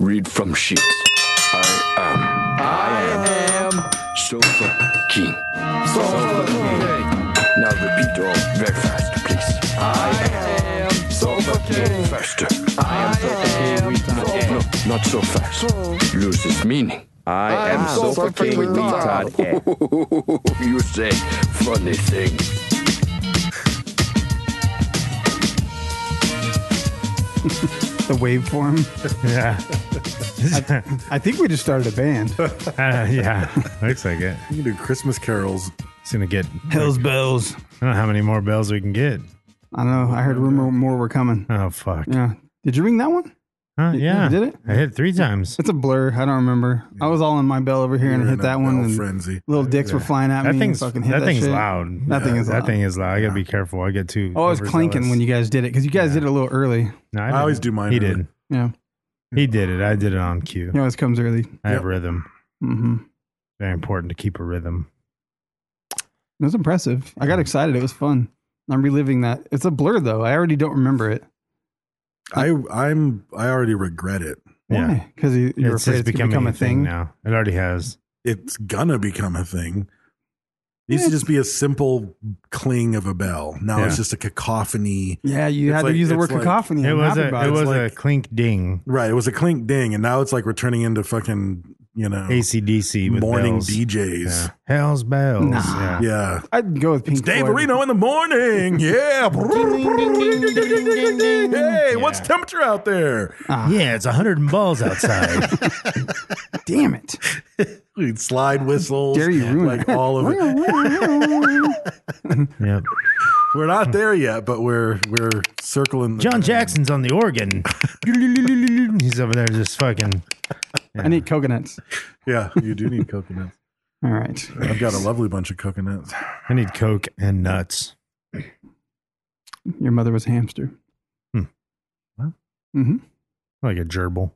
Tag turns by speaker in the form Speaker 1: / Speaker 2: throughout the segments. Speaker 1: read from sheets. I am. I am. Sofa King. Sofa King. Now repeat all very fast, please. I am. Sofa King. Faster. I am Sofa King. No, no, not so fast. Loses meaning. I am Sofa King retard. You say funny thing.
Speaker 2: the waveform.
Speaker 3: Yeah.
Speaker 2: I think we just started a band.
Speaker 3: Uh, yeah. Looks like it.
Speaker 4: You can do Christmas carols.
Speaker 3: It's going to get. I
Speaker 2: Hell's bells.
Speaker 3: don't know how many more bells we can get.
Speaker 2: I know. I heard rumor more were coming.
Speaker 3: Oh, fuck.
Speaker 2: Yeah. Did you ring that one?
Speaker 3: Huh, yeah.
Speaker 2: you did it?
Speaker 3: I hit three times.
Speaker 2: It's a blur. I don't remember. I was all in my bell over here and
Speaker 4: You're in
Speaker 2: hit
Speaker 4: a
Speaker 2: that one.
Speaker 4: bell
Speaker 2: And
Speaker 4: frenzy.
Speaker 2: Little dicks were flying at
Speaker 3: That
Speaker 2: me.
Speaker 3: thing's,
Speaker 2: and fucking hit that,
Speaker 3: that thing's
Speaker 2: shit.
Speaker 3: loud.
Speaker 2: That thing is
Speaker 3: That
Speaker 2: loud.
Speaker 3: thing is loud. I got to be careful. I get too.
Speaker 2: Oh, it was clanking when you guys did it because you guys did it a little early.
Speaker 3: No,
Speaker 4: I always
Speaker 3: didn't.
Speaker 4: do mine
Speaker 3: He
Speaker 4: early.
Speaker 3: did.
Speaker 2: Yeah.
Speaker 3: He did it. I did it on cue.
Speaker 2: It always comes early.
Speaker 3: I have
Speaker 4: Yep.
Speaker 3: rhythm.
Speaker 2: hmm
Speaker 3: Very important to keep a rhythm.
Speaker 2: It was impressive. I got excited. It was fun. I'm reliving that. It's a blur though. I already don't remember it.
Speaker 4: I I'm I already regret it.
Speaker 3: Yeah.
Speaker 2: Because you, you're
Speaker 3: it's
Speaker 2: afraid
Speaker 3: just
Speaker 2: it's gonna
Speaker 3: becoming
Speaker 2: become a thing.
Speaker 3: now. It already has.
Speaker 4: It's gonna become a thing. It used to just be a simple cling of a bell. Now
Speaker 3: Yeah.
Speaker 4: it's just a cacophony.
Speaker 2: Yeah, you
Speaker 4: It's
Speaker 2: had
Speaker 4: like-
Speaker 2: to use the
Speaker 4: it's
Speaker 2: word
Speaker 4: like-
Speaker 2: cacophony.
Speaker 3: it
Speaker 2: I'm
Speaker 3: was
Speaker 2: happy
Speaker 3: a.
Speaker 2: about
Speaker 3: It was
Speaker 4: like-
Speaker 3: a clink ding.
Speaker 4: Right. It was a clink ding, and now it's like we're turning into fucking you know
Speaker 3: ACDC with
Speaker 4: morning
Speaker 3: bells.
Speaker 4: DJs.
Speaker 3: Hell's bells. Yeah.
Speaker 4: Yeah.
Speaker 2: I'd go with Pink
Speaker 4: It's Dave
Speaker 2: Floyd.
Speaker 4: Marino in the morning. Yeah. Hey, what's
Speaker 3: Yeah.
Speaker 4: temperature out there?
Speaker 3: Yeah, it's 100 and balls outside.
Speaker 2: Damn it.
Speaker 4: We'd slide whistles.
Speaker 2: Dare you ruin
Speaker 4: like all of it.
Speaker 3: yep.
Speaker 4: We're not there yet, but we're we're circling. the-
Speaker 3: John Jackson's on the organ. He's over there just fucking.
Speaker 2: I need coconuts.
Speaker 4: Yeah, you do need coconuts.
Speaker 2: All right.
Speaker 4: I've got a lovely bunch of coconuts.
Speaker 3: I need coke and nuts.
Speaker 2: Your mother was a hamster.
Speaker 3: Hmm.
Speaker 4: What?
Speaker 2: Mm-hmm.
Speaker 3: Like a gerbil.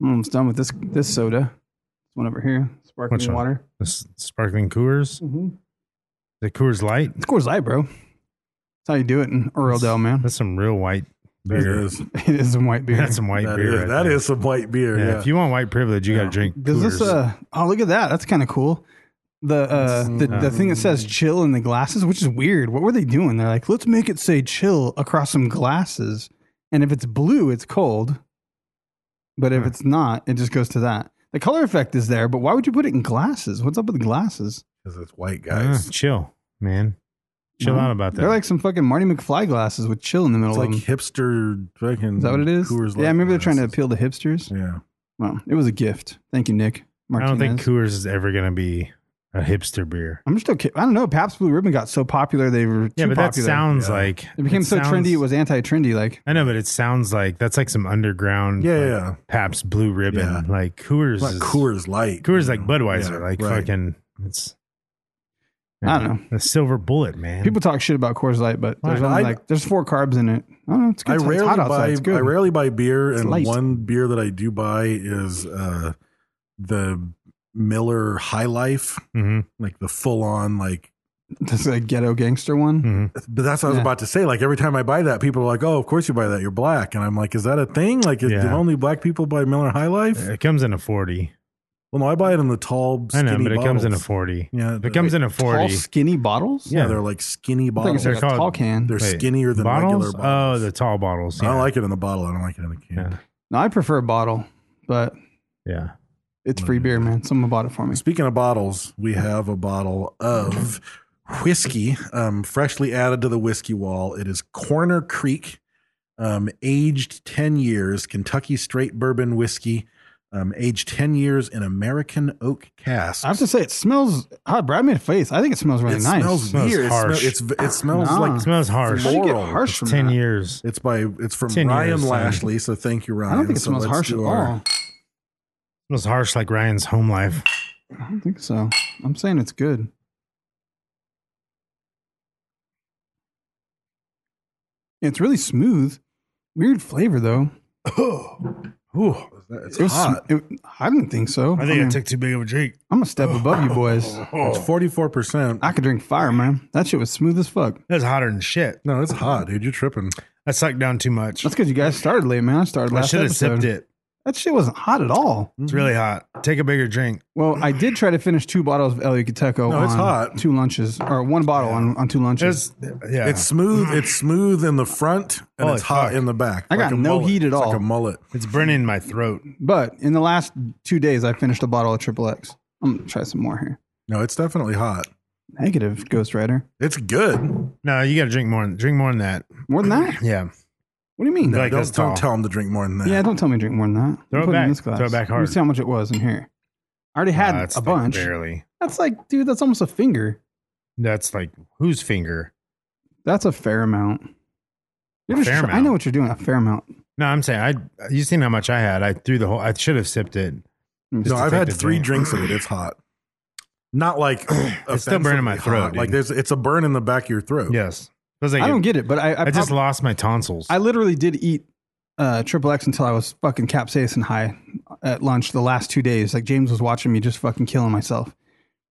Speaker 2: I'm almost done with this this soda. This one over here, sparkling
Speaker 3: Which one?
Speaker 2: water.
Speaker 3: This sparkling Coors.
Speaker 2: Mm-hmm.
Speaker 3: The Coors Light.
Speaker 2: It's Coors Light, bro. That's how you do it in Oraldale, man.
Speaker 3: That's some real white
Speaker 4: There
Speaker 3: beer.
Speaker 4: it is.
Speaker 2: it is some white beer.
Speaker 3: That's some white
Speaker 4: That
Speaker 3: beer.
Speaker 4: is,
Speaker 3: right
Speaker 4: that
Speaker 3: there.
Speaker 4: is some white beer.
Speaker 3: Yeah,
Speaker 4: Yeah.
Speaker 3: If you want white privilege, you got to drink.
Speaker 2: Does this
Speaker 3: Coors.
Speaker 2: uh oh look at that. That's kind of cool. The uh the, the thing that says chill in the glasses, which is weird. What were they doing? They're like, let's make it say chill across some glasses. And if it's blue, it's cold. But if it's not, it just goes to that. The color effect is there, but why would you put it in glasses? What's up with glasses?
Speaker 4: Because it's white
Speaker 3: Uh,
Speaker 2: Mm.
Speaker 4: guys. Mm-hmm.
Speaker 3: chill, man. Chill
Speaker 2: No.
Speaker 3: out about that.
Speaker 2: They're like some fucking Marty McFly glasses with chill in the middle
Speaker 4: it's like
Speaker 2: of them.
Speaker 4: hipster fucking.
Speaker 2: Is that what it is?
Speaker 4: Coors
Speaker 2: yeah,
Speaker 4: Light
Speaker 2: maybe they're trying to
Speaker 4: glasses.
Speaker 2: appeal to hipsters.
Speaker 4: Yeah.
Speaker 2: Well, it was a gift. Thank you, Nick.
Speaker 3: I
Speaker 2: Martinez.
Speaker 3: don't think Coors is ever going to be a hipster beer.
Speaker 2: I'm just okay. I don't know. Pabst Blue Ribbon got so popular they were too
Speaker 3: Yeah, but
Speaker 2: popular.
Speaker 3: that sounds
Speaker 4: Yeah.
Speaker 3: like
Speaker 2: it became so
Speaker 3: sounds-
Speaker 2: trendy. It was anti-trendy. Like
Speaker 3: I know, but it sounds like that's like some underground.
Speaker 4: Yeah,
Speaker 3: like,
Speaker 4: yeah.
Speaker 3: Pabst Blue Ribbon,
Speaker 4: Yeah.
Speaker 3: like Coors.
Speaker 4: It's like
Speaker 3: is,
Speaker 4: Coors Light.
Speaker 3: Coors is
Speaker 4: you
Speaker 3: like
Speaker 4: know?
Speaker 3: Budweiser,
Speaker 4: Yeah,
Speaker 3: like
Speaker 4: right.
Speaker 3: fucking. It's.
Speaker 2: I don't
Speaker 3: know. A silver bullet, man.
Speaker 2: people talk shit about Coors Light, but there's
Speaker 4: Right.
Speaker 2: only
Speaker 4: I-
Speaker 2: like there's four carbs in it. I don't know. It's good.
Speaker 4: I
Speaker 2: It's
Speaker 4: rarely
Speaker 2: hot outside.
Speaker 4: buy.
Speaker 2: It's good.
Speaker 4: I rarely buy beer,
Speaker 2: It's
Speaker 4: and
Speaker 2: light.
Speaker 4: one beer that I do buy is uh, the Miller High Life,
Speaker 3: Mhm,
Speaker 4: like the full on like.
Speaker 2: That's a ghetto gangster one.
Speaker 3: mhm.
Speaker 4: But that's what I was
Speaker 2: Yeah.
Speaker 4: about to say. Like every time I buy that, people are like, "Oh, of course you buy that. You're black." And I'm like, "Is that a thing? Like, is,
Speaker 3: Yeah.
Speaker 4: did only black people buy Miller High Life?"
Speaker 3: It comes in a forty.
Speaker 4: Well, no, I buy it in the tall.
Speaker 3: I
Speaker 4: Skinny
Speaker 3: know, but it comes in a
Speaker 4: bottles.
Speaker 3: forty.
Speaker 4: Yeah,
Speaker 3: If
Speaker 4: the-
Speaker 3: it comes in a
Speaker 2: Tall
Speaker 3: forty.
Speaker 2: skinny bottles.
Speaker 4: Yeah,
Speaker 3: Yeah.
Speaker 4: they're like skinny
Speaker 2: I think
Speaker 4: bottles.
Speaker 2: it's like
Speaker 3: They're
Speaker 2: a tall
Speaker 3: called-
Speaker 2: can.
Speaker 4: they're skinnier than regular bottles.
Speaker 3: Oh, the tall bottles.
Speaker 4: I
Speaker 3: Yeah.
Speaker 4: don't like it in the bottle. I don't like it in the can.
Speaker 3: Yeah.
Speaker 2: No, I prefer a bottle, but
Speaker 3: Yeah.
Speaker 2: it's free beer, man. Someone bought it for me.
Speaker 4: Speaking of bottles, we have a bottle of whiskey um, freshly added to the whiskey wall. It is Corner Creek, um, aged 10 years, Kentucky straight bourbon whiskey, um, aged 10 years in American oak cask.
Speaker 2: I have to say, it smells. hot, Brad made a face. I think it smells really
Speaker 4: it
Speaker 2: nice.
Speaker 4: smells
Speaker 3: Smells
Speaker 4: weird. It smell-
Speaker 3: harsh.
Speaker 4: it's- it smells
Speaker 2: Nah.
Speaker 4: like
Speaker 3: It smells harsh.
Speaker 2: I didn't get
Speaker 4: floral.
Speaker 2: harsh
Speaker 3: It's
Speaker 2: from
Speaker 3: ten
Speaker 2: that.
Speaker 3: years.
Speaker 4: It's by it's from
Speaker 3: 10
Speaker 4: Ryan
Speaker 3: years, son.
Speaker 4: Lashley, so thank you, Ryan.
Speaker 2: I don't think it
Speaker 4: So
Speaker 2: smells
Speaker 4: let's
Speaker 2: harsh at
Speaker 4: do our-
Speaker 2: all.
Speaker 3: It was harsh like Ryan's home life.
Speaker 2: I don't think so. I'm saying it's good. It's really smooth. Weird flavor though.
Speaker 4: Ooh, it's
Speaker 2: It was,
Speaker 4: hot.
Speaker 2: it- I didn't think so.
Speaker 3: I think I
Speaker 2: mean,
Speaker 3: took too big of a drink.
Speaker 2: I'm a step above you boys.
Speaker 3: Oh.
Speaker 4: It's forty four percent.
Speaker 2: I could drink fire, man. That shit was smooth as fuck.
Speaker 3: That's hotter than shit.
Speaker 4: No, it's hot, dude. You're tripping.
Speaker 3: I sucked down too much.
Speaker 2: That's because you guys started late, man. I started
Speaker 3: I
Speaker 2: last
Speaker 3: should have
Speaker 2: episode.
Speaker 3: sipped it.
Speaker 2: That shit wasn't hot at all.
Speaker 3: It's really hot. Take a bigger drink.
Speaker 2: Well, I did try to finish two bottles of El Yucateco
Speaker 4: No,
Speaker 2: on
Speaker 4: it's hot.
Speaker 2: two lunches, or one bottle on, on two lunches.
Speaker 3: There's, yeah, Mm.
Speaker 4: It's smooth. It's smooth in the front and
Speaker 3: Holy
Speaker 4: it's hot
Speaker 3: fuck.
Speaker 4: in the back.
Speaker 2: I got
Speaker 4: a
Speaker 2: no
Speaker 4: mullet.
Speaker 2: heat at
Speaker 4: It's
Speaker 2: all.
Speaker 4: Like a mullet.
Speaker 3: it's burning in my throat.
Speaker 2: But in the last two days, I finished a bottle of Triple X. I'm going to try some more here.
Speaker 4: No, it's definitely hot.
Speaker 2: Negative, Ghost Rider.
Speaker 4: It's good.
Speaker 3: No, you got to drink more. than- Drink more than that.
Speaker 2: More than that?
Speaker 3: Yeah,
Speaker 2: What do you mean?
Speaker 4: No,
Speaker 3: Like that's
Speaker 4: don't,
Speaker 3: tall.
Speaker 4: don't tell him to drink more than that.
Speaker 2: Yeah, don't tell me to drink more than that.
Speaker 3: Throw
Speaker 2: I'm
Speaker 3: it
Speaker 2: putting
Speaker 3: back. Throw it back
Speaker 2: Let me
Speaker 3: hard.
Speaker 2: see how much it was in here. I already had
Speaker 3: Uh, it's
Speaker 2: a
Speaker 3: like
Speaker 2: bunch.
Speaker 3: Barely.
Speaker 2: That's like, dude, that's almost a finger.
Speaker 3: That's like whose finger?
Speaker 2: That's a fair amount. You're
Speaker 3: A
Speaker 2: just
Speaker 3: fair
Speaker 2: try- I
Speaker 3: amount.
Speaker 2: know what you're doing. A fair amount.
Speaker 3: No, I'm saying I. You seen how much I had? I threw the whole. I should have sipped it.
Speaker 4: No,
Speaker 3: Just to
Speaker 4: I've
Speaker 3: take
Speaker 4: had
Speaker 3: the
Speaker 4: three
Speaker 3: drink.
Speaker 4: drinks of it. It's hot. Not like
Speaker 3: It's still burning my
Speaker 4: offensively
Speaker 3: throat,
Speaker 4: hot. Like
Speaker 3: dude.
Speaker 4: there's, it's a burn in the back of your throat.
Speaker 3: Yes, I, was like,
Speaker 2: I don't get it, but I, I,
Speaker 3: I, just
Speaker 2: prob-
Speaker 3: lost my tonsils.
Speaker 2: I literally did eat uh, triple X until I was fucking capsaicin high at lunch the last two days. Like James was watching me just fucking killing myself.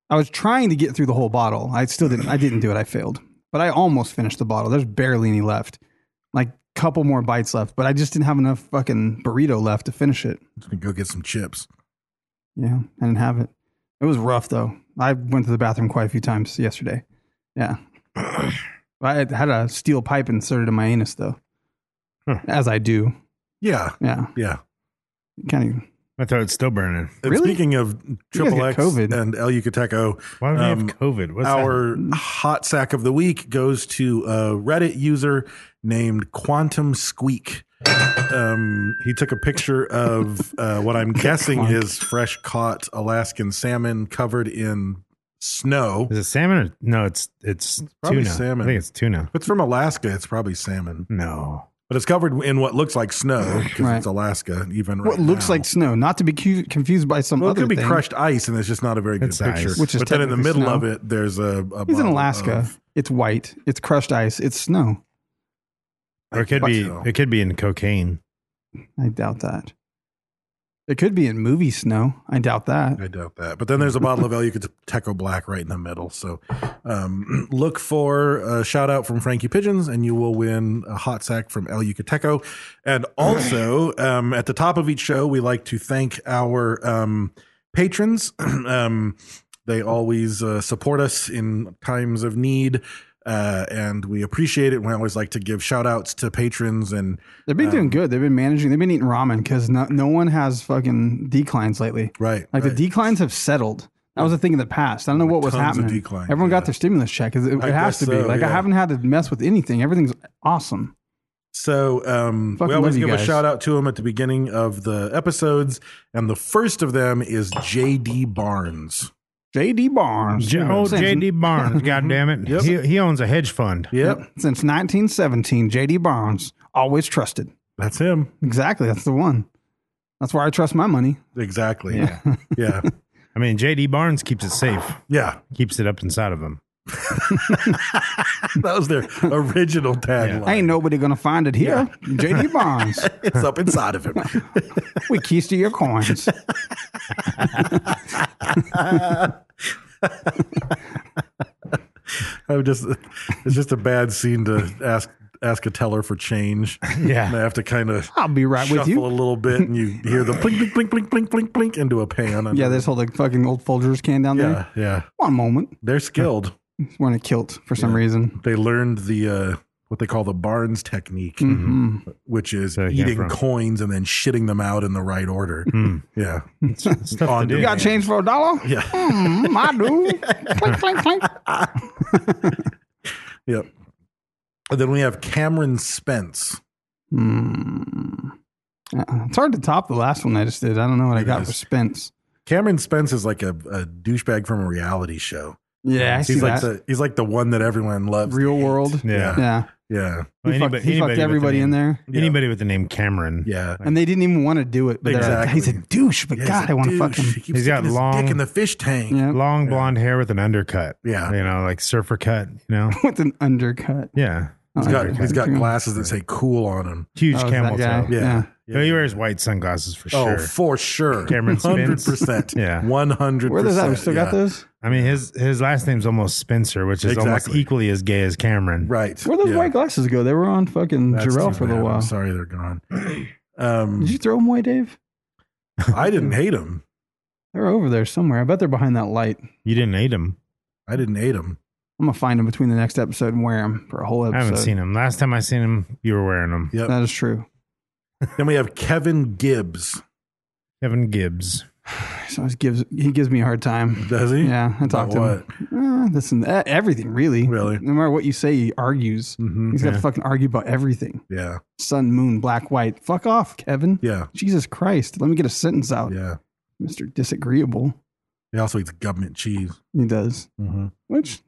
Speaker 2: I was trying to get through the whole bottle. I still didn't. I didn't do it. I failed, but I almost finished the bottle. There's barely any left. Like couple more bites left, but I just didn't have enough fucking burrito left to finish it.
Speaker 4: Just gonna go get some chips.
Speaker 2: Yeah, I didn't have it. It was rough though. I went to the bathroom quite a few times yesterday. Yeah. I had had a steel pipe inserted in my anus though.
Speaker 3: Huh.
Speaker 2: As I do.
Speaker 4: Yeah,
Speaker 2: Yeah.
Speaker 4: yeah.
Speaker 2: Kind of
Speaker 3: my throat's still burning.
Speaker 4: And
Speaker 2: Really?
Speaker 4: Speaking of Triple
Speaker 2: got
Speaker 4: X
Speaker 2: COVID.
Speaker 4: and El Yucateco,
Speaker 3: Why would
Speaker 4: um,
Speaker 3: you have COVID? What's
Speaker 4: our hot sack of the week goes to a Reddit user named Quantum Squeak. Um, he took a picture of uh, what I'm guessing is fresh caught Alaskan salmon covered in snow.
Speaker 3: that? Is it salmon? Or, no, it's it's
Speaker 4: probably
Speaker 3: tuna.
Speaker 4: salmon.
Speaker 3: I think it's tuna.
Speaker 4: If it's from Alaska, it's probably salmon,
Speaker 3: No,
Speaker 4: but it's covered in what looks like snow because
Speaker 2: Right.
Speaker 4: it's Alaska. Even
Speaker 2: what
Speaker 4: right
Speaker 2: looks
Speaker 4: now.
Speaker 2: like snow, not to be cu- confused by some
Speaker 4: Well, it
Speaker 2: other
Speaker 4: could be
Speaker 2: thing.
Speaker 4: crushed ice, and it's just not a very good
Speaker 3: It's
Speaker 4: picture.
Speaker 3: ice.
Speaker 2: Which is
Speaker 4: but then in the
Speaker 2: technically
Speaker 4: middle of
Speaker 2: snow.
Speaker 4: it, there's a. a
Speaker 2: He's in
Speaker 4: bottle
Speaker 2: Alaska.
Speaker 4: of-
Speaker 2: It's white. It's crushed ice. It's snow.
Speaker 3: or it could
Speaker 4: Fuck
Speaker 3: be.
Speaker 4: no.
Speaker 3: It could be in cocaine.
Speaker 2: I doubt that. It could be in movie snow. I doubt that.
Speaker 4: I doubt that. But then there's a bottle of El Yucateco Black right in the middle. So um, look for a shout out from Frankie Pigeons and you will win a hot sack from El Yucateco. And also, um, at the top of each show, we like to thank our um, patrons. um, they always uh, support us in times of need. Uh, and we appreciate it. We always like to give shout outs to patrons and
Speaker 2: They've been doing good. They've been managing. They've been eating ramen because no, no one has fucking declines lately.
Speaker 4: Right,
Speaker 2: Like
Speaker 4: right.
Speaker 2: the declines have settled. That was a thing in the past. I don't know what was
Speaker 4: Tons of
Speaker 2: happening.
Speaker 4: declines,
Speaker 2: Everyone
Speaker 4: yeah.
Speaker 2: got their stimulus check. It, it
Speaker 4: I
Speaker 2: has
Speaker 4: guess
Speaker 2: to be.
Speaker 4: so,
Speaker 2: Like
Speaker 4: yeah.
Speaker 2: I haven't had to mess with anything. Everything's awesome.
Speaker 4: So um, we
Speaker 2: Fucking
Speaker 4: always
Speaker 2: love you
Speaker 4: give a
Speaker 2: guys.
Speaker 4: shout out to him at the beginning of the episodes, and the first of them is JD Barnes.
Speaker 2: JD Barnes.
Speaker 3: J- oh,
Speaker 2: Since-
Speaker 3: J.D. Barnes. God damn it. He, he owns a hedge fund.
Speaker 4: Yep,
Speaker 2: Since 1917, JD Barnes always trusted.
Speaker 4: that's him
Speaker 2: Exactly. That's the one. That's where I trust my money.
Speaker 4: exactly. Yeah, yeah,
Speaker 3: I mean, J.D. Barnes keeps it safe.
Speaker 4: yeah.
Speaker 3: Keeps it up inside of him.
Speaker 4: That was their original tagline.
Speaker 2: Ain't nobody gonna find it here. JD Barnes.
Speaker 4: It's up inside of him.
Speaker 2: we keys to your coins.
Speaker 4: I'm just, it's just a bad scene to ask ask a teller for change.
Speaker 3: Yeah.
Speaker 4: and I have to kind of.
Speaker 2: I'll be right
Speaker 4: Shuffle
Speaker 2: with you.
Speaker 4: a little bit, and you hear the blink, blink, blink, blink, blink, blink, blink into a pan.
Speaker 2: Yeah, they just hold a fucking old Folgers can down
Speaker 4: yeah,
Speaker 2: there.
Speaker 4: yeah.
Speaker 2: One moment.
Speaker 4: They're skilled.
Speaker 2: He's wearing a kilt for some reason.
Speaker 4: they learned the uh, what they call the Barnes technique,
Speaker 2: Mm-hmm.
Speaker 4: which is
Speaker 3: Where it came
Speaker 4: eating
Speaker 3: from.
Speaker 4: coins and then shitting them out in the right order.
Speaker 3: Hmm.
Speaker 4: Yeah,
Speaker 3: It's tough
Speaker 4: On
Speaker 3: to
Speaker 4: the-
Speaker 3: do.
Speaker 2: Oh, You got change for a dollar?
Speaker 4: Yeah.
Speaker 2: Mm, I do. clink, clink, clink.
Speaker 4: yep. And then we have Cameron Spence.
Speaker 2: Uh, It's hard to top the last one I just did. I don't know what I got for
Speaker 4: is.
Speaker 2: Spence.
Speaker 4: Cameron Spence is like a, a douchebag from a reality show.
Speaker 2: Yeah, I see
Speaker 4: he's like
Speaker 2: that.
Speaker 4: the he's like the one that everyone loves.
Speaker 2: Real world.
Speaker 3: Yeah.
Speaker 2: Yeah.
Speaker 4: Yeah.
Speaker 2: He fucked, he fucked
Speaker 3: with the
Speaker 2: everybody in
Speaker 3: name-
Speaker 2: there.
Speaker 4: Yeah.
Speaker 3: Anybody with the name Cameron.
Speaker 4: Yeah.
Speaker 2: And they didn't even want to do it. But they're like, he's a
Speaker 4: Exactly.
Speaker 2: douche, but
Speaker 4: Yeah, he's
Speaker 2: God,
Speaker 4: a
Speaker 2: I want to
Speaker 4: douche.
Speaker 2: fuck
Speaker 4: He
Speaker 2: him.
Speaker 4: keeps
Speaker 3: He's got
Speaker 4: sticking his
Speaker 3: long-
Speaker 4: dick in the fish tank.
Speaker 2: Yeah.
Speaker 3: Long blonde hair with an undercut.
Speaker 4: Yeah.
Speaker 3: You know, like surfer cut, you know?
Speaker 2: With an undercut.
Speaker 3: Yeah.
Speaker 4: He's got,
Speaker 2: Okay.
Speaker 4: he's got glasses that say cool on him.
Speaker 3: Huge
Speaker 2: Oh, it's
Speaker 3: camel
Speaker 2: Oh, that
Speaker 3: toe.
Speaker 2: guy.
Speaker 4: Yeah.
Speaker 2: Yeah.
Speaker 3: No, he wears white sunglasses for
Speaker 4: Oh,
Speaker 3: sure.
Speaker 4: for sure.
Speaker 3: Cameron Spence.
Speaker 4: 100%.
Speaker 3: Yeah.
Speaker 4: 100%.
Speaker 2: Where does that? We still
Speaker 4: yeah.
Speaker 2: got those?
Speaker 3: I mean, his his last name's almost Spencer, which is almost
Speaker 4: Exactly.
Speaker 3: equally as gay as Cameron.
Speaker 4: Right.
Speaker 2: Where those
Speaker 4: yeah.
Speaker 2: white glasses go? They were on fucking
Speaker 4: That's
Speaker 2: Jarrell
Speaker 4: too
Speaker 2: for a
Speaker 4: bad.
Speaker 2: little
Speaker 4: I'm
Speaker 2: while.
Speaker 4: sorry they're gone. Um,
Speaker 2: Did you throw them away, Dave?
Speaker 4: I didn't hate him.
Speaker 2: They're over there somewhere. I bet they're behind that light.
Speaker 3: You didn't hate him.
Speaker 4: I didn't hate him.
Speaker 2: I'm gonna find them between the next episode and wear them for a whole episode.
Speaker 3: I haven't seen him. Last time I seen him, you were wearing him.
Speaker 4: Yep.
Speaker 2: That is true.
Speaker 4: then we have Kevin Gibbs.
Speaker 3: Kevin Gibbs.
Speaker 2: He always gives he gives me a hard time.
Speaker 4: Does he?
Speaker 2: Yeah, I
Speaker 4: About
Speaker 2: talk to him. Eh, this and that, everything really.
Speaker 4: Really?
Speaker 2: No matter what you say, he argues.
Speaker 4: Mhm,
Speaker 2: He's got
Speaker 3: yeah.
Speaker 2: to fucking argue about everything.
Speaker 4: Yeah.
Speaker 2: Sun, moon, black, white. Fuck off, Kevin.
Speaker 4: Yeah.
Speaker 2: Jesus Christ. Let me get a sentence out.
Speaker 4: Yeah.
Speaker 2: Mr. Disagreeable.
Speaker 4: He also eats government cheese.
Speaker 2: He does.
Speaker 4: Mm-hmm.
Speaker 2: Which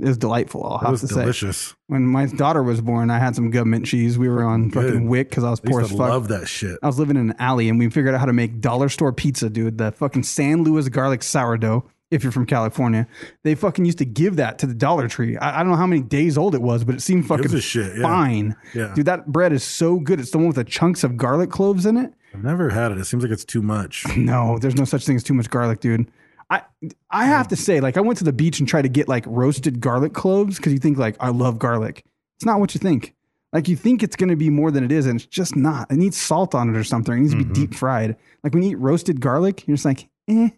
Speaker 2: is delightful, I'll
Speaker 4: That
Speaker 2: have
Speaker 4: was
Speaker 2: to say.
Speaker 4: delicious.
Speaker 2: When my daughter was born, I had some government cheese. We were on
Speaker 4: Good.
Speaker 2: fucking WIC because I was
Speaker 4: I
Speaker 2: poor
Speaker 4: used
Speaker 2: as
Speaker 4: to
Speaker 2: fuck. Oh.
Speaker 4: love that shit.
Speaker 2: I was living in an alley and we figured out how to make dollar store pizza, dude. The fucking San Luis garlic sourdough. If you're from California, they fucking used to give that to the Dollar Tree. I, I don't know how many days old it was, but it seemed
Speaker 4: Gives
Speaker 2: fucking
Speaker 4: a shit, yeah.
Speaker 2: fine.
Speaker 4: Yeah.
Speaker 2: Dude, that bread is so good. It's the one with the chunks of garlic cloves in it.
Speaker 4: I've never had it. It seems like it's too much.
Speaker 2: No, there's no such thing as too much garlic, dude. I I have to say, like, I went to the beach and tried to get like roasted garlic cloves because you think like I love garlic. It's not what you think. Like you think it's going to be more than it is, and it's just not. It needs salt on it or something. It needs to be deep fried. Like when you eat roasted garlic, you're just like, eh.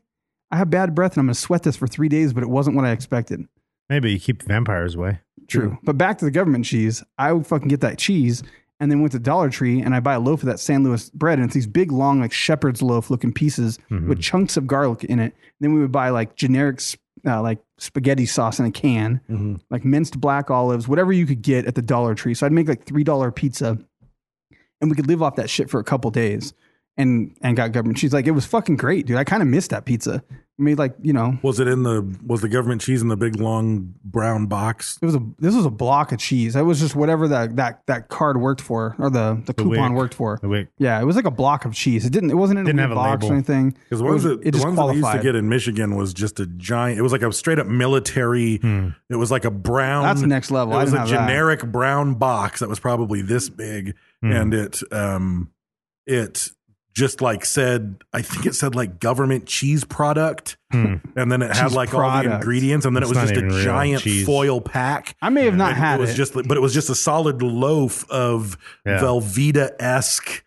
Speaker 2: I have bad breath and I'm going to sweat this for three days, but it wasn't what I expected.
Speaker 3: Maybe you keep the vampires away.
Speaker 2: True. Mm-hmm. But back to the government cheese. I would fucking get that cheese and then went to Dollar Tree and I buy a loaf of that San Luis bread and it's these big long like shepherd's loaf looking pieces with chunks of garlic in it. then we would buy like generic sp- uh, like spaghetti sauce in a can, like minced black olives, whatever you could get at the Dollar Tree. So I'd make like three dollar pizza and we could live off that shit for a couple days. And and got government cheese. Like it was fucking great, dude. I kind of missed that pizza. I made like you know
Speaker 4: Was it in the was the government cheese in the big long brown box?
Speaker 2: It was a this was a block of cheese. It was just whatever that that that card worked for or the the, coupon
Speaker 3: wick.
Speaker 2: worked for.
Speaker 3: The wick.
Speaker 2: Yeah, it was like a block of cheese. It didn't it wasn't in
Speaker 3: Didn't
Speaker 2: a
Speaker 3: have
Speaker 2: weird
Speaker 3: a
Speaker 2: box
Speaker 3: label.
Speaker 2: or anything.
Speaker 4: Because
Speaker 2: It
Speaker 4: the ones
Speaker 2: was-
Speaker 4: that
Speaker 2: it
Speaker 4: the
Speaker 2: just
Speaker 4: ones that they
Speaker 2: qualified.
Speaker 4: used to get in Michigan was just a giant. It was like a straight up military. It was like a brown.
Speaker 2: Hmm. That's next level.
Speaker 4: It
Speaker 2: I
Speaker 4: was
Speaker 2: didn't
Speaker 4: a
Speaker 2: have that.
Speaker 4: generic brown box that was probably this big,
Speaker 2: Hmm.
Speaker 4: and it um, it just like said. I think it said like government cheese product, and then it had
Speaker 2: Hmm. Cheese
Speaker 4: like all the
Speaker 2: product.
Speaker 4: ingredients, and then
Speaker 3: It's
Speaker 4: it was
Speaker 3: not
Speaker 4: just a
Speaker 3: even real
Speaker 4: giant
Speaker 3: cheese.
Speaker 4: foil pack.
Speaker 2: I may have not
Speaker 4: And
Speaker 2: had
Speaker 4: it was
Speaker 2: it.
Speaker 4: just, but it was just a solid loaf of
Speaker 3: Yeah.
Speaker 4: Velveeta esque.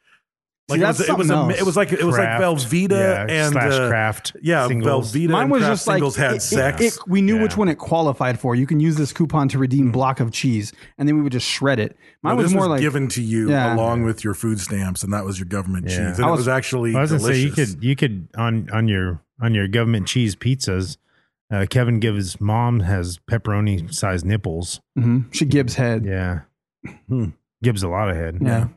Speaker 4: Like
Speaker 2: See,
Speaker 4: it was,
Speaker 2: that's
Speaker 4: it was,
Speaker 2: something
Speaker 4: a,
Speaker 2: else.
Speaker 4: it was like it was like
Speaker 3: Kraft,
Speaker 4: Velveeta
Speaker 3: yeah,
Speaker 4: and
Speaker 3: slash
Speaker 4: uh,
Speaker 3: Kraft
Speaker 4: yeah,
Speaker 3: singles.
Speaker 4: Velveeta.
Speaker 2: Mine
Speaker 4: and
Speaker 2: was
Speaker 4: Kraft
Speaker 2: just like
Speaker 4: singles had
Speaker 2: it- it-
Speaker 4: sex.
Speaker 2: it- we knew
Speaker 3: Yeah.
Speaker 2: which one it qualified for. You can use this coupon to redeem block of cheese, and then we would just shred it. Mine
Speaker 4: No,
Speaker 2: was
Speaker 4: this
Speaker 2: more like
Speaker 4: given to you
Speaker 2: Yeah.
Speaker 4: along with your food stamps, and that was your government
Speaker 3: Yeah.
Speaker 4: cheese. And
Speaker 2: I
Speaker 4: it was
Speaker 2: was-
Speaker 4: actually
Speaker 3: I was gonna
Speaker 4: delicious.
Speaker 3: say you could you could on on your on your government cheese pizzas. Uh, Kevin Gibbs' mom has pepperoni sized nipples.
Speaker 2: Mhm. she gives head.
Speaker 3: Yeah,
Speaker 4: Hmm.
Speaker 3: Gibbs a lot of head.
Speaker 2: Yeah.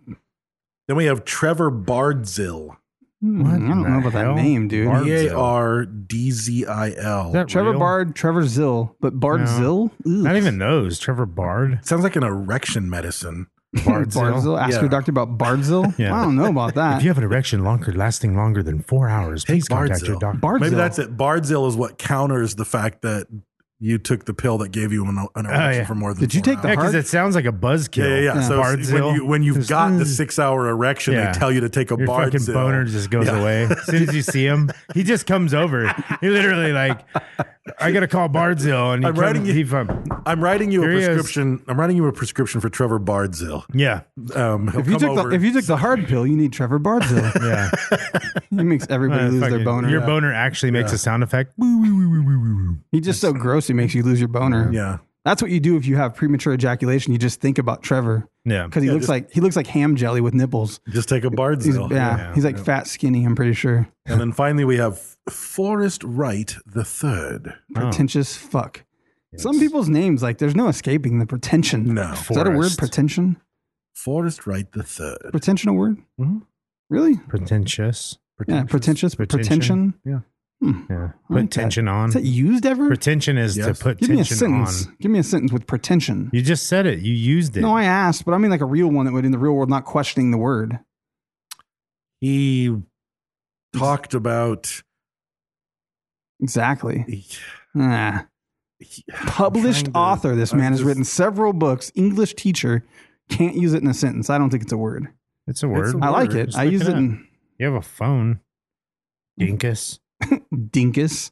Speaker 4: then we have Trevor Bardzil,
Speaker 2: Hmm,
Speaker 3: What
Speaker 2: I
Speaker 3: in
Speaker 2: don't
Speaker 3: the
Speaker 2: know about
Speaker 3: hell?
Speaker 2: that name, dude.
Speaker 3: Bardzil.
Speaker 4: B A
Speaker 2: uh,
Speaker 4: R D Z I L.
Speaker 3: Is that
Speaker 2: Trevor
Speaker 3: real?
Speaker 2: Bard, Trevor Zill, but Bard
Speaker 3: No.
Speaker 2: Zill? Ugh.
Speaker 3: Not even those. Trevor Bard.
Speaker 4: Sounds like an erection medicine.
Speaker 3: Bardzil.
Speaker 2: Bardzil. Ask
Speaker 4: Yeah.
Speaker 2: your doctor about Bardzil.
Speaker 3: Yeah.
Speaker 2: I don't know about that.
Speaker 3: If you have an erection longer lasting longer than four hours,
Speaker 4: Take
Speaker 3: please contact
Speaker 4: Bardzil.
Speaker 3: your doctor.
Speaker 2: Bardzil.
Speaker 4: Maybe that's it. Bardzil is what counters the fact that you took the pill that gave you an, an erection
Speaker 3: Oh, yeah.
Speaker 4: for more than.
Speaker 2: Did you
Speaker 4: four
Speaker 2: take the
Speaker 3: Yeah,
Speaker 4: hours.
Speaker 3: because
Speaker 2: Hard-
Speaker 3: it sounds like a buzzkill.
Speaker 4: Yeah, yeah, yeah. So it's- when
Speaker 3: Bardzil.
Speaker 4: you when you've
Speaker 3: Just,
Speaker 4: got the
Speaker 3: mm.
Speaker 4: six hour erection,
Speaker 3: Yeah.
Speaker 4: they tell you to take a
Speaker 3: Your
Speaker 4: Bardzil.
Speaker 3: fucking boner just goes
Speaker 4: Yeah.
Speaker 3: away as soon as you see him. He just comes over. He literally like, I gotta call Bardzil, and he
Speaker 4: I'm writing
Speaker 3: comes-
Speaker 4: you-
Speaker 3: he from-
Speaker 4: I'm writing you
Speaker 3: Here
Speaker 4: a
Speaker 3: he is.
Speaker 4: prescription. I'm writing you a prescription for Trevor Bardzil.
Speaker 3: yeah,
Speaker 4: Um,
Speaker 2: if you took the if you took the hard pill, you need Trevor Bardzil.
Speaker 3: yeah.
Speaker 2: he makes everybody
Speaker 3: Uh,
Speaker 2: lose
Speaker 3: fucking-
Speaker 2: their boner.
Speaker 3: Your boner actually makes a sound effect.
Speaker 2: He's just so gross. He makes you lose your boner.
Speaker 4: yeah,
Speaker 2: That's what you do if you have premature ejaculation. You just think about Trevor
Speaker 3: Yeah,
Speaker 2: because he looks
Speaker 4: just-
Speaker 2: like he looks like ham jelly with nipples.
Speaker 4: just take a
Speaker 2: He's,
Speaker 4: Bardzil.
Speaker 2: yeah, he's like fat, skinny. I'm pretty sure.
Speaker 4: And then finally, we have Forrest Wright the third.
Speaker 2: Pretentious fuck. Some people's names like there's no escaping the pretension.
Speaker 4: No,
Speaker 2: Is that a word?
Speaker 3: Forrest.
Speaker 2: Pretension.
Speaker 4: Forrest Wright the third.
Speaker 2: Pretension a word? Really?
Speaker 3: pretentious.
Speaker 2: Yeah, pretentious. Pretension. Hmm.
Speaker 4: Yeah.
Speaker 3: Yeah.
Speaker 2: I
Speaker 3: Put
Speaker 2: like that.
Speaker 3: tension on.
Speaker 2: Is that used ever?
Speaker 3: Pretension is
Speaker 4: Yes.
Speaker 3: to put
Speaker 2: Give me a
Speaker 3: tension on.
Speaker 2: sentence. Give me a sentence with pretension.
Speaker 3: You just said it. You used it.
Speaker 2: No, I asked, but I mean like a real one that would in the real world, not questioning the word.
Speaker 4: He talked about
Speaker 2: Exactly.
Speaker 4: he-
Speaker 2: Ah.
Speaker 4: he-
Speaker 2: Published
Speaker 4: I'm trying to-
Speaker 2: author. This
Speaker 4: I'm
Speaker 2: man has
Speaker 4: just-
Speaker 2: written several books. English teacher. Can't use it in a sentence. I don't think it's a word.
Speaker 3: it's a word.
Speaker 4: a
Speaker 2: I like
Speaker 4: Word.
Speaker 2: it.
Speaker 3: Just
Speaker 2: I
Speaker 3: look
Speaker 2: use it
Speaker 3: up.
Speaker 2: in
Speaker 3: You have a phone.
Speaker 2: Hmm.
Speaker 3: Dinkus.
Speaker 2: dinkus.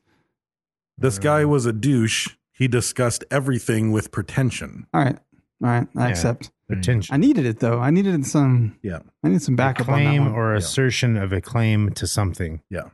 Speaker 4: This guy was a douche. He discussed everything with pretension.
Speaker 2: All right. All right. I
Speaker 3: Yeah.
Speaker 2: accept.
Speaker 4: Hmm.
Speaker 3: Pretension.
Speaker 2: I needed it though. I needed some
Speaker 4: Yeah.
Speaker 2: I need some
Speaker 3: A
Speaker 2: backup on that
Speaker 3: claim
Speaker 2: one.
Speaker 3: or
Speaker 4: Yeah.
Speaker 3: assertion of a claim to something.
Speaker 4: Yeah.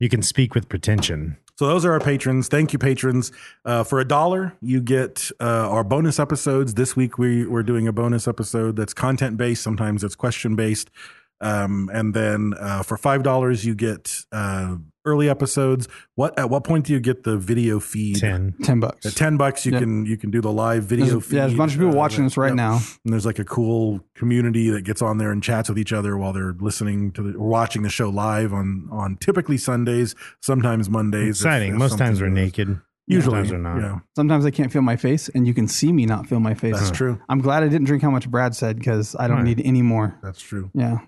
Speaker 3: You can speak with pretension.
Speaker 4: So those are our patrons. Thank you, patrons. Uh, for a dollar, you get uh, our bonus episodes. This week we we're doing a bonus episode that's content based. Sometimes it's question based. Um, and then uh, for five dollars, you get uh, early episodes. What at what point do you get the video feed?
Speaker 3: 10.
Speaker 2: Ten bucks.
Speaker 4: At ten bucks, you
Speaker 2: Yeah.
Speaker 4: can you can do the live video
Speaker 2: There's-
Speaker 4: feed.
Speaker 2: yeah, there's a bunch of people
Speaker 4: uh,
Speaker 2: watching
Speaker 4: that-
Speaker 2: us right
Speaker 4: yep.
Speaker 2: now.
Speaker 4: And there's like a cool community that gets on there and chats with each other while they're listening to the, or watching the show live on on typically Sundays, sometimes Mondays. if-
Speaker 3: Exciting.
Speaker 4: if
Speaker 3: Most times
Speaker 4: something
Speaker 3: we're
Speaker 4: goes-
Speaker 3: naked.
Speaker 4: Usually,
Speaker 3: Sometimes we're not.
Speaker 4: yeah,
Speaker 2: Sometimes I can't feel my face, and you can see me not feel my face.
Speaker 4: that's true.
Speaker 2: I'm glad I didn't drink how much Brad said because I don't
Speaker 3: Right.
Speaker 2: need any more.
Speaker 4: That's true.
Speaker 2: Yeah.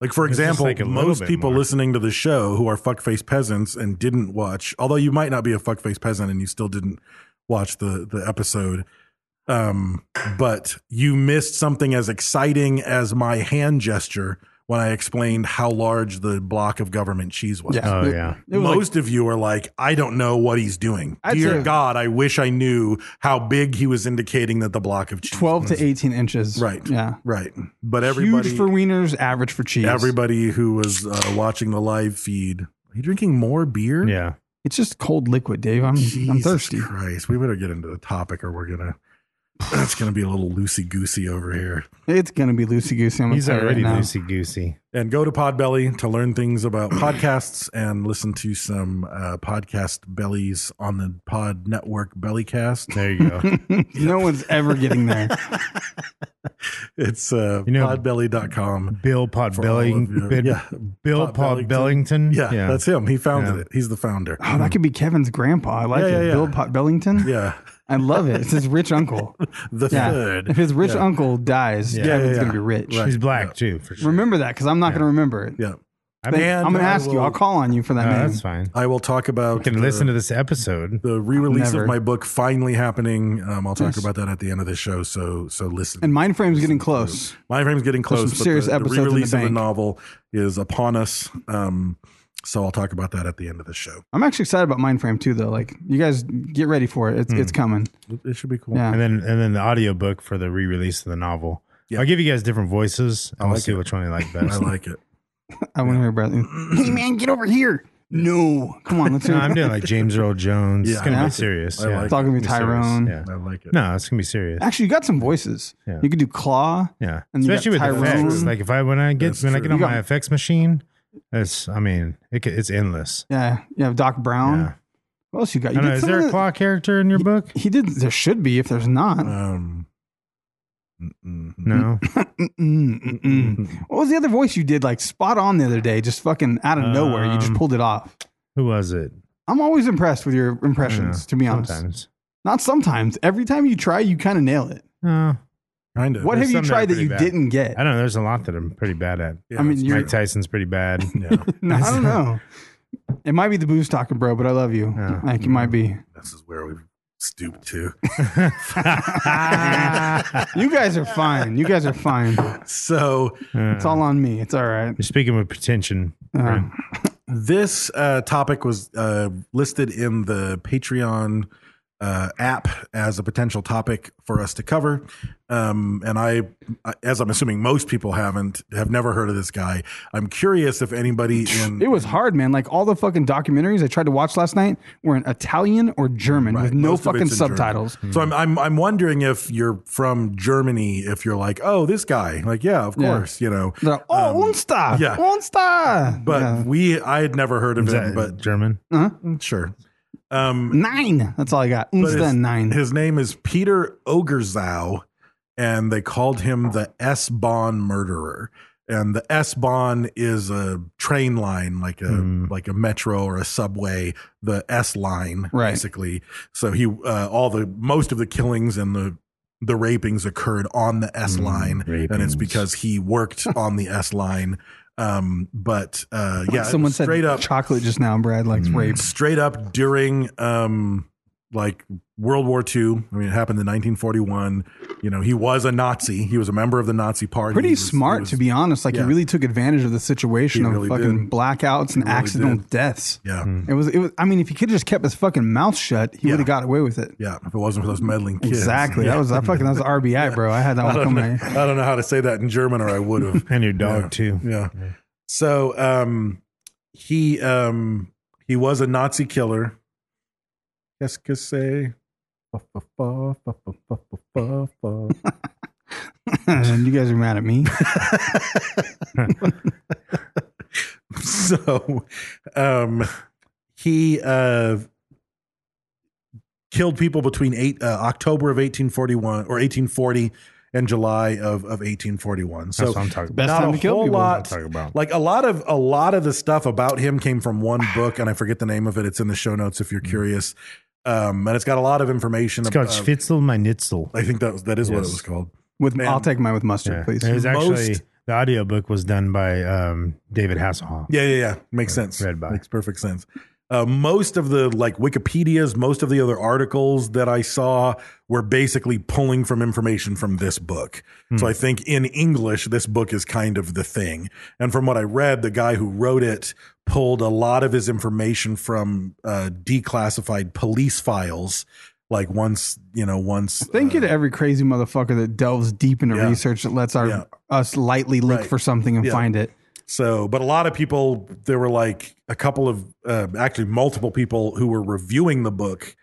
Speaker 4: Like for
Speaker 3: It's just
Speaker 4: example,
Speaker 3: like a little
Speaker 4: most
Speaker 3: bit
Speaker 4: people
Speaker 3: more.
Speaker 4: listening to the show who are fuckface peasants and didn't watch, although you might not be a fuckface peasant and you still didn't watch the the episode, um, but you missed something as exciting as my hand gesture when I explained how large the block of government cheese was.
Speaker 2: Yeah.
Speaker 3: Oh,
Speaker 2: It-
Speaker 3: yeah.
Speaker 2: It was like-
Speaker 4: Most of you are like, I don't know what he's doing.
Speaker 2: I'd
Speaker 4: Dear
Speaker 2: say-
Speaker 4: God, I wish I knew how big he was indicating that the block of cheese.
Speaker 2: 12
Speaker 4: was.
Speaker 2: to 18 inches.
Speaker 4: Right.
Speaker 2: Yeah.
Speaker 4: Right. But everybody
Speaker 2: Huge for wieners, average for cheese.
Speaker 4: everybody who was uh, watching the live feed. Are you drinking more beer?
Speaker 3: Yeah.
Speaker 2: It's just cold liquid, Dave. I'm, I'm
Speaker 4: Jesus
Speaker 2: thirsty.
Speaker 4: Christ, we better get into the topic, or we're gonna. That's gonna be a little loosey goosey over here.
Speaker 2: It's going to be loosey goosey. I'm going to
Speaker 3: He's
Speaker 2: tell you right
Speaker 3: already
Speaker 2: now.
Speaker 3: loosey goosey.
Speaker 4: And go to Podbelly to learn things about podcasts and listen to some uh, podcast bellies on the Pod Network Bellycast.
Speaker 3: There you go.
Speaker 2: no one's ever getting there.
Speaker 4: It's uh,
Speaker 3: You know-
Speaker 4: podbelly.com.
Speaker 3: Bill
Speaker 4: For all of you.
Speaker 3: Podbelling. Bid-
Speaker 4: Yeah.
Speaker 3: Bill
Speaker 4: Pod
Speaker 3: Pod
Speaker 4: Bellington.
Speaker 3: Bellington.
Speaker 4: Yeah, that's him. He founded
Speaker 3: Yeah.
Speaker 4: it. He's the founder.
Speaker 2: Oh, that could be Kevin's grandpa. I like
Speaker 4: Yeah,
Speaker 2: it.
Speaker 4: yeah, yeah.
Speaker 2: Bill Pot Bellington.
Speaker 4: Yeah,
Speaker 2: I love it. It's his rich uncle.
Speaker 4: the
Speaker 2: Yeah.
Speaker 4: third.
Speaker 2: If his rich
Speaker 4: Yeah.
Speaker 2: uncle dies,
Speaker 3: Yeah.
Speaker 4: Yeah,
Speaker 2: Kevin's
Speaker 4: yeah,
Speaker 2: going to
Speaker 4: yeah.
Speaker 2: be rich.
Speaker 4: Right.
Speaker 3: He's black too. For sure.
Speaker 2: Remember that because I'm not going to remember it.
Speaker 4: Yeah,
Speaker 3: I mean,
Speaker 4: And
Speaker 2: I'm going to
Speaker 4: I
Speaker 2: ask you.
Speaker 4: will-
Speaker 2: I'll call on you for that
Speaker 3: no,
Speaker 2: name.
Speaker 3: that's fine.
Speaker 4: I will talk about.
Speaker 3: You
Speaker 4: the-
Speaker 3: can listen to this episode.
Speaker 4: the re-release
Speaker 2: Never.
Speaker 4: of my book finally happening. Um, I'll talk
Speaker 2: Nice.
Speaker 4: about that at the end of this show. So so listen.
Speaker 2: And Mindframe's getting close.
Speaker 4: my frame's getting close.
Speaker 2: some serious
Speaker 4: the,
Speaker 2: episodes
Speaker 4: the
Speaker 2: in the
Speaker 4: re-release of
Speaker 2: bank.
Speaker 4: the novel is upon us. Um, so I'll talk about that at the end of the show.
Speaker 2: I'm actually excited about Mindframe too, though. Like, you guys get ready for it. It's
Speaker 4: Hmm.
Speaker 2: it's coming.
Speaker 4: It- It should be cool.
Speaker 2: Yeah.
Speaker 3: and then and then the audiobook for the re-release of the novel.
Speaker 4: Yeah.
Speaker 3: I'll give you guys different voices. and we'll
Speaker 4: like
Speaker 3: see
Speaker 4: it.
Speaker 3: which one you like
Speaker 4: I
Speaker 3: best.
Speaker 4: like it.
Speaker 2: I want to hear Bradley. hey man, get over here. No, come on, let's hear.
Speaker 3: no, I'm
Speaker 2: it.
Speaker 3: doing like James Earl Jones.
Speaker 4: Yeah,
Speaker 3: it's gonna
Speaker 2: I
Speaker 3: be
Speaker 2: like it.
Speaker 3: serious.
Speaker 4: I
Speaker 3: yeah.
Speaker 4: like
Speaker 2: It's all gonna be
Speaker 3: It's gonna be serious,
Speaker 2: Tyrone.
Speaker 3: Yeah.
Speaker 4: I like it.
Speaker 3: No, it's gonna be serious.
Speaker 2: Actually, you got some voices.
Speaker 3: Yeah.
Speaker 2: You could do Claw.
Speaker 3: Yeah,
Speaker 2: And you
Speaker 3: especially with
Speaker 2: got Tyrone.
Speaker 3: effects. Like if I when I get
Speaker 4: That's
Speaker 3: when I
Speaker 4: true.
Speaker 3: get on
Speaker 2: You got-
Speaker 3: my effects machine, it's I mean it, ca- it's endless.
Speaker 2: Yeah, you have Doc Brown.
Speaker 3: Yeah.
Speaker 2: What else you got?
Speaker 3: I
Speaker 2: You
Speaker 3: don't know,
Speaker 2: did
Speaker 3: is
Speaker 2: some
Speaker 3: there
Speaker 2: of
Speaker 3: a
Speaker 2: the-
Speaker 3: claw character in your book?
Speaker 2: He did. There should be. If there's not,
Speaker 4: Um, mm, mm, mm.
Speaker 3: No.
Speaker 2: Mm, mm, mm. what was the other voice you did? Like spot on the other day, just fucking out of nowhere. You just
Speaker 3: Um,
Speaker 2: pulled it off.
Speaker 3: Who was it?
Speaker 2: I'm always impressed with your
Speaker 3: I don't know.
Speaker 2: impressions. To be honest,
Speaker 3: Sometimes.
Speaker 2: not sometimes. Every time you try, you kind of nail it.
Speaker 3: No.
Speaker 4: kind of.
Speaker 2: What
Speaker 3: There's
Speaker 2: have you
Speaker 3: some that are
Speaker 2: tried that
Speaker 3: pretty
Speaker 2: you
Speaker 3: bad.
Speaker 2: didn't get?
Speaker 3: I don't know. There's a lot that I'm pretty bad at.
Speaker 4: Yeah,
Speaker 2: I mean,
Speaker 4: it's
Speaker 2: you're-
Speaker 3: Mike Tyson's pretty bad.
Speaker 4: true. Yeah,
Speaker 2: No, I don't know. It might be the booze talking, bro, but I love you.
Speaker 3: Yeah.
Speaker 2: like it might be.
Speaker 4: this is where we stooped to.
Speaker 2: You guys are fine. You guys are fine.
Speaker 4: So
Speaker 2: It's all on me. It's all right.
Speaker 3: You're speaking with pretension.
Speaker 2: Uh,
Speaker 4: this uh, topic was uh, listed in the Patreon uh, app as a potential topic for us to cover, um, and I, as I'm assuming most people haven't, have never heard of this guy. I'm curious if anybody in
Speaker 2: it was hard, man. Like all the fucking documentaries I tried to watch last night were in Italian or German
Speaker 4: Right,
Speaker 2: with no
Speaker 4: most of
Speaker 2: fucking
Speaker 4: it's in German.
Speaker 2: subtitles.
Speaker 4: So I'm, I'm I'm wondering if you're from Germany, if you're like, oh, this guy, like, yeah, of
Speaker 2: Yeah.
Speaker 4: course, you know.
Speaker 2: They're like, oh,
Speaker 4: Um,
Speaker 2: Unsta.
Speaker 4: yeah.
Speaker 2: Unsta.
Speaker 4: But
Speaker 2: Yeah.
Speaker 4: we, I had never heard of
Speaker 3: Is
Speaker 4: him,
Speaker 3: that
Speaker 4: but
Speaker 3: German?
Speaker 4: sure. Um,
Speaker 2: nine. That's all I got.
Speaker 4: But
Speaker 2: Unsta
Speaker 4: his-
Speaker 2: nine.
Speaker 4: His name is Peter Ogerzow, and they called him the S Bon murderer. and the S Bahn is a train line, like a
Speaker 2: Hmm.
Speaker 4: like a metro or a subway. The S line,
Speaker 2: Right.
Speaker 4: basically. So he, uh, all the most of the killings and the the rapings occurred on the
Speaker 2: Hmm,
Speaker 4: S line, and it's
Speaker 3: rapings.
Speaker 4: because he worked on the S line. Um, but uh, yeah,
Speaker 2: Someone said
Speaker 4: straight up, Mm.
Speaker 2: chocolate just now. Brad likes rape.
Speaker 4: straight up during um like World War II. I mean, it happened in 1941. You know, he was a Nazi. He was a member of the Nazi Party.
Speaker 2: Pretty
Speaker 4: He was-
Speaker 2: smart,
Speaker 4: he was-
Speaker 2: to be honest. Like
Speaker 4: yeah.
Speaker 2: he really took advantage of the situation
Speaker 4: He
Speaker 2: of
Speaker 4: really
Speaker 2: fucking
Speaker 4: did.
Speaker 2: blackouts and
Speaker 4: He really
Speaker 2: accidental
Speaker 4: did.
Speaker 2: deaths.
Speaker 4: Yeah.
Speaker 2: It was. It was. I mean, if he could have just kept his fucking mouth shut, he
Speaker 4: Yeah.
Speaker 2: would have got away with it.
Speaker 4: Yeah. If it wasn't for those meddling kids.
Speaker 2: Exactly.
Speaker 4: Yeah.
Speaker 2: That was. I fucking. That was RBI, bro. I had that
Speaker 4: I
Speaker 2: one
Speaker 4: don't,
Speaker 2: coming.
Speaker 4: know,
Speaker 2: at you.
Speaker 4: I don't know how to say that in German or I would have.
Speaker 3: And your dog,
Speaker 4: Yeah.
Speaker 3: too.
Speaker 4: Yeah. So um he um he was a Nazi killer. Qu'est-ce que c'est? Fa, fa, fa, fa, fa, fa, fa, fa.
Speaker 2: and you guys are mad at me.
Speaker 4: so um he uh killed people between eight uh, october of 1841 or 1840 and july of of 1841 so
Speaker 3: That's what I'm talking about.
Speaker 2: Best
Speaker 4: not
Speaker 2: time
Speaker 4: a
Speaker 2: to kill
Speaker 4: whole
Speaker 2: people.
Speaker 4: lot.
Speaker 3: That's what I'm talking about.
Speaker 4: Like a lot of a lot of the stuff about him came from one book, and I forget the name of it. It's in the show notes if you're curious. Um, and it's got a lot of information.
Speaker 3: Mm. It's called
Speaker 4: about-
Speaker 3: Spitzel Meinitzel.
Speaker 4: I think that was, that is what it
Speaker 3: Yes.
Speaker 4: was called.
Speaker 2: With
Speaker 4: Man.
Speaker 2: I'll take mine with mustard,
Speaker 3: Yeah.
Speaker 2: please.
Speaker 3: It was actually,
Speaker 4: Most-
Speaker 3: the audiobook was done by um, David Hasselhoff.
Speaker 4: Yeah, yeah, yeah. Makes sense.
Speaker 3: read by.
Speaker 4: Makes perfect sense. Uh, most of the like Wikipedia's, most of the other articles that I saw were basically pulling from information from this book. So I think in English, this book is kind of the thing. And from what I read, the guy who wrote it pulled a lot of his information from uh, declassified police files. Like once, you know, once
Speaker 2: Thank you to every crazy motherfucker that delves deep into
Speaker 4: Yeah.
Speaker 2: research that lets our
Speaker 4: Yeah.
Speaker 2: us lightly look
Speaker 4: Right.
Speaker 2: for something and
Speaker 4: Yeah.
Speaker 2: find it.
Speaker 4: So, but a lot of people, there were like a couple of, uh, actually multiple people who were reviewing the book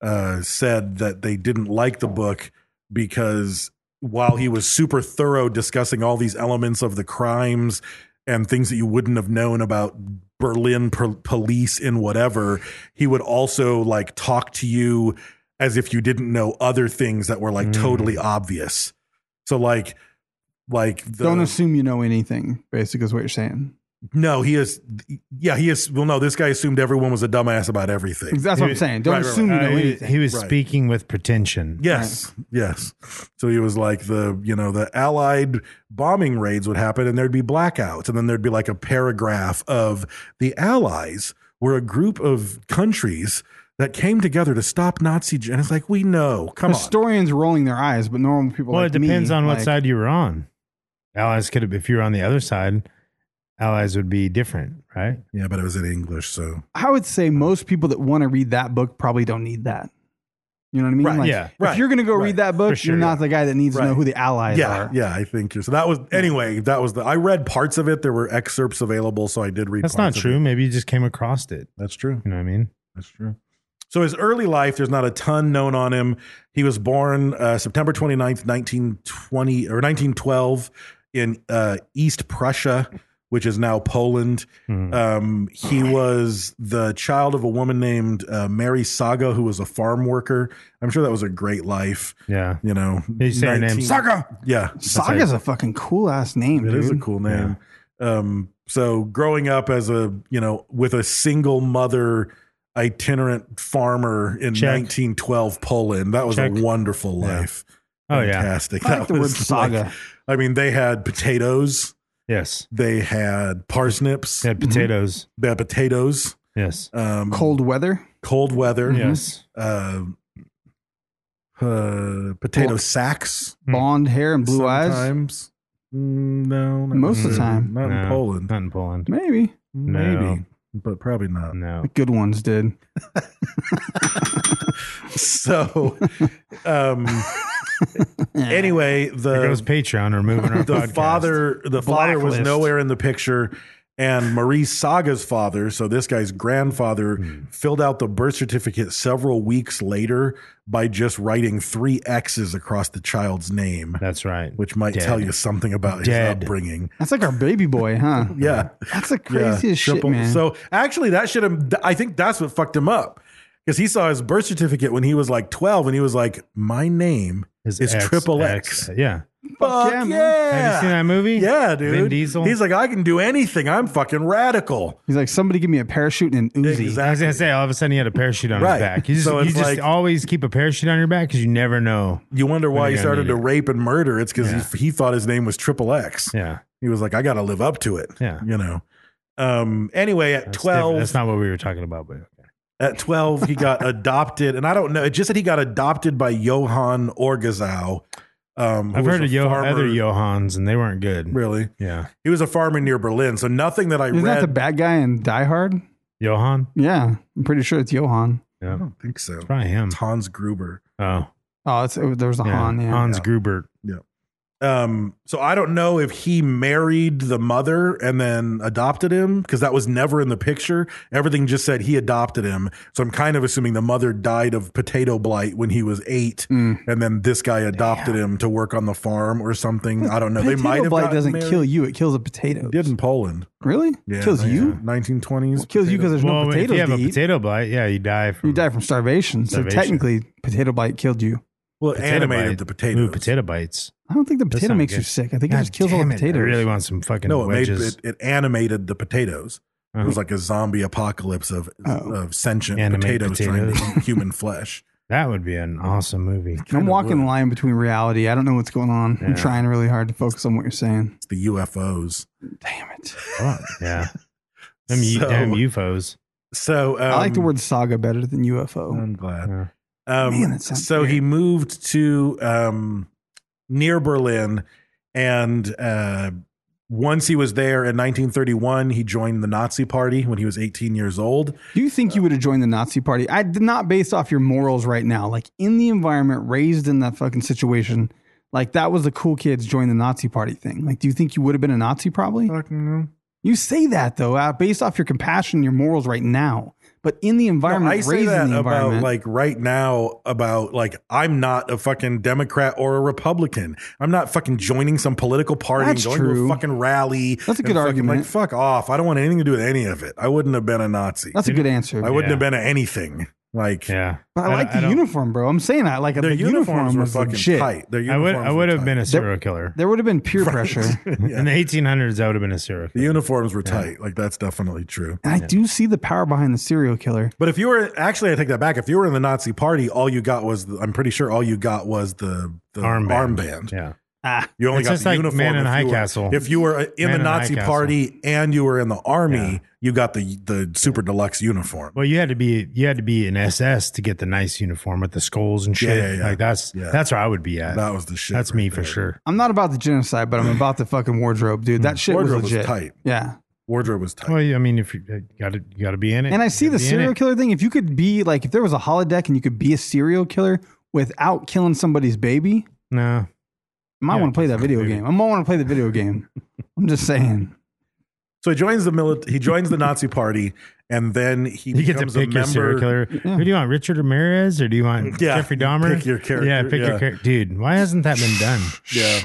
Speaker 4: uh, said that they didn't like the book because while he was super thorough discussing all these elements of the crimes and things that you wouldn't have known about Berlin pro- police and whatever, he would also like talk to you as if you didn't know other things that were like totally
Speaker 2: Mm.
Speaker 4: obvious. So, like, like the,
Speaker 2: Don't assume you know anything. Basically, is what you're saying.
Speaker 4: no, he is. Yeah, he is. Well, no, this guy assumed everyone was a dumbass about everything.
Speaker 2: That's what I'm saying. Don't
Speaker 4: right, right,
Speaker 2: assume
Speaker 3: Uh,
Speaker 2: you know
Speaker 3: he,
Speaker 2: anything.
Speaker 3: he was
Speaker 4: Right.
Speaker 3: speaking with pretension.
Speaker 4: Yes, yes. So he was like the you know the Allied bombing raids would happen, and there'd be blackouts, and then there'd be like a paragraph of the Allies were a group of countries that came together to stop Nazi. Ge-" And it's like we know. Come on.
Speaker 2: Historians rolling their eyes, but normal people.
Speaker 3: Well,
Speaker 2: like
Speaker 3: it depends
Speaker 2: me,
Speaker 3: on what
Speaker 2: like-
Speaker 3: side you were on. Allies could have, if you were on the other side, allies would be different, right?
Speaker 4: Yeah, but it was in English, so
Speaker 2: I would say most people that want to read that book probably don't need that. You know what I mean?
Speaker 4: Right,
Speaker 2: Like,
Speaker 3: yeah,
Speaker 2: If
Speaker 4: right,
Speaker 2: you're going to go
Speaker 4: right,
Speaker 2: read that book,
Speaker 3: for sure,
Speaker 2: you're not
Speaker 3: yeah.
Speaker 2: the guy that needs to know
Speaker 4: Right.
Speaker 2: who the allies
Speaker 4: yeah,
Speaker 2: are.
Speaker 4: yeah. I think you're. So that was anyway. That was the. I read parts of it. There were excerpts available, so I did read.
Speaker 3: That's not
Speaker 4: parts of
Speaker 3: true.
Speaker 4: it.
Speaker 3: Maybe you just came across it.
Speaker 4: That's true.
Speaker 3: You know what I mean?
Speaker 4: That's true. So his early life, there's not a ton known on him. He was born uh, September 29th, 1920 or 1912 in uh, East Prussia, which is now Poland.
Speaker 3: Hmm.
Speaker 4: Um, he was the child of a woman named uh, Mary Saga, who was a farm worker. I'm sure that was a great life.
Speaker 3: Yeah.
Speaker 4: You know,
Speaker 3: Did you say her name?
Speaker 4: Saga. Yeah,
Speaker 2: Saga's a fucking cool ass name,
Speaker 4: it
Speaker 2: dude.
Speaker 4: is a cool name. Um, so growing up as a you know with a single mother itinerant farmer in
Speaker 3: Check.
Speaker 4: 1912 Poland, that was
Speaker 3: Check.
Speaker 4: a wonderful
Speaker 3: Yeah.
Speaker 4: life.
Speaker 3: Oh, yeah.
Speaker 4: fantastic!
Speaker 2: I like
Speaker 4: That
Speaker 2: the word
Speaker 4: was
Speaker 2: saga.
Speaker 4: I mean, they had potatoes.
Speaker 3: Yes.
Speaker 4: They had parsnips.
Speaker 3: They had potatoes.
Speaker 4: They had potatoes.
Speaker 3: Yes.
Speaker 4: Um,
Speaker 2: Cold weather.
Speaker 4: cold weather.
Speaker 3: Yes.
Speaker 4: Uh, uh, potato sacks.
Speaker 3: Hmm.
Speaker 2: Blonde hair and blue eyes.
Speaker 4: sometimes. Mm, No, not
Speaker 2: Most of the
Speaker 4: really.
Speaker 2: time.
Speaker 4: Not in
Speaker 3: No,
Speaker 4: Poland.
Speaker 3: Not in Poland.
Speaker 2: Maybe.
Speaker 4: Maybe,
Speaker 3: No.
Speaker 4: but probably not.
Speaker 3: No.
Speaker 2: The good ones did.
Speaker 4: So, um, anyway,
Speaker 3: There
Speaker 4: the
Speaker 3: goes Patreon removing our
Speaker 4: the
Speaker 3: podcast.
Speaker 4: father the father was
Speaker 2: Blacklist.
Speaker 4: nowhere in the picture, and Marie Saga's father, so this guy's grandfather,
Speaker 3: Hmm.
Speaker 4: filled out the birth certificate several weeks later by just writing three X's across the child's name,
Speaker 3: That's right.
Speaker 4: which might
Speaker 3: Dead.
Speaker 4: tell you something about
Speaker 3: Dead.
Speaker 4: his upbringing.
Speaker 2: That's like our baby boy, huh?
Speaker 4: Yeah.
Speaker 2: That's the
Speaker 4: Yeah,
Speaker 2: craziest shit,
Speaker 4: simple.
Speaker 2: man.
Speaker 4: So actually, that should have. th- I think that's what fucked him up because he saw his birth certificate when he was like twelve, and he was like, "My name
Speaker 3: His
Speaker 4: is
Speaker 3: X,
Speaker 4: Triple X."
Speaker 3: X. Yeah.
Speaker 2: Fuck yeah, man.
Speaker 3: Have you seen that movie?
Speaker 4: Yeah, dude.
Speaker 3: Vin Diesel.
Speaker 4: He's like, I can do anything. I'm fucking radical.
Speaker 2: He's like, somebody give me a parachute and an Uzi.
Speaker 3: I was gonna say, all of a sudden he had a parachute on
Speaker 4: Right.
Speaker 3: his back. You just,
Speaker 4: So
Speaker 3: you
Speaker 4: it's
Speaker 3: just
Speaker 4: like-
Speaker 3: always keep a parachute on your back because you never know.
Speaker 4: You wonder why he
Speaker 3: you're gonna
Speaker 4: started
Speaker 3: need
Speaker 4: to
Speaker 3: it.
Speaker 4: rape and murder. It's because
Speaker 3: Yeah.
Speaker 4: he, he thought his name was Triple X.
Speaker 3: Yeah,
Speaker 4: He was like, I got to live up to it.
Speaker 3: Yeah.
Speaker 4: You know. Um. Anyway, at
Speaker 3: That's different.
Speaker 4: twelve,
Speaker 3: That's not what we were talking about, but okay.
Speaker 4: At 12, he got adopted, and I don't know. It just said he got adopted by Johann Orgazau. Um, who
Speaker 3: I've
Speaker 4: was
Speaker 3: heard
Speaker 4: a
Speaker 3: of Yo-
Speaker 4: farmer-
Speaker 3: other Johans and they weren't good.
Speaker 4: Really?
Speaker 3: Yeah,
Speaker 4: He was a farmer near Berlin, so nothing that I
Speaker 2: Isn't
Speaker 4: read.
Speaker 2: that the bad guy in Die Hard?
Speaker 3: Johan.
Speaker 2: Yeah, I'm pretty sure it's Johan.
Speaker 3: Yeah,
Speaker 4: I don't think so.
Speaker 3: it's probably him.
Speaker 4: It's Hans Gruber.
Speaker 3: Oh,
Speaker 2: Oh, it's, it, there was a
Speaker 3: yeah.
Speaker 2: Han. Yeah.
Speaker 3: Hans
Speaker 4: Yeah.
Speaker 3: Gruber.
Speaker 4: Um, so I don't know if he married the mother and then adopted him because that was never in the picture. Everything just said he adopted him. So I'm kind of assuming the mother died of potato blight when he was eight,
Speaker 2: Mm.
Speaker 4: and then this guy adopted him to work on the farm or something. I don't know.
Speaker 2: Potato
Speaker 4: they might have
Speaker 2: blight
Speaker 4: gotten
Speaker 2: doesn't
Speaker 4: married.
Speaker 2: kill you; it kills the potatoes.
Speaker 4: Did in Poland. oh,
Speaker 2: really? kills
Speaker 4: nineteen-
Speaker 2: you.
Speaker 4: 1920s.
Speaker 2: It kills you because there's
Speaker 3: well,
Speaker 2: no
Speaker 3: if
Speaker 2: potatoes
Speaker 3: you have
Speaker 2: to
Speaker 3: a
Speaker 2: eat.
Speaker 3: potato blight, yeah, you die
Speaker 4: Mm-hmm.
Speaker 3: from
Speaker 2: You die from starvation,
Speaker 3: Starvation.
Speaker 2: So technically, potato blight killed you.
Speaker 4: well,
Speaker 3: potato
Speaker 4: animated
Speaker 3: bite.
Speaker 4: the
Speaker 3: Ooh,
Speaker 4: potatoes.
Speaker 3: potato bites.
Speaker 2: I don't think the
Speaker 3: That
Speaker 2: potato
Speaker 3: sounds
Speaker 2: makes
Speaker 3: good.
Speaker 2: you sick. I think it
Speaker 3: God
Speaker 2: just kills all the
Speaker 3: damn it,
Speaker 2: potatoes.
Speaker 3: I really want some fucking
Speaker 4: No, it made
Speaker 3: wedges.
Speaker 4: it, it animated the potatoes. It was like a zombie apocalypse of
Speaker 2: Uh-huh. Oh.
Speaker 4: of sentient
Speaker 3: Animate
Speaker 4: potatoes, trying to
Speaker 3: potatoes.
Speaker 4: eat human flesh.
Speaker 3: that would be an awesome movie.
Speaker 2: I'm walking
Speaker 4: would.
Speaker 2: the line between reality. I don't know what's going on.
Speaker 3: Yeah.
Speaker 2: I'm trying really hard to focus on what you're saying.
Speaker 4: It's the UFOs.
Speaker 2: Damn it.
Speaker 3: Fuck, yeah. Them, u-
Speaker 4: So-
Speaker 3: damn UFOs.
Speaker 4: So um,
Speaker 2: I like the word saga better than UFO.
Speaker 4: I'm glad.
Speaker 3: Yeah.
Speaker 4: Um,
Speaker 2: Man, that sounds
Speaker 4: so he
Speaker 2: weird.
Speaker 4: moved to um, near Berlin, and uh, once he was there in 1931, he joined the Nazi Party when he was 18 years old.
Speaker 2: Do you think you would have joined the Nazi party? I did not based off your morals right now. Like in the environment, raised in that fucking situation, like that was the cool kids join the Nazi party thing. Like, do you think you would have been a Nazi probably? You say that though, uh, based off your compassion, your morals right now. But in the
Speaker 4: No,
Speaker 2: environment,
Speaker 4: I say
Speaker 2: raised
Speaker 4: that
Speaker 2: in the
Speaker 4: about
Speaker 2: environment,
Speaker 4: like right now about like I'm not a fucking Democrat or a Republican. I'm not fucking joining some political party
Speaker 2: That's
Speaker 4: and going to a
Speaker 2: true.
Speaker 4: fucking rally.
Speaker 2: That's a
Speaker 4: and
Speaker 2: good
Speaker 4: fucking,
Speaker 2: argument.
Speaker 4: Like fuck off. I don't want anything to do with any of it. I wouldn't have been a Nazi.
Speaker 2: that's a good answer.
Speaker 4: I wouldn't
Speaker 3: Yeah.
Speaker 4: have been a anything. Like
Speaker 3: Yeah.
Speaker 2: but I, like the
Speaker 3: don't-
Speaker 2: uniform, bro. I'm saying that like
Speaker 4: their
Speaker 2: the
Speaker 4: uniforms
Speaker 2: uniform
Speaker 4: were
Speaker 2: was
Speaker 4: fucking
Speaker 2: legit.
Speaker 4: tight. Their
Speaker 3: I would,
Speaker 4: uniforms
Speaker 3: I would
Speaker 4: were
Speaker 3: have been
Speaker 4: tight.
Speaker 3: a serial killer.
Speaker 2: There would have been peer pressure.
Speaker 3: In the 1800s, I would have been a serial
Speaker 4: The
Speaker 3: killer.
Speaker 4: uniforms were tight. Like that's definitely true.
Speaker 2: And I do see the power behind the serial killer.
Speaker 4: But if you were actually, I take that back. If you were in the Nazi party, all you got was the, I'm pretty sure all you got was the, the
Speaker 3: Armband.
Speaker 4: armband.
Speaker 3: Yeah.
Speaker 2: Ah,
Speaker 4: You only
Speaker 3: It's
Speaker 4: got
Speaker 3: just
Speaker 4: the
Speaker 3: like
Speaker 4: uniform.
Speaker 3: Man in
Speaker 4: if
Speaker 3: High
Speaker 4: you were-
Speaker 3: Castle.
Speaker 4: If you were in
Speaker 3: Man
Speaker 4: the
Speaker 3: in High
Speaker 4: Nazi
Speaker 3: Castle.
Speaker 4: party and you were in the army,
Speaker 3: Yeah.
Speaker 4: you got the the super deluxe uniform.
Speaker 3: Well, you had to be you had to be an SS to get the nice uniform with the skulls and shit.
Speaker 4: Yeah, yeah, yeah.
Speaker 3: Like that's
Speaker 4: Yeah.
Speaker 3: that's where I would be at.
Speaker 4: That was the shit.
Speaker 3: that's
Speaker 4: right
Speaker 3: me
Speaker 4: there.
Speaker 3: for sure.
Speaker 2: I'm not about the genocide, but I'm about the fucking wardrobe, dude. That shit
Speaker 4: Mm. Wardrobe
Speaker 2: was
Speaker 4: was tight.
Speaker 2: legit. Yeah.
Speaker 4: Wardrobe was tight.
Speaker 3: Well, I mean, if you got to you got to be in it.
Speaker 2: And I see
Speaker 3: You
Speaker 2: the
Speaker 3: gotta be in
Speaker 2: serial
Speaker 3: it.
Speaker 2: killer thing. If you could be like, if there was a holodeck and you could be a serial killer without killing somebody's baby,
Speaker 3: No,
Speaker 2: I might
Speaker 3: Yeah,
Speaker 2: want to play that video
Speaker 3: maybe.
Speaker 2: game. I might want to play the video game. I'm just saying.
Speaker 4: So he joins the milit- He joins the Nazi party, and then he
Speaker 3: you get to
Speaker 4: becomes
Speaker 3: pick
Speaker 4: a
Speaker 3: your serial
Speaker 4: member.
Speaker 3: killer. Who do you want, Richard Ramirez, or do you want
Speaker 4: Yeah,
Speaker 3: Jeffrey Dahmer?
Speaker 4: pick your character,
Speaker 3: Yeah, pick
Speaker 4: yeah.
Speaker 3: your character. Dude, why hasn't that been done?
Speaker 4: Yeah,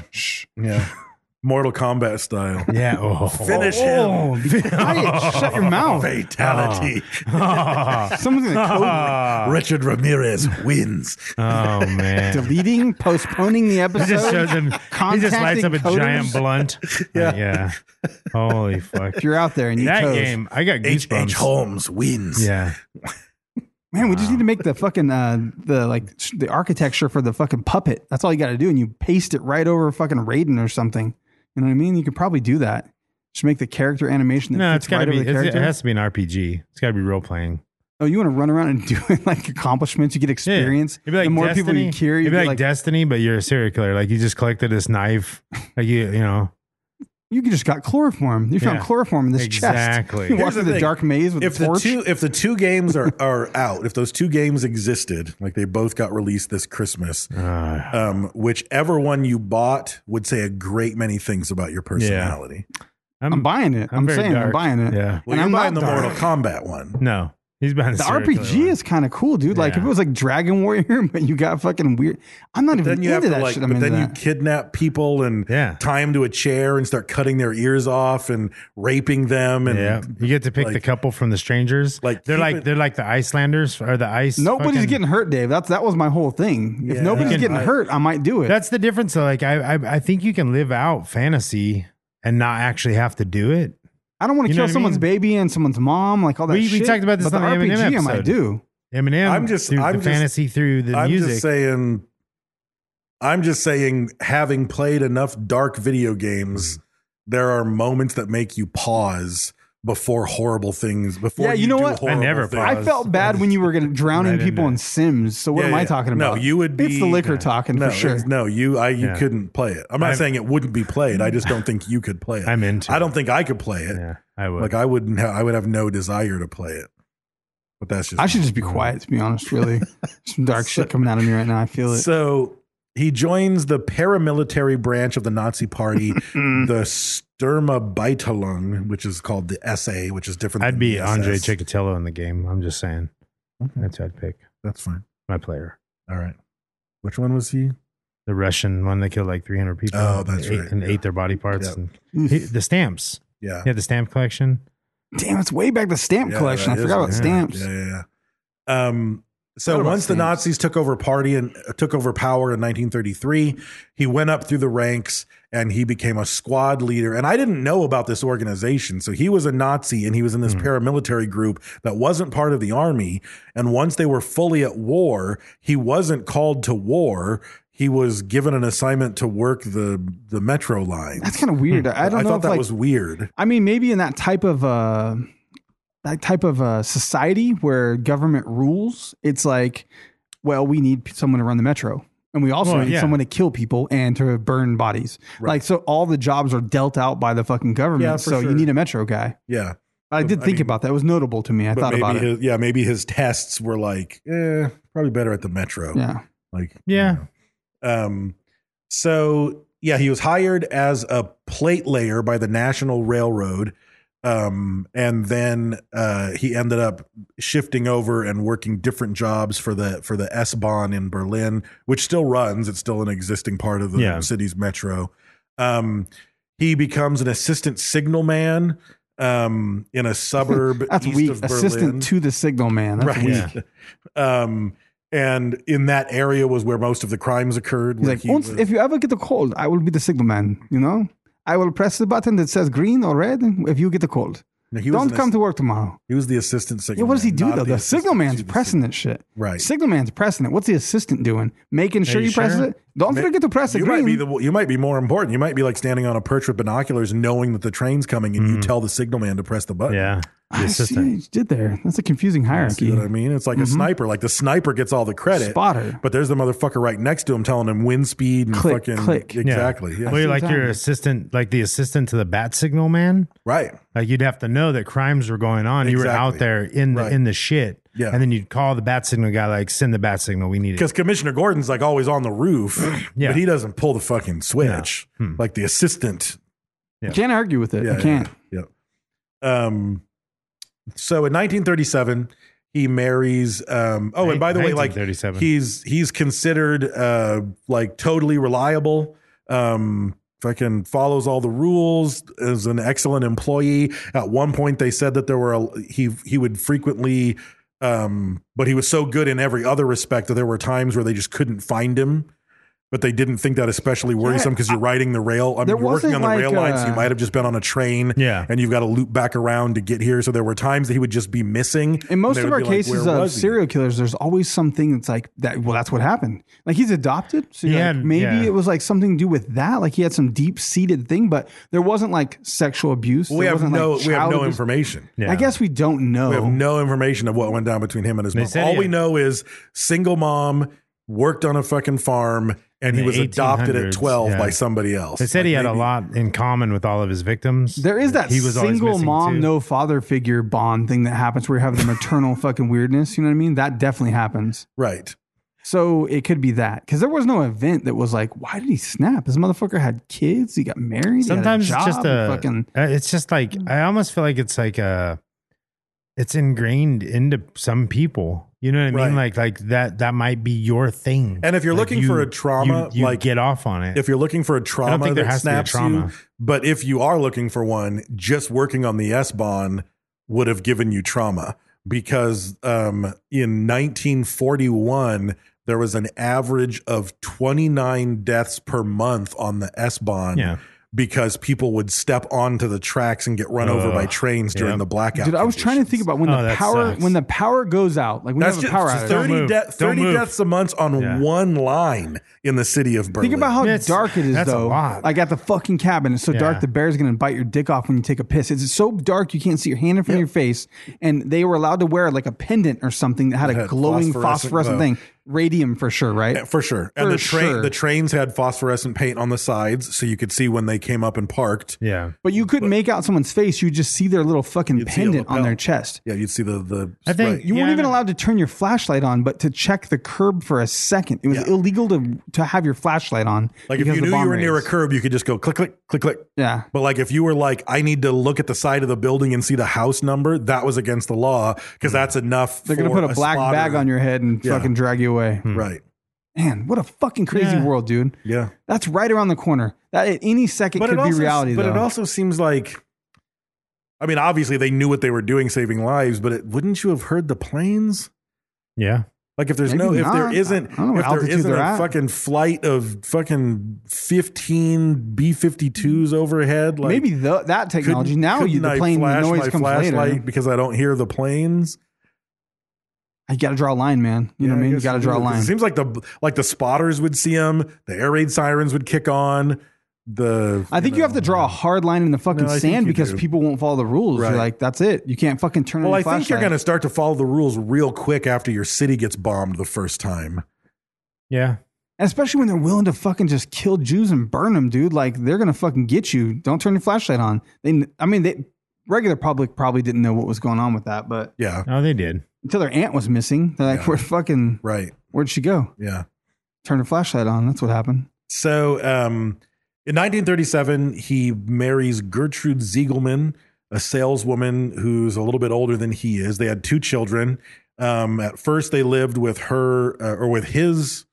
Speaker 4: yeah. Mortal Kombat style.
Speaker 3: Yeah. Oh.
Speaker 4: Finish him.
Speaker 2: Quiet, shut your mouth.
Speaker 4: Fatality.
Speaker 3: Oh,
Speaker 2: Someone's gonna code
Speaker 3: Ah.
Speaker 4: Richard Ramirez wins.
Speaker 3: oh, man.
Speaker 2: deleting, postponing the
Speaker 3: He
Speaker 2: episode.
Speaker 3: just shows him. He just lights up a
Speaker 2: Contacting coders.
Speaker 3: giant blunt.
Speaker 4: Yeah.
Speaker 3: yeah. Holy fuck.
Speaker 2: if you're out there and you
Speaker 3: that
Speaker 2: chose.
Speaker 3: game, I got
Speaker 4: H.
Speaker 3: goosebumps.
Speaker 4: H. Holmes wins.
Speaker 3: Yeah.
Speaker 2: man, we just need to make the fucking uh, the like sh- the architecture for the fucking puppet. That's all you got to do, and you paste it right over fucking Raiden or something. You know what I mean? You could probably do that. Just make the character animation. That
Speaker 3: No,
Speaker 2: fits
Speaker 3: it's got to
Speaker 2: right
Speaker 3: be.
Speaker 2: Over the
Speaker 3: It's, it
Speaker 2: character.
Speaker 3: has to be an RPG. It's got to be role playing.
Speaker 2: Oh, you want to run around and do it like accomplishments? You get experience.
Speaker 3: It'd be like
Speaker 2: the more
Speaker 3: Destiny.
Speaker 2: people you cure, you
Speaker 3: It'd
Speaker 2: get
Speaker 3: be like,
Speaker 2: like,
Speaker 3: Destiny, but you're a serial killer. Like you just collected this knife. Like you, you know.
Speaker 2: you just got chloroform. You found
Speaker 3: Yeah. chloroform
Speaker 2: chloroform in this
Speaker 3: Exactly.
Speaker 2: chest. You walk
Speaker 4: Here's
Speaker 2: through the
Speaker 4: thing.
Speaker 2: dark maze with
Speaker 4: if
Speaker 2: a torch.
Speaker 4: the two if the two games are are out if those two games existed like they both got released this christmas
Speaker 3: Ah.
Speaker 4: um whichever one you bought would say a great many things about your personality
Speaker 2: I'm buying it. I'm,
Speaker 3: very
Speaker 2: saying I'm
Speaker 3: dark.
Speaker 2: buying it.
Speaker 3: Yeah.
Speaker 4: well
Speaker 2: and
Speaker 4: you're
Speaker 2: I'm
Speaker 4: buying
Speaker 2: not
Speaker 4: the
Speaker 2: dark.
Speaker 4: mortal kombat one
Speaker 3: No. He's behind
Speaker 2: The RPG is kind of cool, dude. Like if
Speaker 3: Yeah.
Speaker 2: it was like Dragon Warrior, but you got fucking weird. I'm not even
Speaker 4: Then you have
Speaker 2: into
Speaker 4: to
Speaker 2: that
Speaker 4: like,
Speaker 2: shit.
Speaker 4: but
Speaker 2: I'm into
Speaker 4: then you
Speaker 2: that.
Speaker 4: kidnap people and
Speaker 3: Yeah.
Speaker 4: tie them to a chair and start cutting their ears off and raping them and
Speaker 3: Yeah, you get to pick the
Speaker 4: like-
Speaker 3: couple from the strangers.
Speaker 4: like,
Speaker 3: Like they're
Speaker 4: keep
Speaker 3: like
Speaker 4: it-
Speaker 3: they're like the Icelanders or the ice.
Speaker 2: Nobody's
Speaker 3: fucking-
Speaker 2: getting hurt, Dave. That's that was my whole thing.
Speaker 4: Yeah.
Speaker 2: if nobody's
Speaker 3: You can-
Speaker 2: getting
Speaker 3: I-
Speaker 2: hurt, I might do it.
Speaker 3: That's the difference. though. Like I, I, I think you can live out fantasy and not actually have to do it.
Speaker 2: I don't want to
Speaker 3: you know
Speaker 2: kill
Speaker 3: what I
Speaker 2: someone's
Speaker 3: mean?
Speaker 2: baby and someone's mom, like all that.
Speaker 3: We- we
Speaker 2: shit.
Speaker 3: talked about this
Speaker 2: but
Speaker 3: on the
Speaker 2: RPG.
Speaker 3: M&M
Speaker 2: I might
Speaker 3: episode.
Speaker 2: do.
Speaker 3: Eminem.
Speaker 4: I'm just-
Speaker 3: through
Speaker 4: I'm
Speaker 3: the
Speaker 4: just-
Speaker 3: fantasy through the
Speaker 4: I'm
Speaker 3: music.
Speaker 4: just saying. I'm just saying, having played enough dark video
Speaker 3: Mm.
Speaker 4: games, there are moments that make you pause before horrible things. Before
Speaker 2: Yeah, you know
Speaker 4: do
Speaker 2: what? I
Speaker 4: horrible
Speaker 3: never
Speaker 4: things.
Speaker 3: paused.
Speaker 2: I felt bad when you were gonna drowning
Speaker 3: Right in
Speaker 2: people
Speaker 3: there.
Speaker 2: in Sims. So what
Speaker 4: Yeah,
Speaker 2: am I
Speaker 4: yeah.
Speaker 2: talking
Speaker 4: No,
Speaker 2: about?
Speaker 4: you would
Speaker 2: It's the
Speaker 4: be-
Speaker 2: liquor
Speaker 4: Yeah.
Speaker 2: talking
Speaker 4: no,
Speaker 2: for sure.
Speaker 4: it's- no, you, I, you
Speaker 3: Yeah.
Speaker 4: couldn't play it. I'm not
Speaker 3: I'm-
Speaker 4: saying it wouldn't be played. I just don't think you could play it.
Speaker 3: I'm into
Speaker 4: I don't think I could play it.
Speaker 3: Yeah, I would.
Speaker 4: Like I wouldn't. Ha- I would have no desire to play it. But that's just
Speaker 2: I should just be quiet, to be honest. Really, some dark shit coming out of me right now. I feel it.
Speaker 4: So he joins the paramilitary branch of the Nazi Party, the Sturma Beitalung, which is called the SA, which is different.
Speaker 3: I'd
Speaker 4: than
Speaker 3: be
Speaker 4: the
Speaker 3: Andre
Speaker 4: SS.
Speaker 3: Chikatilo in the game. I'm just saying. That's who I'd pick
Speaker 4: That's fine.
Speaker 3: my player.
Speaker 4: All right. Which one was he?
Speaker 3: The Russian one that killed like 300 people.
Speaker 4: Oh, that's
Speaker 3: and ate,
Speaker 4: right,
Speaker 3: And
Speaker 4: yeah.
Speaker 3: ate their body parts.
Speaker 4: Yep.
Speaker 3: And he- the stamps.
Speaker 4: Yeah.
Speaker 3: Yeah, the stamp collection.
Speaker 2: Damn, it's way back the stamp
Speaker 4: Yeah,
Speaker 2: collection. I
Speaker 4: that
Speaker 2: forgot about
Speaker 4: is- yeah,
Speaker 2: stamps.
Speaker 4: Yeah, yeah, yeah. Um, so
Speaker 2: Forgot about
Speaker 4: once the
Speaker 2: stamps.
Speaker 4: Nazis took over party and uh, took over power in 1933, he went up through the ranks and he became a squad leader. And I didn't know about this organization, so he was a Nazi and he was in
Speaker 2: Hmm.
Speaker 4: this paramilitary group that wasn't part of the army. And once they were fully at war, he wasn't called to war. He was given an assignment to work the the metro line.
Speaker 2: That's kind of weird. I don't know
Speaker 4: thought
Speaker 2: if
Speaker 4: that
Speaker 2: like
Speaker 4: was weird.
Speaker 2: I mean, maybe in that type of uh, that type of uh, society where government rules, it's like, well, we need someone to run the metro, and we also
Speaker 3: Well,
Speaker 2: need
Speaker 3: yeah.
Speaker 2: someone to kill people and to burn bodies. Like, so all the jobs are dealt out by the fucking government.
Speaker 4: Yeah, for
Speaker 2: so
Speaker 4: sure.
Speaker 2: you need a metro guy.
Speaker 4: Yeah.
Speaker 2: I did
Speaker 4: I
Speaker 2: think
Speaker 4: mean-
Speaker 2: about that. It was notable to me. I
Speaker 4: but
Speaker 2: thought
Speaker 4: maybe
Speaker 2: about it.
Speaker 4: his, Yeah, maybe his tests were like, eh, probably better at the metro.
Speaker 2: Yeah.
Speaker 4: Like,
Speaker 3: Yeah.
Speaker 4: um, so yeah, he was hired as a plate layer by the National Railroad. Um, and then uh, he ended up shifting over and working different jobs for the for the S Bahn in Berlin, which still runs. It's still an existing part of the
Speaker 3: Yeah.
Speaker 4: city's metro. Um, he becomes an assistant signalman um, in a suburb
Speaker 2: That's
Speaker 4: east
Speaker 2: weak.
Speaker 4: of Berlin
Speaker 2: Assistant to the signal man. That's
Speaker 4: right.
Speaker 2: weak.
Speaker 4: Um, and in that area was where most of the crimes occurred.
Speaker 2: He's
Speaker 4: where
Speaker 2: like,
Speaker 4: he
Speaker 2: "Once-
Speaker 4: was-
Speaker 2: if you ever get a cold, I will be the signal man. You know, I will press the button that says green or red if you get a cold.
Speaker 4: No, he was
Speaker 2: Don't
Speaker 4: an
Speaker 2: come
Speaker 4: ass-
Speaker 2: to work tomorrow.
Speaker 4: He was the assistant signal.
Speaker 2: Yeah, what does he do
Speaker 4: not
Speaker 2: though? The,
Speaker 4: assistant
Speaker 2: signal man's
Speaker 4: to the
Speaker 2: pressing
Speaker 4: sig-
Speaker 2: that shit.
Speaker 4: Right.
Speaker 2: Signal man's pressing it. What's the assistant doing? Making sure
Speaker 3: you
Speaker 2: you, press
Speaker 3: sure?
Speaker 2: it. Don't
Speaker 4: Ma-
Speaker 2: forget to press the
Speaker 4: you
Speaker 2: green.
Speaker 4: Might be the, you might be more important. You might be like standing on a perch with binoculars, knowing that the train's coming, and
Speaker 2: Mm-hmm.
Speaker 4: you tell the signal man to press the button.
Speaker 3: Yeah. The
Speaker 2: I see what
Speaker 3: assistant.
Speaker 2: you did there. That's a confusing hierarchy. Mm-hmm.
Speaker 4: See what I mean? It's like a sniper. Like the sniper gets all the credit,
Speaker 2: Spotter.
Speaker 4: but there's the motherfucker right next to him telling him wind speed and
Speaker 2: Click,
Speaker 4: fucking
Speaker 2: click. Yeah.
Speaker 4: exactly. Yeah.
Speaker 3: Well, you're
Speaker 2: what
Speaker 3: like
Speaker 2: you're
Speaker 3: your
Speaker 2: talking-
Speaker 3: assistant, like the assistant to the bat signal man.
Speaker 4: Right.
Speaker 3: Like you'd have to know that crimes were going on. You were out
Speaker 4: Exactly.
Speaker 3: there in the
Speaker 4: Right.
Speaker 3: in the shit.
Speaker 4: Yeah.
Speaker 3: And then you'd call the bat signal guy, like send the bat signal. We need it.
Speaker 4: because Commissioner Gordon's like always on the roof,
Speaker 3: Yeah.
Speaker 4: but he doesn't pull the fucking switch
Speaker 3: Hmm.
Speaker 4: like the assistant.
Speaker 3: Yeah.
Speaker 2: Can't argue with it.
Speaker 4: Yeah,
Speaker 2: I can't.
Speaker 4: Yeah. yeah. Um. So in 1937, he marries. Um. Oh, and by the way, like
Speaker 3: 1937.
Speaker 4: he's he's considered uh like totally reliable. Um. Fucking follows all the rules. Is an excellent employee. At one point, they said that there were a, he he would frequently. Um, but he was so good in every other respect that there were times where they just couldn't find him, but they didn't think that especially worrisome because you're riding the rail. I mean,
Speaker 2: There
Speaker 4: you're working
Speaker 2: wasn't
Speaker 4: on the
Speaker 2: like uh,
Speaker 4: rail line, so you
Speaker 2: a-
Speaker 4: might have just been on a train
Speaker 3: Yeah.
Speaker 4: and you've got to loop back around to get here. So there were times that he would just be missing.
Speaker 2: In most
Speaker 4: and they
Speaker 2: of
Speaker 4: would
Speaker 2: our
Speaker 4: be like,
Speaker 2: cases uh,
Speaker 4: "Where
Speaker 2: of
Speaker 4: was he?"
Speaker 2: serial killers, there's always something that's like that. Well, that's what happened. Like he's adopted, so
Speaker 3: He
Speaker 2: you're like,
Speaker 3: had-
Speaker 2: maybe
Speaker 3: yeah.
Speaker 2: it was like something to do with that. Like he had some deep seated thing, but there wasn't like sexual abuse.
Speaker 4: we
Speaker 2: there
Speaker 4: have
Speaker 2: wasn't,
Speaker 4: no
Speaker 2: like,
Speaker 4: we have
Speaker 2: child
Speaker 4: no
Speaker 2: abuse.
Speaker 4: information.
Speaker 3: Yeah.
Speaker 2: I guess we don't know.
Speaker 4: We have no information of what went down between him and his
Speaker 3: They
Speaker 4: mom.
Speaker 3: said
Speaker 4: All
Speaker 3: he-
Speaker 4: we know is single mom worked on a fucking farm and he
Speaker 3: the
Speaker 4: was adopted at
Speaker 3: 1800s,
Speaker 4: 12 by
Speaker 3: yeah.
Speaker 4: somebody else.
Speaker 3: They said
Speaker 4: Like,
Speaker 3: he had a
Speaker 4: maybe-
Speaker 3: lot in common with all of his victims.
Speaker 2: there is that
Speaker 3: He was always
Speaker 2: single
Speaker 3: missing,
Speaker 2: mom,
Speaker 3: too.
Speaker 2: no father figure bond thing that happens where you have the maternal fucking weirdness. You know what I mean? That definitely happens.
Speaker 4: Right.
Speaker 2: So it could be that because there was no event that was like, why did he snap? This motherfucker had kids. He got married. he had a
Speaker 3: Sometimes it's
Speaker 2: job,
Speaker 3: just
Speaker 2: he
Speaker 3: a
Speaker 2: fucking.
Speaker 3: uh, It's just like I almost feel like it's like a. it's ingrained into some people. You know what I mean?
Speaker 4: Right.
Speaker 3: Like like that that might be your thing.
Speaker 4: And if you're
Speaker 3: Like,
Speaker 4: looking for a trauma,
Speaker 3: you, you
Speaker 4: like-
Speaker 3: get off on it.
Speaker 4: If you're looking for a trauma,
Speaker 3: think there
Speaker 4: that
Speaker 3: has to be a
Speaker 4: snaps
Speaker 3: trauma.
Speaker 4: You, but if you are looking for one, just working on the S bond would have given you trauma because um, in 1941 there was an average of 29 deaths per month on the S bond.
Speaker 3: Yeah.
Speaker 4: Because people would step onto the tracks and get run over by
Speaker 3: Ugh.
Speaker 4: trains during
Speaker 3: Yep.
Speaker 4: the blackout.
Speaker 2: Dude, I was trying to think about when
Speaker 3: Oh,
Speaker 2: the
Speaker 3: that
Speaker 2: power
Speaker 3: sucks.
Speaker 2: when the power goes out, like when
Speaker 4: That's
Speaker 2: you have
Speaker 4: just
Speaker 2: a power outage.
Speaker 4: 30,
Speaker 3: move.
Speaker 4: de-
Speaker 3: Don't
Speaker 4: 30
Speaker 3: move.
Speaker 4: deaths a month on
Speaker 3: Yeah.
Speaker 4: one line in the city of Berlin.
Speaker 2: Think about how
Speaker 3: That's-
Speaker 2: dark it is,
Speaker 3: that's a
Speaker 2: though.
Speaker 3: lot.
Speaker 2: Like at the fucking cabin, it's so
Speaker 3: Yeah.
Speaker 2: dark the bear's gonna bite your dick off when you take a piss. It's so dark you can't see your hand in front of your face. And they were allowed to wear like a pendant or something that had
Speaker 4: That
Speaker 2: a
Speaker 4: had
Speaker 2: glowing
Speaker 4: phosphorescent
Speaker 2: phosphorescent,
Speaker 4: glow.
Speaker 2: thing, radium for sure, right?
Speaker 4: Yeah, for sure. And
Speaker 2: For
Speaker 4: the train
Speaker 2: sure.
Speaker 4: the trains had phosphorescent paint on the sides so you could see when they came up and parked.
Speaker 3: yeah.
Speaker 2: but you couldn't make out someone's face. You just see their little fucking
Speaker 4: You'd see a
Speaker 2: pendant
Speaker 4: lapel.
Speaker 2: on their chest.
Speaker 4: Yeah, you'd see the the
Speaker 3: I think-
Speaker 2: You
Speaker 3: Yeah,
Speaker 2: weren't
Speaker 3: I
Speaker 2: even
Speaker 3: know.
Speaker 2: allowed to turn your flashlight on, but to check the curb for a second. It was
Speaker 4: Yeah.
Speaker 2: illegal to to have your flashlight on.
Speaker 4: like if you
Speaker 2: because of
Speaker 4: knew you
Speaker 2: bomb
Speaker 4: were near a
Speaker 2: rays.
Speaker 4: curb, you could just go click click click click.
Speaker 2: Yeah.
Speaker 4: But like if you were like I need to look at the side of the building and see the house number, that was against the law because that's enough
Speaker 2: Hmm. They're gonna
Speaker 4: for
Speaker 2: put a black
Speaker 4: spotter.
Speaker 2: bag on your head and
Speaker 4: Yeah.
Speaker 2: fucking drag you away.
Speaker 4: Right.
Speaker 2: Man, what a fucking crazy
Speaker 3: Yeah.
Speaker 2: world, dude.
Speaker 4: Yeah.
Speaker 2: That's right around the corner. That at any second could
Speaker 4: also,
Speaker 2: be reality.
Speaker 4: But
Speaker 2: though.
Speaker 4: it also seems like, I mean, obviously they knew what they were doing, saving lives. But it, wouldn't you have heard the planes?
Speaker 3: Yeah.
Speaker 4: Like if there's
Speaker 2: Maybe
Speaker 4: no, if there
Speaker 2: not.
Speaker 4: isn't,
Speaker 2: I don't know what
Speaker 4: if there
Speaker 2: altitude
Speaker 4: isn't
Speaker 2: they're
Speaker 4: a
Speaker 2: at.
Speaker 4: fucking flight of fucking fifteen B fifty twos overhead, like
Speaker 2: maybe the, that technology now you the
Speaker 4: couldn't I
Speaker 2: plane the
Speaker 4: flash
Speaker 2: noise
Speaker 4: my
Speaker 2: comes later.
Speaker 4: flashlight because I don't hear the planes.
Speaker 2: I got to draw a line, man. You know what I mean? You
Speaker 4: guess
Speaker 2: got to
Speaker 4: do,
Speaker 2: draw a
Speaker 4: 'cause
Speaker 2: line.
Speaker 4: It seems like the like the spotters would see them, the air raid sirens would kick on. The
Speaker 2: I think you have to draw a hard line in the fucking
Speaker 4: No, I think
Speaker 2: sand
Speaker 4: you
Speaker 2: because
Speaker 4: do.
Speaker 2: people won't follow the rules.
Speaker 4: Right.
Speaker 2: You're like, that's it. You can't fucking turn
Speaker 4: Well,
Speaker 2: on
Speaker 4: I
Speaker 2: your flashlight.
Speaker 4: think you're going to start to follow the rules real quick after your city gets bombed the first time.
Speaker 3: Yeah.
Speaker 2: Especially when they're willing to fucking just kill Jews and burn them, dude. Like they're gonna fucking get you. Don't turn your flashlight on. They, I mean, they, regular public probably didn't know what was going on with that, but
Speaker 4: Yeah,
Speaker 3: Oh, they did.
Speaker 2: until their aunt was missing, they're like,
Speaker 4: Yeah.
Speaker 2: "Where fucking?
Speaker 4: right.
Speaker 2: Where'd she go?
Speaker 4: Yeah.
Speaker 2: Turn her flashlight on. That's what happened."
Speaker 4: So um, in 1937, he marries Gertrude Ziegelman, a saleswoman who's a little bit older than he is. They had two children. Um, at first, they lived with her uh, or with his.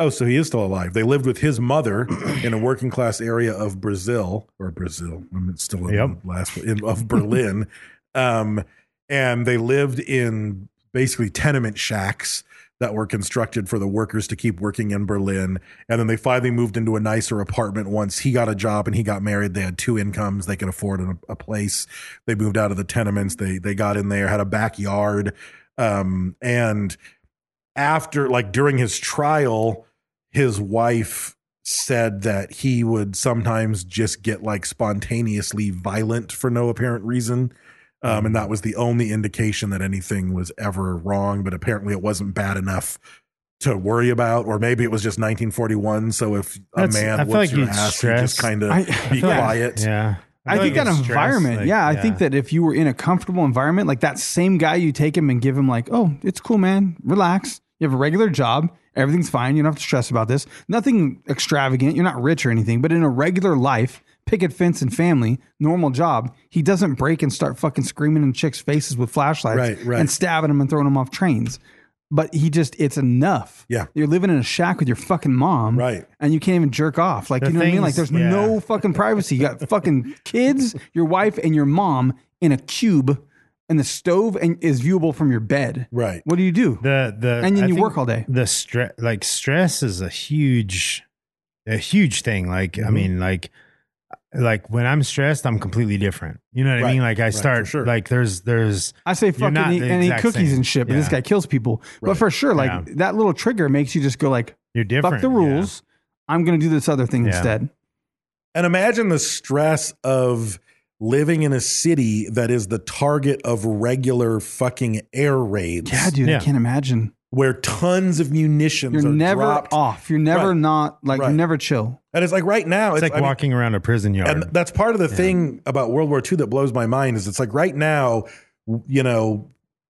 Speaker 4: Oh, so he is still alive. They lived with his mother in a working class area of Brazil or Brazil. I mean, it's still in
Speaker 3: Yep.
Speaker 4: last in, of Berlin. Um, and they lived in basically tenement shacks that were constructed for the workers to keep working in Berlin. And then they finally moved into a nicer apartment once he got a job and he got married. They had two incomes; they could afford a, a place. They moved out of the tenements. They they got in there, had a backyard, um, and after like during his trial, his wife said that he would sometimes just get like spontaneously violent for no apparent reason.
Speaker 3: Mm-hmm.
Speaker 4: Um, and that was the only indication that anything was ever wrong, but apparently it wasn't bad enough to worry about, or maybe it was just 1941. So if a
Speaker 3: That's-
Speaker 4: man
Speaker 3: I feel
Speaker 4: whoops
Speaker 3: like
Speaker 4: your
Speaker 3: you'd
Speaker 4: ass, you
Speaker 3: stress.
Speaker 4: just kind of
Speaker 2: I-
Speaker 4: be
Speaker 2: Yeah.
Speaker 4: quiet.
Speaker 3: Yeah.
Speaker 2: I,
Speaker 3: feel
Speaker 2: think
Speaker 3: like
Speaker 2: that
Speaker 3: it's stress,
Speaker 2: environment.
Speaker 3: like,
Speaker 2: yeah, I think that if you were in a comfortable environment, like that same guy, you take him and give him like, oh, it's cool, man. Relax. You have a regular job. Everything's fine. You don't have to stress about this. Nothing extravagant. You're not rich or anything, but in a regular life, picket fence and family, normal job, he doesn't break and start fucking screaming in chicks' faces with flashlights
Speaker 4: Right, right.
Speaker 2: and stabbing them and throwing them off trains. But he just, it's enough.
Speaker 4: Yeah.
Speaker 2: You're living in a shack with your fucking mom.
Speaker 4: Right.
Speaker 2: And you can't even jerk off. Like,
Speaker 3: The
Speaker 2: you know what I mean? Like,
Speaker 3: things-
Speaker 2: there's no
Speaker 3: yeah.
Speaker 2: fucking privacy. You got fucking kids, your wife, and your mom in a cube, and the stove and is viewable from your bed.
Speaker 4: Right.
Speaker 2: What do you do?
Speaker 3: the the
Speaker 2: And then
Speaker 3: I
Speaker 2: you
Speaker 3: think
Speaker 2: work all day.
Speaker 3: The stress, like stress, is a huge, a huge thing. Like
Speaker 2: Mm-hmm.
Speaker 3: I mean, like, like when I'm stressed, I'm completely different. You know what
Speaker 4: Right.
Speaker 3: I mean? Like I
Speaker 4: Right, for
Speaker 3: start
Speaker 4: sure.
Speaker 3: like there's there's
Speaker 2: I say
Speaker 3: you're
Speaker 2: fucking
Speaker 3: not
Speaker 2: eat,
Speaker 3: the
Speaker 2: and eat
Speaker 3: exact
Speaker 2: cookies
Speaker 3: same.
Speaker 2: and shit, but this
Speaker 3: Yeah.
Speaker 2: guy kills people.
Speaker 4: Right.
Speaker 2: But for sure, like
Speaker 3: Yeah.
Speaker 2: that little trigger makes you just go like,
Speaker 3: you're different.
Speaker 2: fuck the
Speaker 3: yeah.
Speaker 2: rules. I'm gonna do this other thing
Speaker 3: Yeah.
Speaker 2: instead.
Speaker 4: And imagine the stress of living in a city that is the target of regular fucking air raids.
Speaker 2: Yeah, dude,
Speaker 3: Yeah.
Speaker 2: I can't imagine.
Speaker 4: Where tons of munitions
Speaker 2: You're
Speaker 4: are
Speaker 2: never
Speaker 4: dropped.
Speaker 2: off. You're never
Speaker 4: Right.
Speaker 2: not like
Speaker 4: Right.
Speaker 2: you never chill.
Speaker 4: And it's like right now,
Speaker 3: It's like
Speaker 4: I mean,
Speaker 3: walking around a prison yard.
Speaker 4: and that's part of the thing about World War II that blows my mind is it's like right now, you know,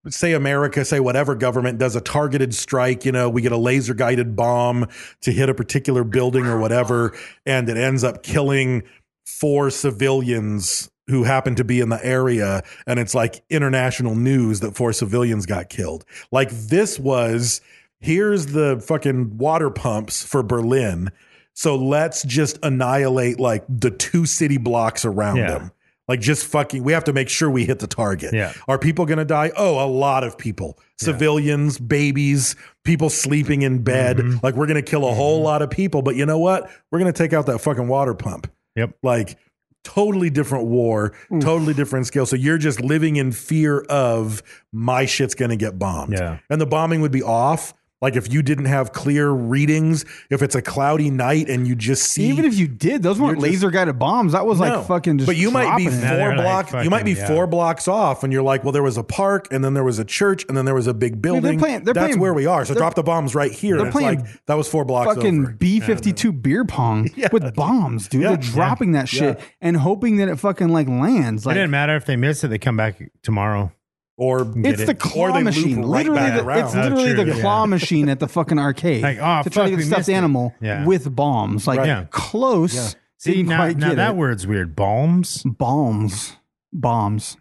Speaker 4: say America, say whatever government does a targeted strike, you know, we get a laser guided bomb to hit a particular building or whatever, and it ends up killing four civilians who happened to be in the area and it's like international news that four civilians got killed. Like this was here's the fucking water pumps for Berlin. So let's just annihilate like the two city blocks around
Speaker 3: Yeah.
Speaker 4: them. Like just fucking we have to make sure we hit the target.
Speaker 3: Yeah.
Speaker 4: Are people going to die? Oh, a lot of people. Civilians, babies, people sleeping in bed.
Speaker 3: Mm-hmm.
Speaker 4: Like we're going to kill a whole lot of people, but you know what? We're going to take out that fucking water pump
Speaker 3: Yep.
Speaker 4: like totally different war, totally different scale. So you're just living in fear of my shit's going to get bombed.
Speaker 3: Yeah.
Speaker 4: And the bombing would be off. Like if you didn't have clear readings, if it's a cloudy night and you just see
Speaker 2: Even if you did, those weren't
Speaker 4: You're just-
Speaker 2: laser guided bombs. That was
Speaker 4: No.
Speaker 2: like fucking just.
Speaker 4: But you might be
Speaker 2: dropping it.
Speaker 3: No,
Speaker 4: four
Speaker 3: they're like
Speaker 4: blocks. you might be
Speaker 3: fucking- yeah.
Speaker 4: four blocks off, and you're like, well, there was a park, and then there was a church, and then there was a big
Speaker 2: they're
Speaker 4: building.
Speaker 2: playing- they're
Speaker 4: That's
Speaker 2: playing-
Speaker 4: where we are. So
Speaker 2: they're-
Speaker 4: drop the bombs right here. And
Speaker 2: they're
Speaker 4: it's like,
Speaker 2: playing
Speaker 4: that was four blocks.
Speaker 2: fucking
Speaker 4: over.
Speaker 2: B fifty two beer pong with bombs, dude.
Speaker 4: Yeah.
Speaker 2: They're dropping that shit and hoping that it fucking like lands.
Speaker 3: it
Speaker 2: Like
Speaker 3: didn't matter if they miss it; they come back tomorrow.
Speaker 4: or
Speaker 2: it's
Speaker 3: it.
Speaker 2: the
Speaker 4: Or
Speaker 2: claw
Speaker 4: they loop
Speaker 2: machine.
Speaker 4: right
Speaker 2: literally,
Speaker 4: back
Speaker 2: the,
Speaker 4: around.
Speaker 2: it's
Speaker 3: Oh,
Speaker 2: literally
Speaker 3: true,
Speaker 2: the
Speaker 3: yeah.
Speaker 2: claw machine at the fucking arcade.
Speaker 3: Like, oh,
Speaker 2: to try
Speaker 3: fuck,
Speaker 2: to get
Speaker 3: we
Speaker 2: a stuffed
Speaker 3: missed it.
Speaker 2: animal
Speaker 3: Yeah.
Speaker 2: with bombs, like
Speaker 3: Yeah.
Speaker 2: close.
Speaker 3: See,
Speaker 2: didn't
Speaker 3: now,
Speaker 2: quite
Speaker 3: now
Speaker 2: get
Speaker 3: that
Speaker 2: it. Mm.
Speaker 3: word's weird. Bombs.
Speaker 2: bombs, bombs.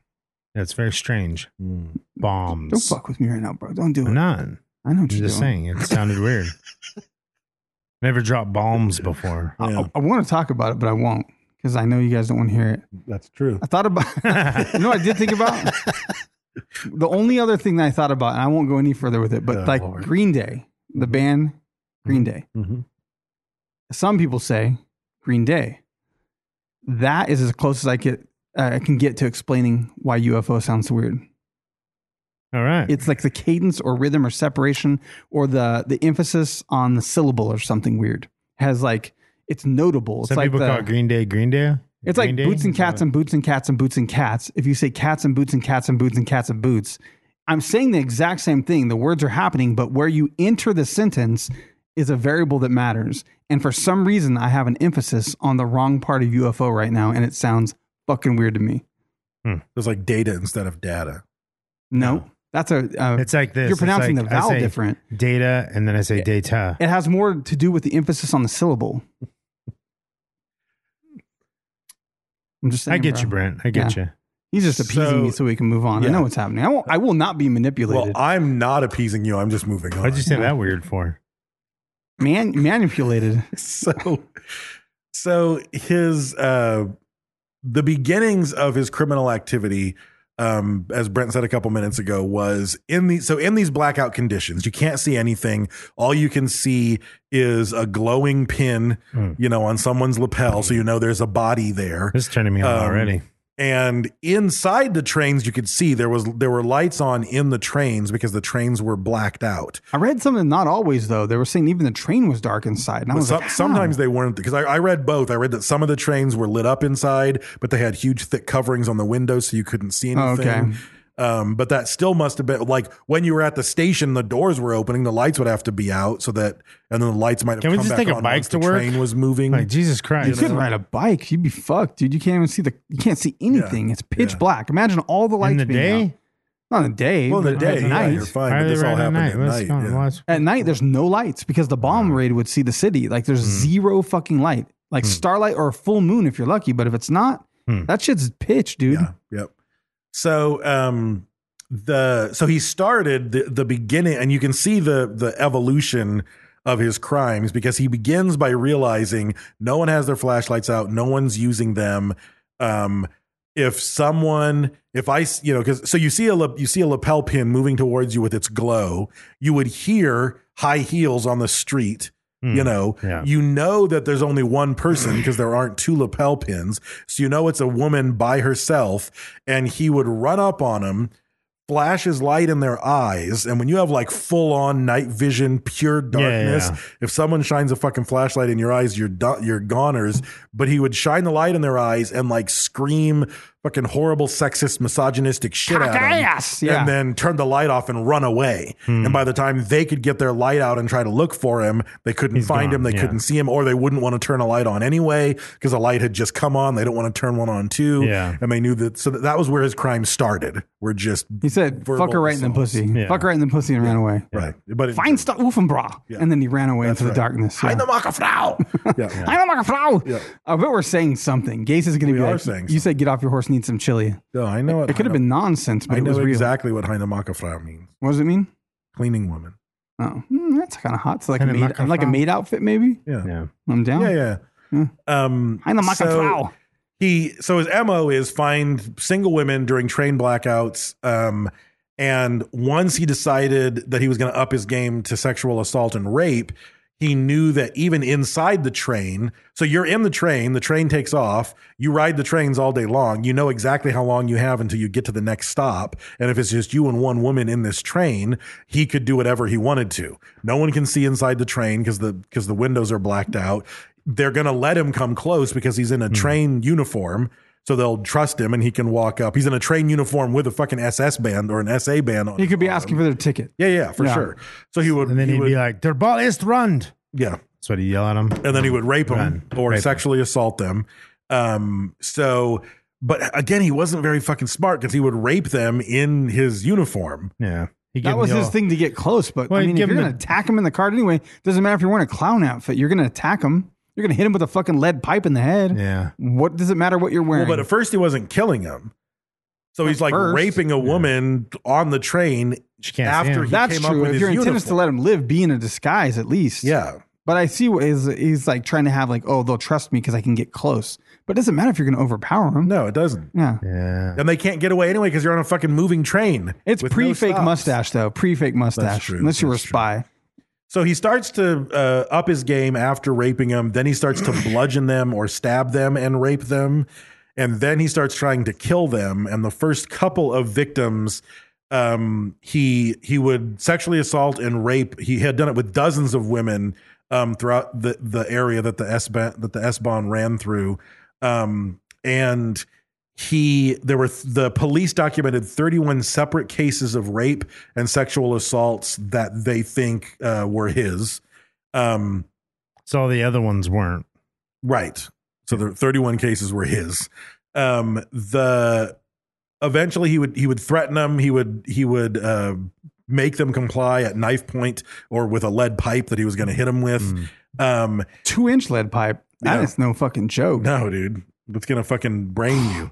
Speaker 3: That's very strange. Bombs.
Speaker 2: Mm. Don't fuck with me right now, bro. Don't do it.
Speaker 3: I'm not.
Speaker 2: I know what
Speaker 3: I'm
Speaker 2: you're
Speaker 3: just
Speaker 2: doing.
Speaker 3: saying. It sounded weird. Never dropped bombs before.
Speaker 2: I- I, I want to talk about it, but I won't because I know you guys don't want to hear it.
Speaker 4: That's true.
Speaker 2: I thought about, you know, what I did think about the only other thing that I thought about, and I won't go any further with it, but
Speaker 4: Oh,
Speaker 2: like
Speaker 4: Lord.
Speaker 2: Green Day, the band Green Day.
Speaker 4: Mhm.
Speaker 2: Some people say Green Day. That is as close as I get. Uh, I can get to explaining why UFO sounds weird.
Speaker 3: All right.
Speaker 2: It's like the cadence or rhythm or separation or the the emphasis on the syllable or something weird has like it's notable. It's
Speaker 3: Some
Speaker 2: like
Speaker 3: people
Speaker 2: the-
Speaker 3: call it Green Day Green Day.
Speaker 2: it's
Speaker 3: Green
Speaker 2: like
Speaker 3: Day?
Speaker 2: boots and
Speaker 3: Is that
Speaker 2: cats
Speaker 3: what-
Speaker 2: and boots and cats and boots and cats. If you say cats and boots and cats and boots and cats and boots, I'm saying the exact same thing. The words are happening, but where you enter the sentence is a variable that matters. And for some reason, I have an emphasis on the wrong part of UFO right now, and it sounds fucking weird to me.
Speaker 4: It was like data instead of data.
Speaker 2: No, that's a. Uh,
Speaker 3: It's like this.
Speaker 2: You're
Speaker 3: It's
Speaker 2: pronouncing
Speaker 3: like
Speaker 2: the
Speaker 3: I
Speaker 2: vowel
Speaker 3: say
Speaker 2: different.
Speaker 3: Data, and then I say data.
Speaker 2: It has more to do with the emphasis on the syllable. I'm just saying.
Speaker 3: I get
Speaker 2: bro.
Speaker 3: you, Brent. I get
Speaker 2: Yeah.
Speaker 3: you.
Speaker 2: He's just appeasing
Speaker 4: So-
Speaker 2: me so we can move on. I
Speaker 4: Yeah.
Speaker 2: know what's happening. I, won't, I will not be
Speaker 4: Well,
Speaker 2: manipulated.
Speaker 4: I'm not appeasing you. I'm just moving on.
Speaker 3: Why'd you say that weird for?
Speaker 2: Man, manipulated.
Speaker 4: so so his uh the beginnings of his criminal activity um as Brent said a couple minutes ago was in the so in these blackout conditions you can't see anything all you can see is a glowing pin you know on someone's lapel so you know there's a body there
Speaker 3: Hmm. This is turning me on
Speaker 4: Um,
Speaker 3: already.
Speaker 4: and inside the trains you could see there was there were lights on in the trains because the trains were blacked out
Speaker 2: I read something not always though. They were saying even the train was dark inside. And I
Speaker 4: But
Speaker 2: was
Speaker 4: some,
Speaker 2: like, how?
Speaker 4: sometimes they weren't because I, I read both. I read that some of the trains were lit up inside, but they had huge thick coverings on the windows so you couldn't see
Speaker 2: Oh, okay.
Speaker 4: anything. Um, but that still must have been like when you were at the station, the doors were opening, the lights would have to be out so that, and then the lights might have.
Speaker 3: Can we
Speaker 4: come
Speaker 3: just
Speaker 4: back
Speaker 3: take a
Speaker 4: on
Speaker 3: bike
Speaker 4: once
Speaker 3: to
Speaker 4: the
Speaker 3: work?
Speaker 4: Train was moving.
Speaker 3: Like Jesus
Speaker 2: you
Speaker 3: Christ.
Speaker 2: could ride a bike. You'd be fucked, dude. You can't even see the. You can't see anything. It's pitch
Speaker 4: Yeah.
Speaker 2: black. Imagine all the lights
Speaker 3: in the
Speaker 2: being out.
Speaker 3: day?
Speaker 2: Not in the day.
Speaker 4: well, in the
Speaker 2: but
Speaker 4: day,
Speaker 2: at
Speaker 4: yeah,
Speaker 2: night.
Speaker 4: you're fine.
Speaker 3: Why
Speaker 4: But
Speaker 3: are
Speaker 4: this
Speaker 3: they
Speaker 4: all
Speaker 3: riding
Speaker 4: happened
Speaker 3: at night?
Speaker 4: at
Speaker 3: Let's
Speaker 4: night.
Speaker 3: go and
Speaker 4: yeah.
Speaker 3: watch.
Speaker 2: At night, there's no lights because the bomb raid would see the city. Like there's
Speaker 4: Hmm.
Speaker 2: zero fucking light. Like starlight or a full moon if you're lucky. But if it's not, that shit's pitch, dude.
Speaker 4: Hmm. Yeah. Yep. So um the so he started the the beginning and you can see the the evolution of his crimes because he begins by realizing no one has their flashlights out, no one's using them. Um if someone if I s- you know cuz so you see a lap- you see a lapel pin moving towards you with its glow, you would hear high heels on the street. You know,
Speaker 3: Yeah.
Speaker 4: you know that there's only one person because there aren't two lapel pins. So you know it's a woman by herself, and he would run up on them, flash his light in their eyes. And when you have like full on night vision, pure darkness,
Speaker 3: yeah.
Speaker 4: if someone shines a fucking flashlight in your eyes, you're do- you're goners. But he would shine the light in their eyes and like scream fucking horrible, sexist, misogynistic shit at 'em,
Speaker 2: Cockeyes! Yeah.
Speaker 4: and then turn the light off and run away.
Speaker 3: Hmm.
Speaker 4: And by the time they could get their light out and try to look for him, they couldn't
Speaker 3: He's
Speaker 4: find
Speaker 3: gone,
Speaker 4: him. They
Speaker 3: yeah.
Speaker 4: couldn't see him, or they wouldn't want to turn a light on anyway because a light had just come on. They don't want to turn one on too.
Speaker 3: Yeah.
Speaker 4: and they knew that. So that, that was where his crime started. We're just
Speaker 2: He said,
Speaker 4: verbal
Speaker 2: "Fuck her right in the
Speaker 4: assaults."
Speaker 2: pussy.
Speaker 3: Yeah.
Speaker 2: Fuck her right in the pussy," and ran away.
Speaker 4: Right, but it-
Speaker 2: Find stuff, Ufenbra.
Speaker 4: Yeah.
Speaker 2: And then he ran away
Speaker 4: That's
Speaker 2: into the
Speaker 4: right.
Speaker 2: darkness. Yeah.
Speaker 4: Hide the Macher Frau. yeah.
Speaker 2: I don't like a flow.
Speaker 4: Yeah.
Speaker 2: I bet Uh, we're saying something. Gase is going to
Speaker 4: We
Speaker 2: be
Speaker 4: are
Speaker 2: like,
Speaker 4: saying
Speaker 2: you said get off your horse just need some chili.
Speaker 4: No, I know what
Speaker 2: It could have
Speaker 4: Heine-
Speaker 2: been nonsense, but
Speaker 4: I
Speaker 2: it
Speaker 4: know
Speaker 2: was real.
Speaker 4: exactly what Heine Makafrau means.
Speaker 2: What does it mean?
Speaker 4: Cleaning woman.
Speaker 2: Oh, mm, that's kind of hot. It's like a
Speaker 3: Kinda
Speaker 2: maid,
Speaker 3: macaron.
Speaker 2: like a maid outfit, maybe.
Speaker 4: Yeah.
Speaker 3: Yeah.
Speaker 2: I'm down.
Speaker 4: Yeah, yeah.
Speaker 2: Hmm.
Speaker 4: Um,
Speaker 2: Heine
Speaker 4: so
Speaker 2: Makafrau.
Speaker 4: he so his mo is find single women during train blackouts. Um, and once he decided that he was going to up his game to sexual assault and rape, he knew that even inside the train, so you're in the train, the train takes off, you ride the trains all day long, you know exactly how long you have until you get to the next stop. And if it's just you and one woman in this train, he could do whatever he wanted to. No one can see inside the train because the because the windows are blacked out. They're gonna let him come close because he's in
Speaker 3: Hmm.
Speaker 4: a train uniform. So they'll trust him and he can walk up. He's in a train uniform with a fucking SS band or an SA band on.
Speaker 2: You
Speaker 4: his
Speaker 2: could be
Speaker 4: arm.
Speaker 2: asking for their ticket.
Speaker 4: um, Yeah, yeah, for
Speaker 2: Yeah.
Speaker 4: sure. So he would
Speaker 3: And then
Speaker 4: he
Speaker 3: he'd
Speaker 4: would,
Speaker 3: be like, "Der Ball ist rund."
Speaker 4: yeah
Speaker 3: That's what he yell at him.
Speaker 4: and then he would rape them
Speaker 3: Run.
Speaker 4: or
Speaker 3: Rape 'em.
Speaker 4: sexually assault them. Um, so, but again, he wasn't very fucking smart because he would rape them in his uniform.
Speaker 3: Yeah, he gave
Speaker 2: That
Speaker 3: him
Speaker 2: was
Speaker 3: the
Speaker 2: his
Speaker 3: all-
Speaker 2: thing to get close, but
Speaker 3: Well,
Speaker 2: I
Speaker 3: he'd
Speaker 2: mean, if
Speaker 3: give
Speaker 2: you're
Speaker 3: him
Speaker 2: going to
Speaker 3: the-
Speaker 2: attack him in the card anyway, doesn't matter if you're wearing a clown outfit. You're going to attack him. You're going to hit him with a fucking lead pipe in the head.
Speaker 3: Yeah,
Speaker 2: What does it matter what you're
Speaker 4: Well,
Speaker 2: wearing?
Speaker 4: but at first he wasn't killing them. So he's like
Speaker 2: first.
Speaker 4: raping a woman on the train
Speaker 3: She can't see
Speaker 4: after
Speaker 3: him.
Speaker 4: he
Speaker 2: That's
Speaker 4: came up
Speaker 2: true.
Speaker 4: with
Speaker 2: If
Speaker 4: his
Speaker 2: your intent
Speaker 4: uniform.
Speaker 2: is to let him live, be in a disguise at least.
Speaker 4: yeah.
Speaker 2: But I see what is he's like trying to have like, oh, they'll trust me because I can get close. But it doesn't matter if you're going to overpower him.
Speaker 4: No, it doesn't.
Speaker 2: Yeah.
Speaker 3: yeah.
Speaker 4: And they can't get away anyway because you're on a fucking moving train.
Speaker 2: It's
Speaker 4: with no
Speaker 2: pre-fake
Speaker 4: stops.
Speaker 2: mustache though. Pre-fake mustache.
Speaker 4: true.
Speaker 2: Unless you were a
Speaker 4: That's true.
Speaker 2: spy.
Speaker 4: So he starts to uh, up his game after raping them. Then he starts to bludgeon them or stab them and rape them. And then he starts trying to kill them. And the first couple of victims, um, he he would sexually assault and rape. He had done it with dozens of women um, throughout the, the area that the S that the S bomb ran through. Um, and he there were the police documented 31 separate cases of rape and sexual assaults that they think uh, were his um,
Speaker 3: So the other ones weren't.
Speaker 4: right so the 31 cases were his um, the eventually he would he would threaten them he would he would uh, make them comply at knife point or with a lead pipe that he was going to hit them with um,
Speaker 2: Two inch lead pipe. That
Speaker 4: Yeah.
Speaker 2: is no fucking joke.
Speaker 4: No, dude. That's going to fucking brain you.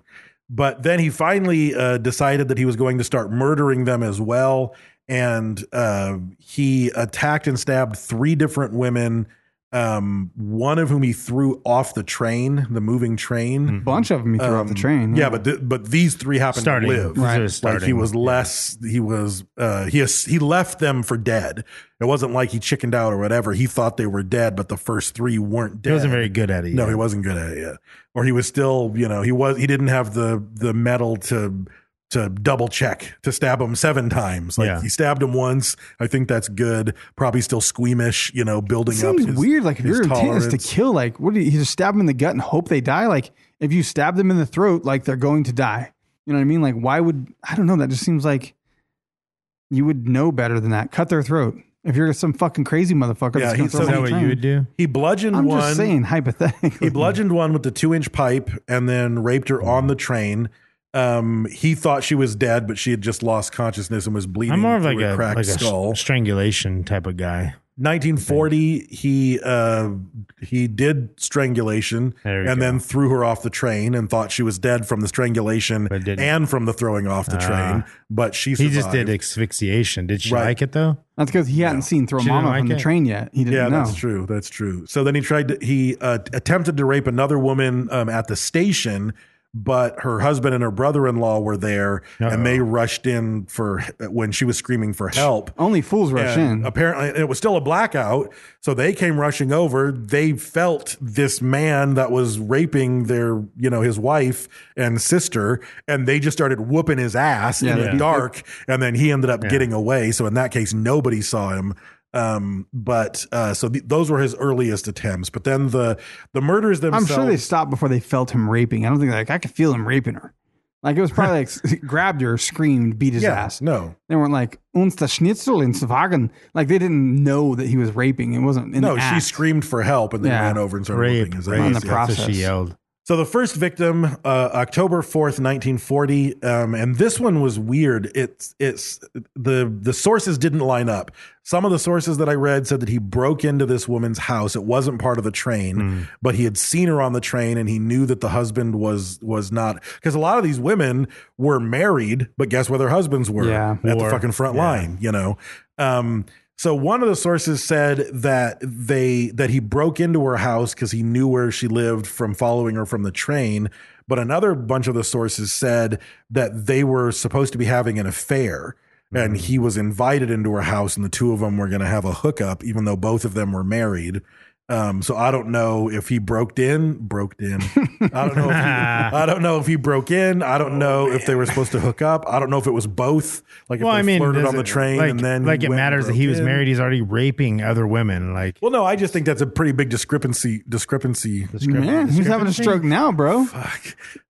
Speaker 4: But then he finally uh, decided that he was going to start murdering them as well. And uh, he attacked and stabbed three different women, um, one of whom he threw off the train, the moving train.
Speaker 2: A bunch of them he threw off the train.
Speaker 4: Um, Yeah, but th- but these three happened
Speaker 3: Starting,
Speaker 4: to live.
Speaker 3: These are
Speaker 4: Like he
Speaker 3: starting.
Speaker 4: was less. He was. Uh, he as- he left them for dead. It wasn't like he chickened out or whatever. He thought they were dead, but the first three weren't dead.
Speaker 3: He wasn't very good at it.
Speaker 4: No,
Speaker 3: yet.
Speaker 4: he wasn't good at it yet. Or he was still, you know, he was he didn't have the the metal to to double check to stab him seven times. Like
Speaker 3: Yeah.
Speaker 4: he stabbed him once. I think that's good. Probably still squeamish, you know,
Speaker 2: It
Speaker 4: building up.
Speaker 2: seems
Speaker 4: his-
Speaker 2: weird. Like if
Speaker 4: his
Speaker 2: your intent is to
Speaker 4: tolerance.
Speaker 2: kill, like what do you, you just stab them in the gut and hope they die? Like if you stab them in the throat, like they're going to die. You know what I mean? Like why would I don't know? That just seems like you would know better than that. Cut their throat. If you're some fucking crazy motherfucker,
Speaker 4: Yeah,
Speaker 2: that's gonna
Speaker 4: he-
Speaker 2: throw
Speaker 4: so
Speaker 3: Is
Speaker 2: them
Speaker 3: that
Speaker 2: on
Speaker 3: what
Speaker 2: the
Speaker 3: you
Speaker 2: train.
Speaker 3: would do?
Speaker 4: He bludgeoned
Speaker 2: I'm
Speaker 4: one.
Speaker 2: just saying hypothetically.
Speaker 4: He bludgeoned one with the two inch pipe and then raped her on the train. Um, he thought she was dead, but she had just lost consciousness and was bleeding.
Speaker 3: I'm more of
Speaker 4: through
Speaker 3: like
Speaker 4: her
Speaker 3: a
Speaker 4: cracked
Speaker 3: like a
Speaker 4: skull.
Speaker 3: s- strangulation type of guy.
Speaker 4: 1940 he uh he did strangulation
Speaker 3: There
Speaker 4: and
Speaker 3: we go.
Speaker 4: then threw her off the train and thought she was dead from the strangulation
Speaker 3: But didn't. Uh-huh.
Speaker 4: and from the throwing off the train but she
Speaker 3: He
Speaker 4: survived.
Speaker 3: just did asphyxiation. Did she
Speaker 4: Right.
Speaker 3: like it though?
Speaker 2: That's because he hadn't seen throw
Speaker 3: She didn't
Speaker 2: mama
Speaker 3: like
Speaker 2: from the
Speaker 3: it?
Speaker 2: train yet. He didn't
Speaker 4: yeah
Speaker 2: know.
Speaker 4: that's true that's true so then he tried to he uh, attempted to rape another woman um, at the station but her husband and her brother-in-law were there
Speaker 3: Uh-oh.
Speaker 4: and they rushed in for when she was screaming for help
Speaker 2: Only fools rush
Speaker 4: And
Speaker 2: in.
Speaker 4: Apparently, it was still a blackout, so they came rushing over. They felt this man that was raping their, you know, his wife and sister, and they just started whooping his ass
Speaker 2: Yeah,
Speaker 4: in
Speaker 2: yeah.
Speaker 4: the dark. And then he ended up getting away. So in that case, nobody saw him. Um, but uh, so th- those were his earliest attempts. But then the the murders
Speaker 2: I'm
Speaker 4: themselves.
Speaker 2: sure they stopped before they felt him raping. I don't think like I could feel him raping her. Like it was probably like s- grabbed her, screamed, beat his
Speaker 4: Yeah,
Speaker 2: ass.
Speaker 4: no.
Speaker 2: they weren't like uns der Schnitzel in Wagen. Like they didn't know that he was raping. It wasn't in
Speaker 4: No,
Speaker 2: the
Speaker 4: she
Speaker 2: act.
Speaker 4: screamed for help, and they
Speaker 2: Yeah.
Speaker 4: ran over and started
Speaker 3: Rape,
Speaker 4: whooping his
Speaker 3: rape.
Speaker 2: On
Speaker 4: ass.
Speaker 2: the
Speaker 3: That's what
Speaker 2: process.
Speaker 3: she yelled.
Speaker 4: So the first victim, uh, October fourth, nineteen forty, um, and this one was weird. It's it's the the sources didn't line up. Some of the sources that I read said that he broke into this woman's house. It wasn't part of the train, but he had seen her on the train, and he knew that the husband was was not because a lot of these women were married, but guess where their husbands were
Speaker 2: Yeah.
Speaker 4: at the
Speaker 3: Or-
Speaker 4: fucking front
Speaker 3: yeah.
Speaker 4: line. You know. Um, so one of the sources said that they that he broke into her house because he knew where she lived from following her from the train. But another bunch of the sources said that they were supposed to be having an affair, and he was invited into her house, and the two of them were going to have a hookup, even though both of them were married. Um, so I don't know if he broke in, broke in. I don't know. If he, I don't know if he broke in. I don't know if they were supposed to hook up. I don't know if it was both. Like,
Speaker 3: well,
Speaker 4: if they
Speaker 3: I mean,
Speaker 4: flirted
Speaker 3: does
Speaker 4: on the
Speaker 3: it-
Speaker 4: train
Speaker 3: like,
Speaker 4: and then he
Speaker 3: like it
Speaker 4: went and
Speaker 3: matters that
Speaker 4: broke
Speaker 3: he was
Speaker 4: in?
Speaker 3: married. He's already raping other women. Like
Speaker 4: Well, no, I just think that's a pretty big discrepancy. Discrepancy.
Speaker 2: Man, he's having a stroke now, bro.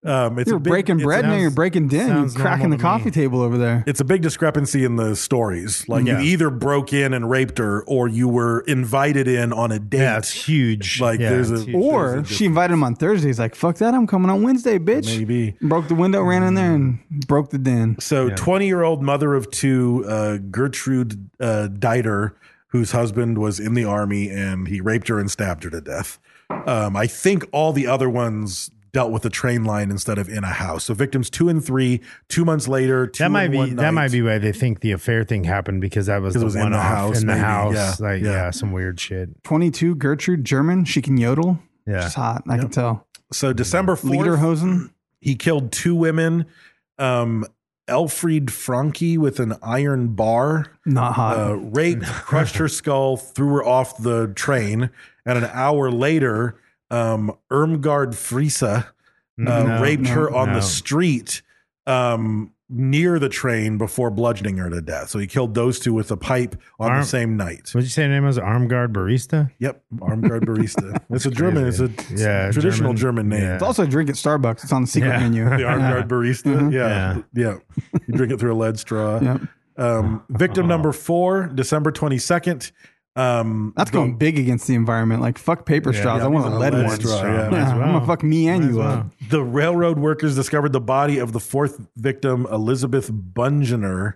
Speaker 4: Um, it's
Speaker 2: You're
Speaker 4: a big-
Speaker 2: breaking
Speaker 4: it's
Speaker 2: bread
Speaker 4: a-
Speaker 2: now. You're breaking din. You're
Speaker 3: sounds
Speaker 2: cracking the
Speaker 3: normal to me.
Speaker 2: coffee table over there.
Speaker 4: It's a big discrepancy in the stories. Like
Speaker 3: Yeah.
Speaker 4: you either broke in and raped her, or you were invited in on a date.
Speaker 3: yeah, it's huge.
Speaker 4: Like
Speaker 3: Yeah,
Speaker 4: there's a
Speaker 3: it's huge.
Speaker 2: Or she invited him on Thursday. He's like, "Fuck that! I'm coming on Wednesday, bitch."
Speaker 4: Maybe.
Speaker 2: broke the window, ran in there, and
Speaker 3: Mm.
Speaker 2: broke the din.
Speaker 4: So, 20 year old mother of two, uh, Gertrude uh, Deiter, whose husband was in the army and he raped her and stabbed her to death. Um, I think all the other ones dealt with a train line instead of in a house. So, victims two and three, two months later, two
Speaker 3: that might
Speaker 4: in
Speaker 3: be
Speaker 4: one
Speaker 3: that
Speaker 4: night.
Speaker 3: might be why they think the affair thing happened because that was the
Speaker 4: Because it was in
Speaker 3: one
Speaker 4: the
Speaker 3: off
Speaker 4: house,
Speaker 3: in the
Speaker 4: maybe.
Speaker 3: house.
Speaker 4: Yeah,
Speaker 3: Like
Speaker 4: yeah.
Speaker 3: yeah. some weird shit.
Speaker 2: Twenty-two, Gertrude German. She can yodel.
Speaker 3: Yeah.
Speaker 2: she's hot. I can tell.
Speaker 4: So, December 4th,
Speaker 2: Lederhosen.
Speaker 4: he killed two women. Um, Elfried Franke with an iron bar.
Speaker 2: Not hot.
Speaker 4: uh, raped, crushed her skull, threw her off the train, and an hour later, um, Ermgard Frisa uh,
Speaker 3: No,
Speaker 4: raped
Speaker 3: no,
Speaker 4: her on
Speaker 3: no.
Speaker 4: the street um, near the train before bludgeoning her to death. So he killed those two with a pipe on
Speaker 3: Arm-
Speaker 4: the same night.
Speaker 3: What'd you say her name was? Arm guard barista.
Speaker 4: Yep, Armgard Barista. It's a German. It's a
Speaker 3: Crazy. Yeah,
Speaker 4: traditional German,
Speaker 3: German.
Speaker 4: name.
Speaker 3: Yeah.
Speaker 2: it's also a drink at Starbucks. It's on the secret
Speaker 3: Yeah.
Speaker 2: menu.
Speaker 4: The Armgard Barista.
Speaker 3: Mm-hmm.
Speaker 4: Yeah, yeah. You drink it through a lead straw.
Speaker 2: Yep.
Speaker 4: Um, victim
Speaker 3: Uh-huh.
Speaker 4: number four, December twenty second. Um,
Speaker 2: That's going big against the environment. Like fuck paper straws. I want a lead,
Speaker 4: lead
Speaker 2: one.
Speaker 4: straw, yeah.
Speaker 2: Yeah, I'm gonna fuck me and
Speaker 3: Might as
Speaker 2: you
Speaker 3: well.
Speaker 2: up.
Speaker 4: The railroad workers discovered the body of the fourth victim, Elizabeth Bungener,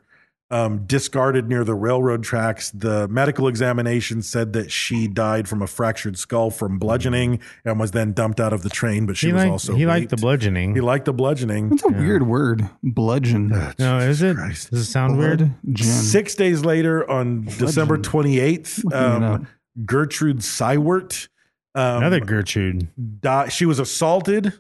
Speaker 4: um, discarded near the railroad tracks. The medical examination said that she died from a fractured skull from bludgeoning and was then dumped out of the train, but she
Speaker 3: He
Speaker 4: was
Speaker 3: liked
Speaker 4: also
Speaker 3: he liked the
Speaker 4: raped.
Speaker 3: bludgeoning.
Speaker 4: He liked the bludgeoning.
Speaker 2: It's a weird word. Bludgeon.
Speaker 3: no, Oh, is it?
Speaker 4: Christ.
Speaker 3: Does it sound weird?
Speaker 2: Bludgeon.
Speaker 4: Six days later, on December 28th,
Speaker 2: Looking it up.
Speaker 4: um, Gertrude Seiwert um,
Speaker 3: Another Gertrude.
Speaker 4: di- she was assaulted,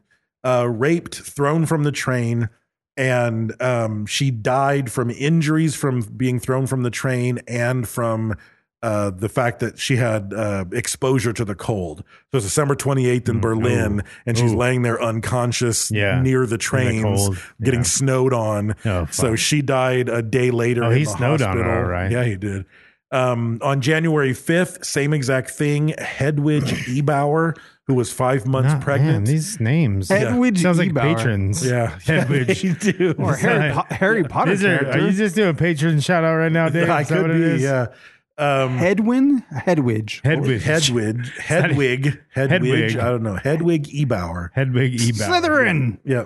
Speaker 4: uh, raped, thrown from the train, and um, she died from injuries from being thrown from the train and from uh, the fact that she had uh, exposure to the cold. So it's December 28th in Berlin, and she's
Speaker 3: Mm, Ooh.
Speaker 4: laying there unconscious
Speaker 3: Yeah.
Speaker 4: near
Speaker 3: In
Speaker 4: the
Speaker 3: the
Speaker 4: trains,
Speaker 3: cold.
Speaker 4: getting
Speaker 3: Yeah.
Speaker 4: snowed on.
Speaker 3: Oh,
Speaker 4: so
Speaker 3: fuck.
Speaker 4: she died a day later.
Speaker 3: Oh,
Speaker 4: in
Speaker 3: he
Speaker 4: the
Speaker 3: snowed on her,
Speaker 4: hospital.
Speaker 3: right?
Speaker 4: Yeah, he did. Um, on January 5th, same exact thing, Hedwig Ebauer, who was five months
Speaker 3: Nah,
Speaker 4: pregnant.
Speaker 3: Oh, Man, these names.
Speaker 2: Hedwig
Speaker 3: Sounds like
Speaker 2: Gebauer.
Speaker 3: patrons.
Speaker 4: Yeah.
Speaker 3: Hedwig.
Speaker 4: They do.
Speaker 2: or Harry, po- Harry Potter
Speaker 3: These are,
Speaker 2: character.
Speaker 3: are you just doing a patron shout out right now, Dave?
Speaker 4: I
Speaker 3: Is that
Speaker 4: could
Speaker 3: what it
Speaker 4: be,
Speaker 3: is?
Speaker 4: yeah.
Speaker 2: Hedwin, Hedwig.
Speaker 3: Hedwig.
Speaker 4: Hedwig, Hedwig, Hedwig,
Speaker 3: Hedwig.
Speaker 4: I don't know, Hedwig Ebauer.
Speaker 3: Hedwig Ebauer.
Speaker 2: Slytherin.
Speaker 4: Yeah.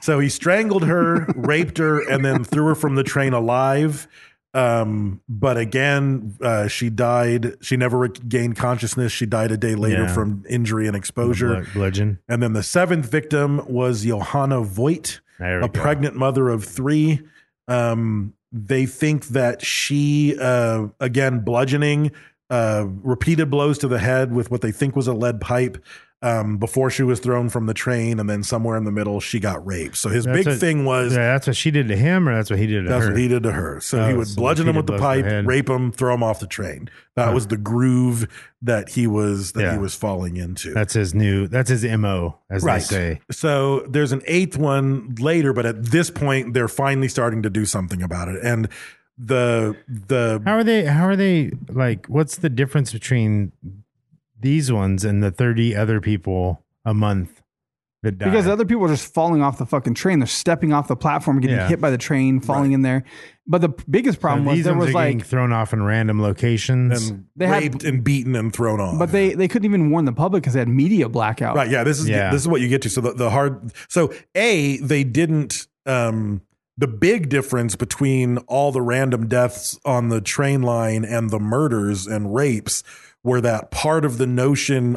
Speaker 4: So he strangled her, raped her, and then threw her from the train alive. Um, but again, uh, she died. She never regained consciousness. She died a day later
Speaker 3: Yeah.
Speaker 4: from injury and exposure.
Speaker 3: Blud- Bludgeon.
Speaker 4: And then the seventh victim was Johanna Voigt,
Speaker 3: There
Speaker 4: a
Speaker 3: we go.
Speaker 4: pregnant mother of three. Um, they think that she, uh, again, bludgeoning, uh, repeated blows to the head with what they think was a lead pipe um, before she was thrown from the train. And then somewhere in the middle, she got raped. So his
Speaker 3: That's
Speaker 4: big
Speaker 3: what-
Speaker 4: thing was.
Speaker 3: Yeah, that's what she did to him, or that's what he did to
Speaker 4: That's
Speaker 3: her.
Speaker 4: what he did to her. So
Speaker 3: Oh,
Speaker 4: he would
Speaker 3: so
Speaker 4: bludgeon him with
Speaker 3: repeated
Speaker 4: the
Speaker 3: blows to
Speaker 4: pipe,
Speaker 3: the head.
Speaker 4: rape him, throw him off the train. That was the groove that he was that
Speaker 3: Yeah.
Speaker 4: he was falling into.
Speaker 3: That's his new. That's his mo, as they say.
Speaker 4: So there's an eighth one later, but at this point, they're finally starting to do something about it. And the the
Speaker 3: How are they? How are they? Like, what's the difference between these ones and the thirty other people a month? that die.
Speaker 2: Because other people are just falling off the fucking train. They're stepping off the platform, getting
Speaker 3: Yeah.
Speaker 2: hit by the train, falling in there. But the p- biggest problem was
Speaker 3: these
Speaker 2: there
Speaker 3: ones
Speaker 2: was
Speaker 3: are getting
Speaker 2: like,
Speaker 3: thrown off in random locations.
Speaker 4: and
Speaker 2: They had-
Speaker 4: raped and beaten and thrown off.
Speaker 2: but they they couldn't even warn the public because they had media blackout.
Speaker 4: Right. Yeah. This is
Speaker 3: Yeah.
Speaker 4: this is what you get to. So the, the hard. So a they didn't. Um, the big difference between all the random deaths on the train line and the murders and rapes were that part of the notion,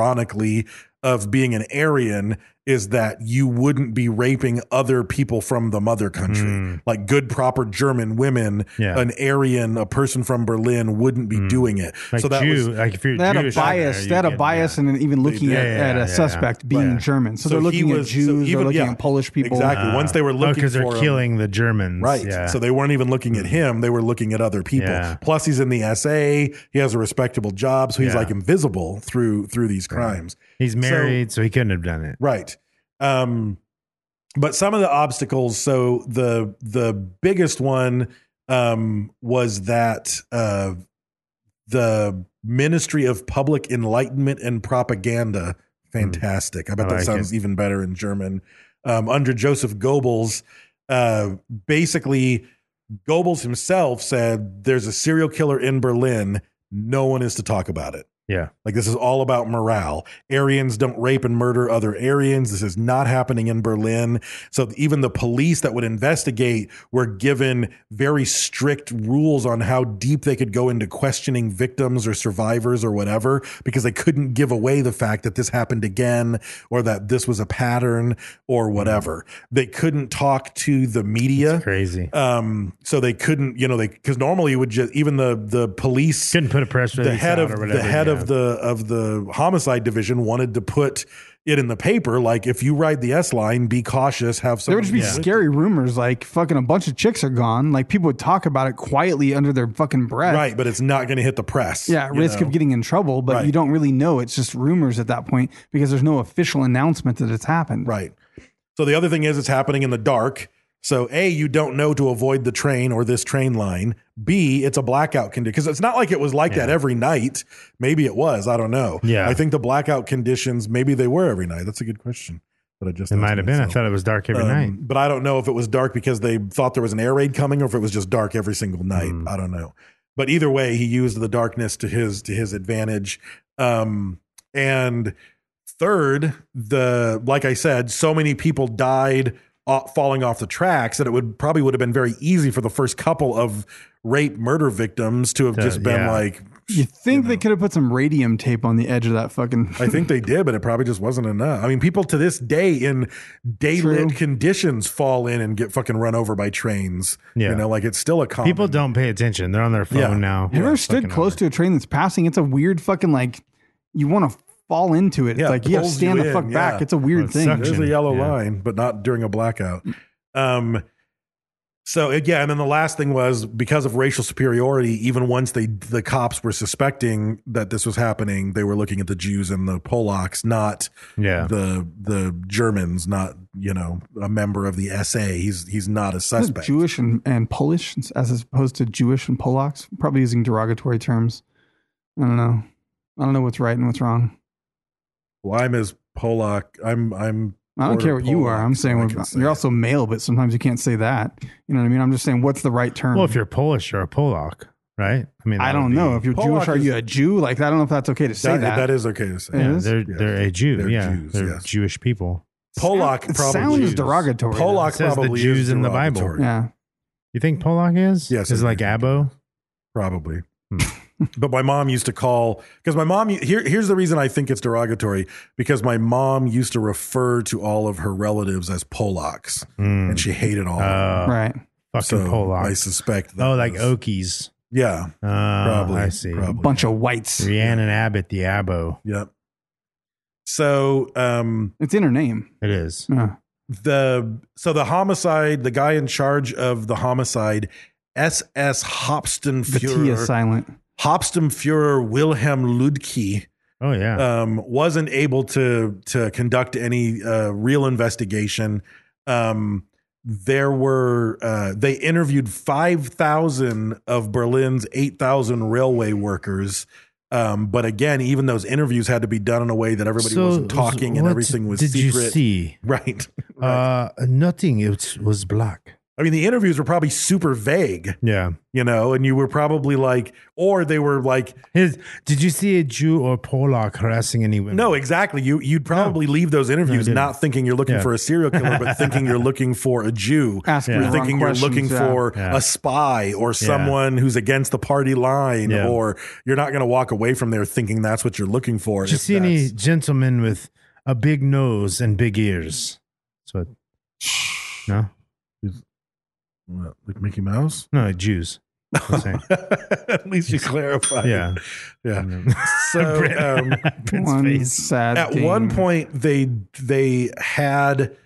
Speaker 4: ironically, of being an Aryan is that you wouldn't be raping other people from the mother country. Like good, proper German women,
Speaker 3: Mm. Yeah. Mm.
Speaker 4: an Aryan, a person from Berlin wouldn't be doing it.
Speaker 3: like
Speaker 4: so that
Speaker 3: Jew,
Speaker 4: was.
Speaker 3: like if you're
Speaker 2: They had
Speaker 3: Jewish
Speaker 2: a
Speaker 3: out
Speaker 2: bias.
Speaker 3: there, you
Speaker 2: they had a
Speaker 3: get-
Speaker 2: bias,
Speaker 3: yeah.
Speaker 2: and even looking
Speaker 4: did.
Speaker 2: at,
Speaker 3: Yeah,
Speaker 2: at a
Speaker 3: yeah,
Speaker 2: suspect
Speaker 3: yeah.
Speaker 2: being
Speaker 3: Yeah.
Speaker 2: German, so,
Speaker 4: he
Speaker 2: they're looking
Speaker 4: was-
Speaker 2: at
Speaker 4: so
Speaker 2: Jews.
Speaker 4: even-
Speaker 2: they're looking
Speaker 4: yeah,
Speaker 2: at Polish people.
Speaker 4: Exactly. Once they were looking
Speaker 3: because
Speaker 4: for
Speaker 3: Ah. uh, Oh, they're
Speaker 4: him-
Speaker 3: killing the Germans,
Speaker 4: Right.
Speaker 3: Yeah. Hmm.
Speaker 4: So they weren't even looking at him, they were looking at other people.
Speaker 3: Yeah.
Speaker 4: Plus he's in the SA, he has a respectable job, so he's
Speaker 3: Yeah.
Speaker 4: like invisible through through these crimes.
Speaker 3: he's
Speaker 4: So-
Speaker 3: married, so, he couldn't have done it.
Speaker 4: Right. Um, but some of the obstacles. So the the biggest one um, was that uh, the Ministry of Public Enlightenment and Propaganda. Fantastic. I bet
Speaker 3: Hmm. I
Speaker 4: that
Speaker 3: like
Speaker 4: sounds
Speaker 3: it.
Speaker 4: even better in German. Um, under Joseph Goebbels, uh, basically, Goebbels himself said, "There's a serial killer in Berlin. No one is to talk about it."
Speaker 3: Yeah,
Speaker 4: Like this is all about morale. Aryans don't rape and murder other Aryans. This is not happening in Berlin. So even the police that would investigate were given very strict rules on how deep they could go into questioning victims or survivors or whatever because they couldn't give away the fact that this happened again or that this was a pattern or whatever. They couldn't talk to the media.
Speaker 3: Hmm. crazy.
Speaker 4: Um, so they couldn't, you know, they because normally you would just even the the police
Speaker 3: Couldn't put a press release
Speaker 4: the head
Speaker 3: out
Speaker 4: of
Speaker 3: or whatever.
Speaker 4: the head
Speaker 3: yeah.
Speaker 4: of the of the homicide division wanted to put it in the paper like if you ride the S line be cautious have some
Speaker 2: There would just be scary rumors like fucking a bunch of chicks are gone. Like people would talk about it quietly under their fucking breath.
Speaker 4: right but it's not going to hit the press
Speaker 2: Yeah,
Speaker 4: you
Speaker 2: risk
Speaker 4: know?
Speaker 2: of getting in trouble, but
Speaker 4: Right.
Speaker 2: you don't really know. It's just rumors at that point because there's no official announcement that it's happened.
Speaker 4: right so the other thing is it's happening in the dark so a you don't know to avoid the train or this train line b it's a blackout condition because it's not like it was like that every night maybe it was i don't know
Speaker 3: Yeah.
Speaker 4: i think the blackout conditions maybe they were every night that's a good question that i just
Speaker 3: It
Speaker 4: asked
Speaker 3: might have been. I
Speaker 4: myself.
Speaker 3: thought it was dark every
Speaker 4: Um,
Speaker 3: night.
Speaker 4: But I don't know if it was dark because they thought there was an air raid coming or if it was just dark every single night.
Speaker 3: Hmm.
Speaker 4: I don't know. But either way, he used the darkness to his to his advantage. Um, and third, the like I said, so many people died uh, falling off the tracks that it would probably would have been very easy for the first couple of rape murder victims to have
Speaker 3: To-
Speaker 4: just been
Speaker 3: yeah.
Speaker 4: like
Speaker 2: You think they could have put some radium tape on the edge of that fucking.
Speaker 4: I think they did, but it probably just wasn't enough. I mean, people to this day in daylit
Speaker 2: True.
Speaker 4: conditions fall in and get fucking run over by trains.
Speaker 3: Yeah.
Speaker 4: You know, like it's still a common.
Speaker 3: People don't pay attention. They're on their phone
Speaker 4: um, Yeah.
Speaker 3: now.
Speaker 2: Have you ever
Speaker 3: Fucking
Speaker 2: stood close
Speaker 3: on
Speaker 2: to a train that's passing? It's a weird fucking like. You want to fall into it.
Speaker 4: Yeah,
Speaker 2: it's like you have to
Speaker 4: pulls you
Speaker 2: stand the
Speaker 4: in,
Speaker 2: fuck
Speaker 4: yeah.
Speaker 2: back. It's a weird
Speaker 3: Well, it
Speaker 2: thing.
Speaker 3: sucks.
Speaker 4: There's a yellow
Speaker 3: Yeah.
Speaker 4: line, but not during a blackout. Um, so it- yeah, and then the last thing was because of racial superiority. Even once they the cops were suspecting that this was happening, they were looking at the Jews and the Polacks, not
Speaker 3: Yeah.
Speaker 4: the the Germans, not you know a member of the SA. He's he's not a
Speaker 2: Is it
Speaker 4: suspect.
Speaker 2: Jewish and, and Polish as opposed to Jewish and Polacks. Probably using derogatory terms. I don't know. I don't know what's right and what's wrong.
Speaker 4: Well, I'm as Polak. I'm I'm.
Speaker 2: I don't
Speaker 4: border
Speaker 2: care what you are.
Speaker 4: Polak,
Speaker 2: I'm
Speaker 4: so
Speaker 2: saying
Speaker 4: I
Speaker 2: we're-
Speaker 4: can
Speaker 2: you're
Speaker 4: say it.
Speaker 2: also male, but sometimes you can't say that. You know what I mean? I'm just saying, what's the right term?
Speaker 3: Well, if you're Polish, you're a Polak, right? I mean,
Speaker 2: I
Speaker 3: that would
Speaker 2: don't
Speaker 3: be-
Speaker 2: know if you're
Speaker 4: Polak
Speaker 2: Jewish. Are
Speaker 4: is-
Speaker 2: you a Jew? Like, I don't know if that's okay to say
Speaker 4: That-
Speaker 2: that.
Speaker 4: that is okay to say.
Speaker 2: It
Speaker 3: Yeah,
Speaker 2: is?
Speaker 3: they're
Speaker 4: Yeah.
Speaker 3: they're a Jew.
Speaker 4: They're
Speaker 3: yeah,
Speaker 4: Jews,
Speaker 3: they're
Speaker 4: yes.
Speaker 3: Jewish people.
Speaker 4: Polak
Speaker 2: It
Speaker 4: probably
Speaker 2: sounds
Speaker 4: is.
Speaker 2: derogatory, though.
Speaker 4: Polak
Speaker 3: It says the
Speaker 4: probably
Speaker 3: Jews
Speaker 4: is
Speaker 3: in the Bible.
Speaker 4: derogatory.
Speaker 2: yeah.
Speaker 3: You think Polak is?
Speaker 4: Yes,
Speaker 3: is
Speaker 4: I
Speaker 3: it like
Speaker 4: do.
Speaker 3: Abo?
Speaker 4: probably.
Speaker 3: Hmm.
Speaker 4: but my mom used to call because my mom here here's the reason I think it's derogatory because my mom used to refer to all of her relatives as Polacks and she hated all. of them.
Speaker 2: right.
Speaker 3: Hmm, Oh, Fucking
Speaker 4: So
Speaker 3: Polak.
Speaker 4: I suspect.
Speaker 3: oh, like
Speaker 4: was-
Speaker 3: Okies.
Speaker 4: Yeah,
Speaker 3: Oh,
Speaker 4: probably.
Speaker 3: I see.
Speaker 4: Probably.
Speaker 2: Bunch of whites.
Speaker 3: Rhiannon Abbott, the Abo.
Speaker 4: Yep. So um,
Speaker 2: It's in her name. Uh,
Speaker 3: It is.
Speaker 2: Yeah.
Speaker 4: the so the homicide, the guy in charge of the homicide, SS
Speaker 2: The T is
Speaker 4: Hopstenfuhrer,
Speaker 2: silent.
Speaker 4: Hopstenfuhrer Wilhelm Ludke,
Speaker 3: Oh yeah.
Speaker 4: um, wasn't able to to conduct any uh, real investigation. Um, there were uh, they interviewed five thousand of Berlin's eight thousand railway workers Um, but again, even those interviews had to be done in a way that everybody
Speaker 3: So,
Speaker 4: wasn't talking and
Speaker 3: what
Speaker 4: everything was
Speaker 3: did you
Speaker 4: secret.
Speaker 3: see?
Speaker 4: Right. right.
Speaker 3: Uh, nothing. It was black.
Speaker 4: I mean, the interviews were probably super vague,
Speaker 3: Yeah.
Speaker 4: you know, and you were probably like, or they were like,
Speaker 3: His, did you see a Jew or Polak harassing any women?
Speaker 4: no, exactly. You you'd probably leave those interviews
Speaker 3: didn't.
Speaker 4: not thinking you're looking
Speaker 3: Yeah.
Speaker 4: for a serial killer, but thinking you're looking for a Jew.
Speaker 2: Asking
Speaker 4: You're
Speaker 2: the
Speaker 4: thinking
Speaker 2: wrong
Speaker 4: you're looking
Speaker 2: questions, yeah.
Speaker 4: for
Speaker 3: Yeah.
Speaker 4: a spy or someone who's against the party line,
Speaker 3: Yeah.
Speaker 4: or you're not going to walk away from there thinking that's what you're looking for.
Speaker 3: Did you
Speaker 4: if
Speaker 3: see any
Speaker 4: that's-
Speaker 3: gentlemen with a big nose and big ears? So, no,
Speaker 4: What, like Mickey Mouse?
Speaker 3: no Jews. I'm saying.
Speaker 4: At least you clarified.
Speaker 3: yeah.
Speaker 4: yeah. So um,
Speaker 3: Prince
Speaker 2: One
Speaker 3: face.
Speaker 2: sad
Speaker 4: at
Speaker 2: thing.
Speaker 4: one point they they had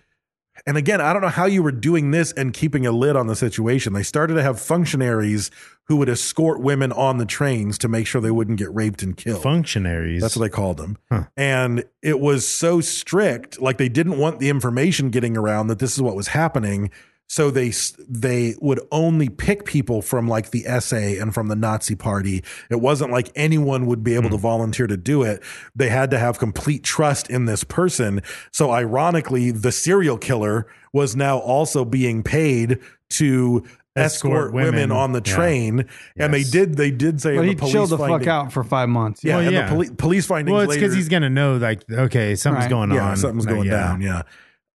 Speaker 4: and again i don't know how you were doing this and keeping a lid on the situation they started to have functionaries who would escort women on the trains to make sure they wouldn't get raped and killed
Speaker 3: Functionaries.
Speaker 4: that's what they called them
Speaker 3: Huh.
Speaker 4: and it was so strict like they didn't want the information getting around that this is what was happening so they s- they would only pick people from like the SA and from the Nazi party. It wasn't like anyone would be
Speaker 2: Hmm.
Speaker 4: able to volunteer to do it. They had to have complete trust in this person. So ironically, the serial killer was now also being paid to escort,
Speaker 3: Escort
Speaker 4: women.
Speaker 3: women.
Speaker 4: on the
Speaker 3: Yeah.
Speaker 4: train. And they
Speaker 3: Yes.
Speaker 4: did they did say
Speaker 2: But
Speaker 4: in
Speaker 2: he
Speaker 4: the police
Speaker 2: chilled the fuck
Speaker 4: finding-
Speaker 2: out for five months.
Speaker 4: Yeah,
Speaker 3: Well,
Speaker 4: and
Speaker 3: yeah.
Speaker 4: the poli- police findings
Speaker 3: Well, it's
Speaker 4: later
Speaker 3: because he's gonna know, like, okay, something's
Speaker 2: Right.
Speaker 3: going
Speaker 4: yeah,
Speaker 3: on.
Speaker 4: something's
Speaker 3: Like,
Speaker 4: going
Speaker 3: yeah.
Speaker 4: down. Yeah.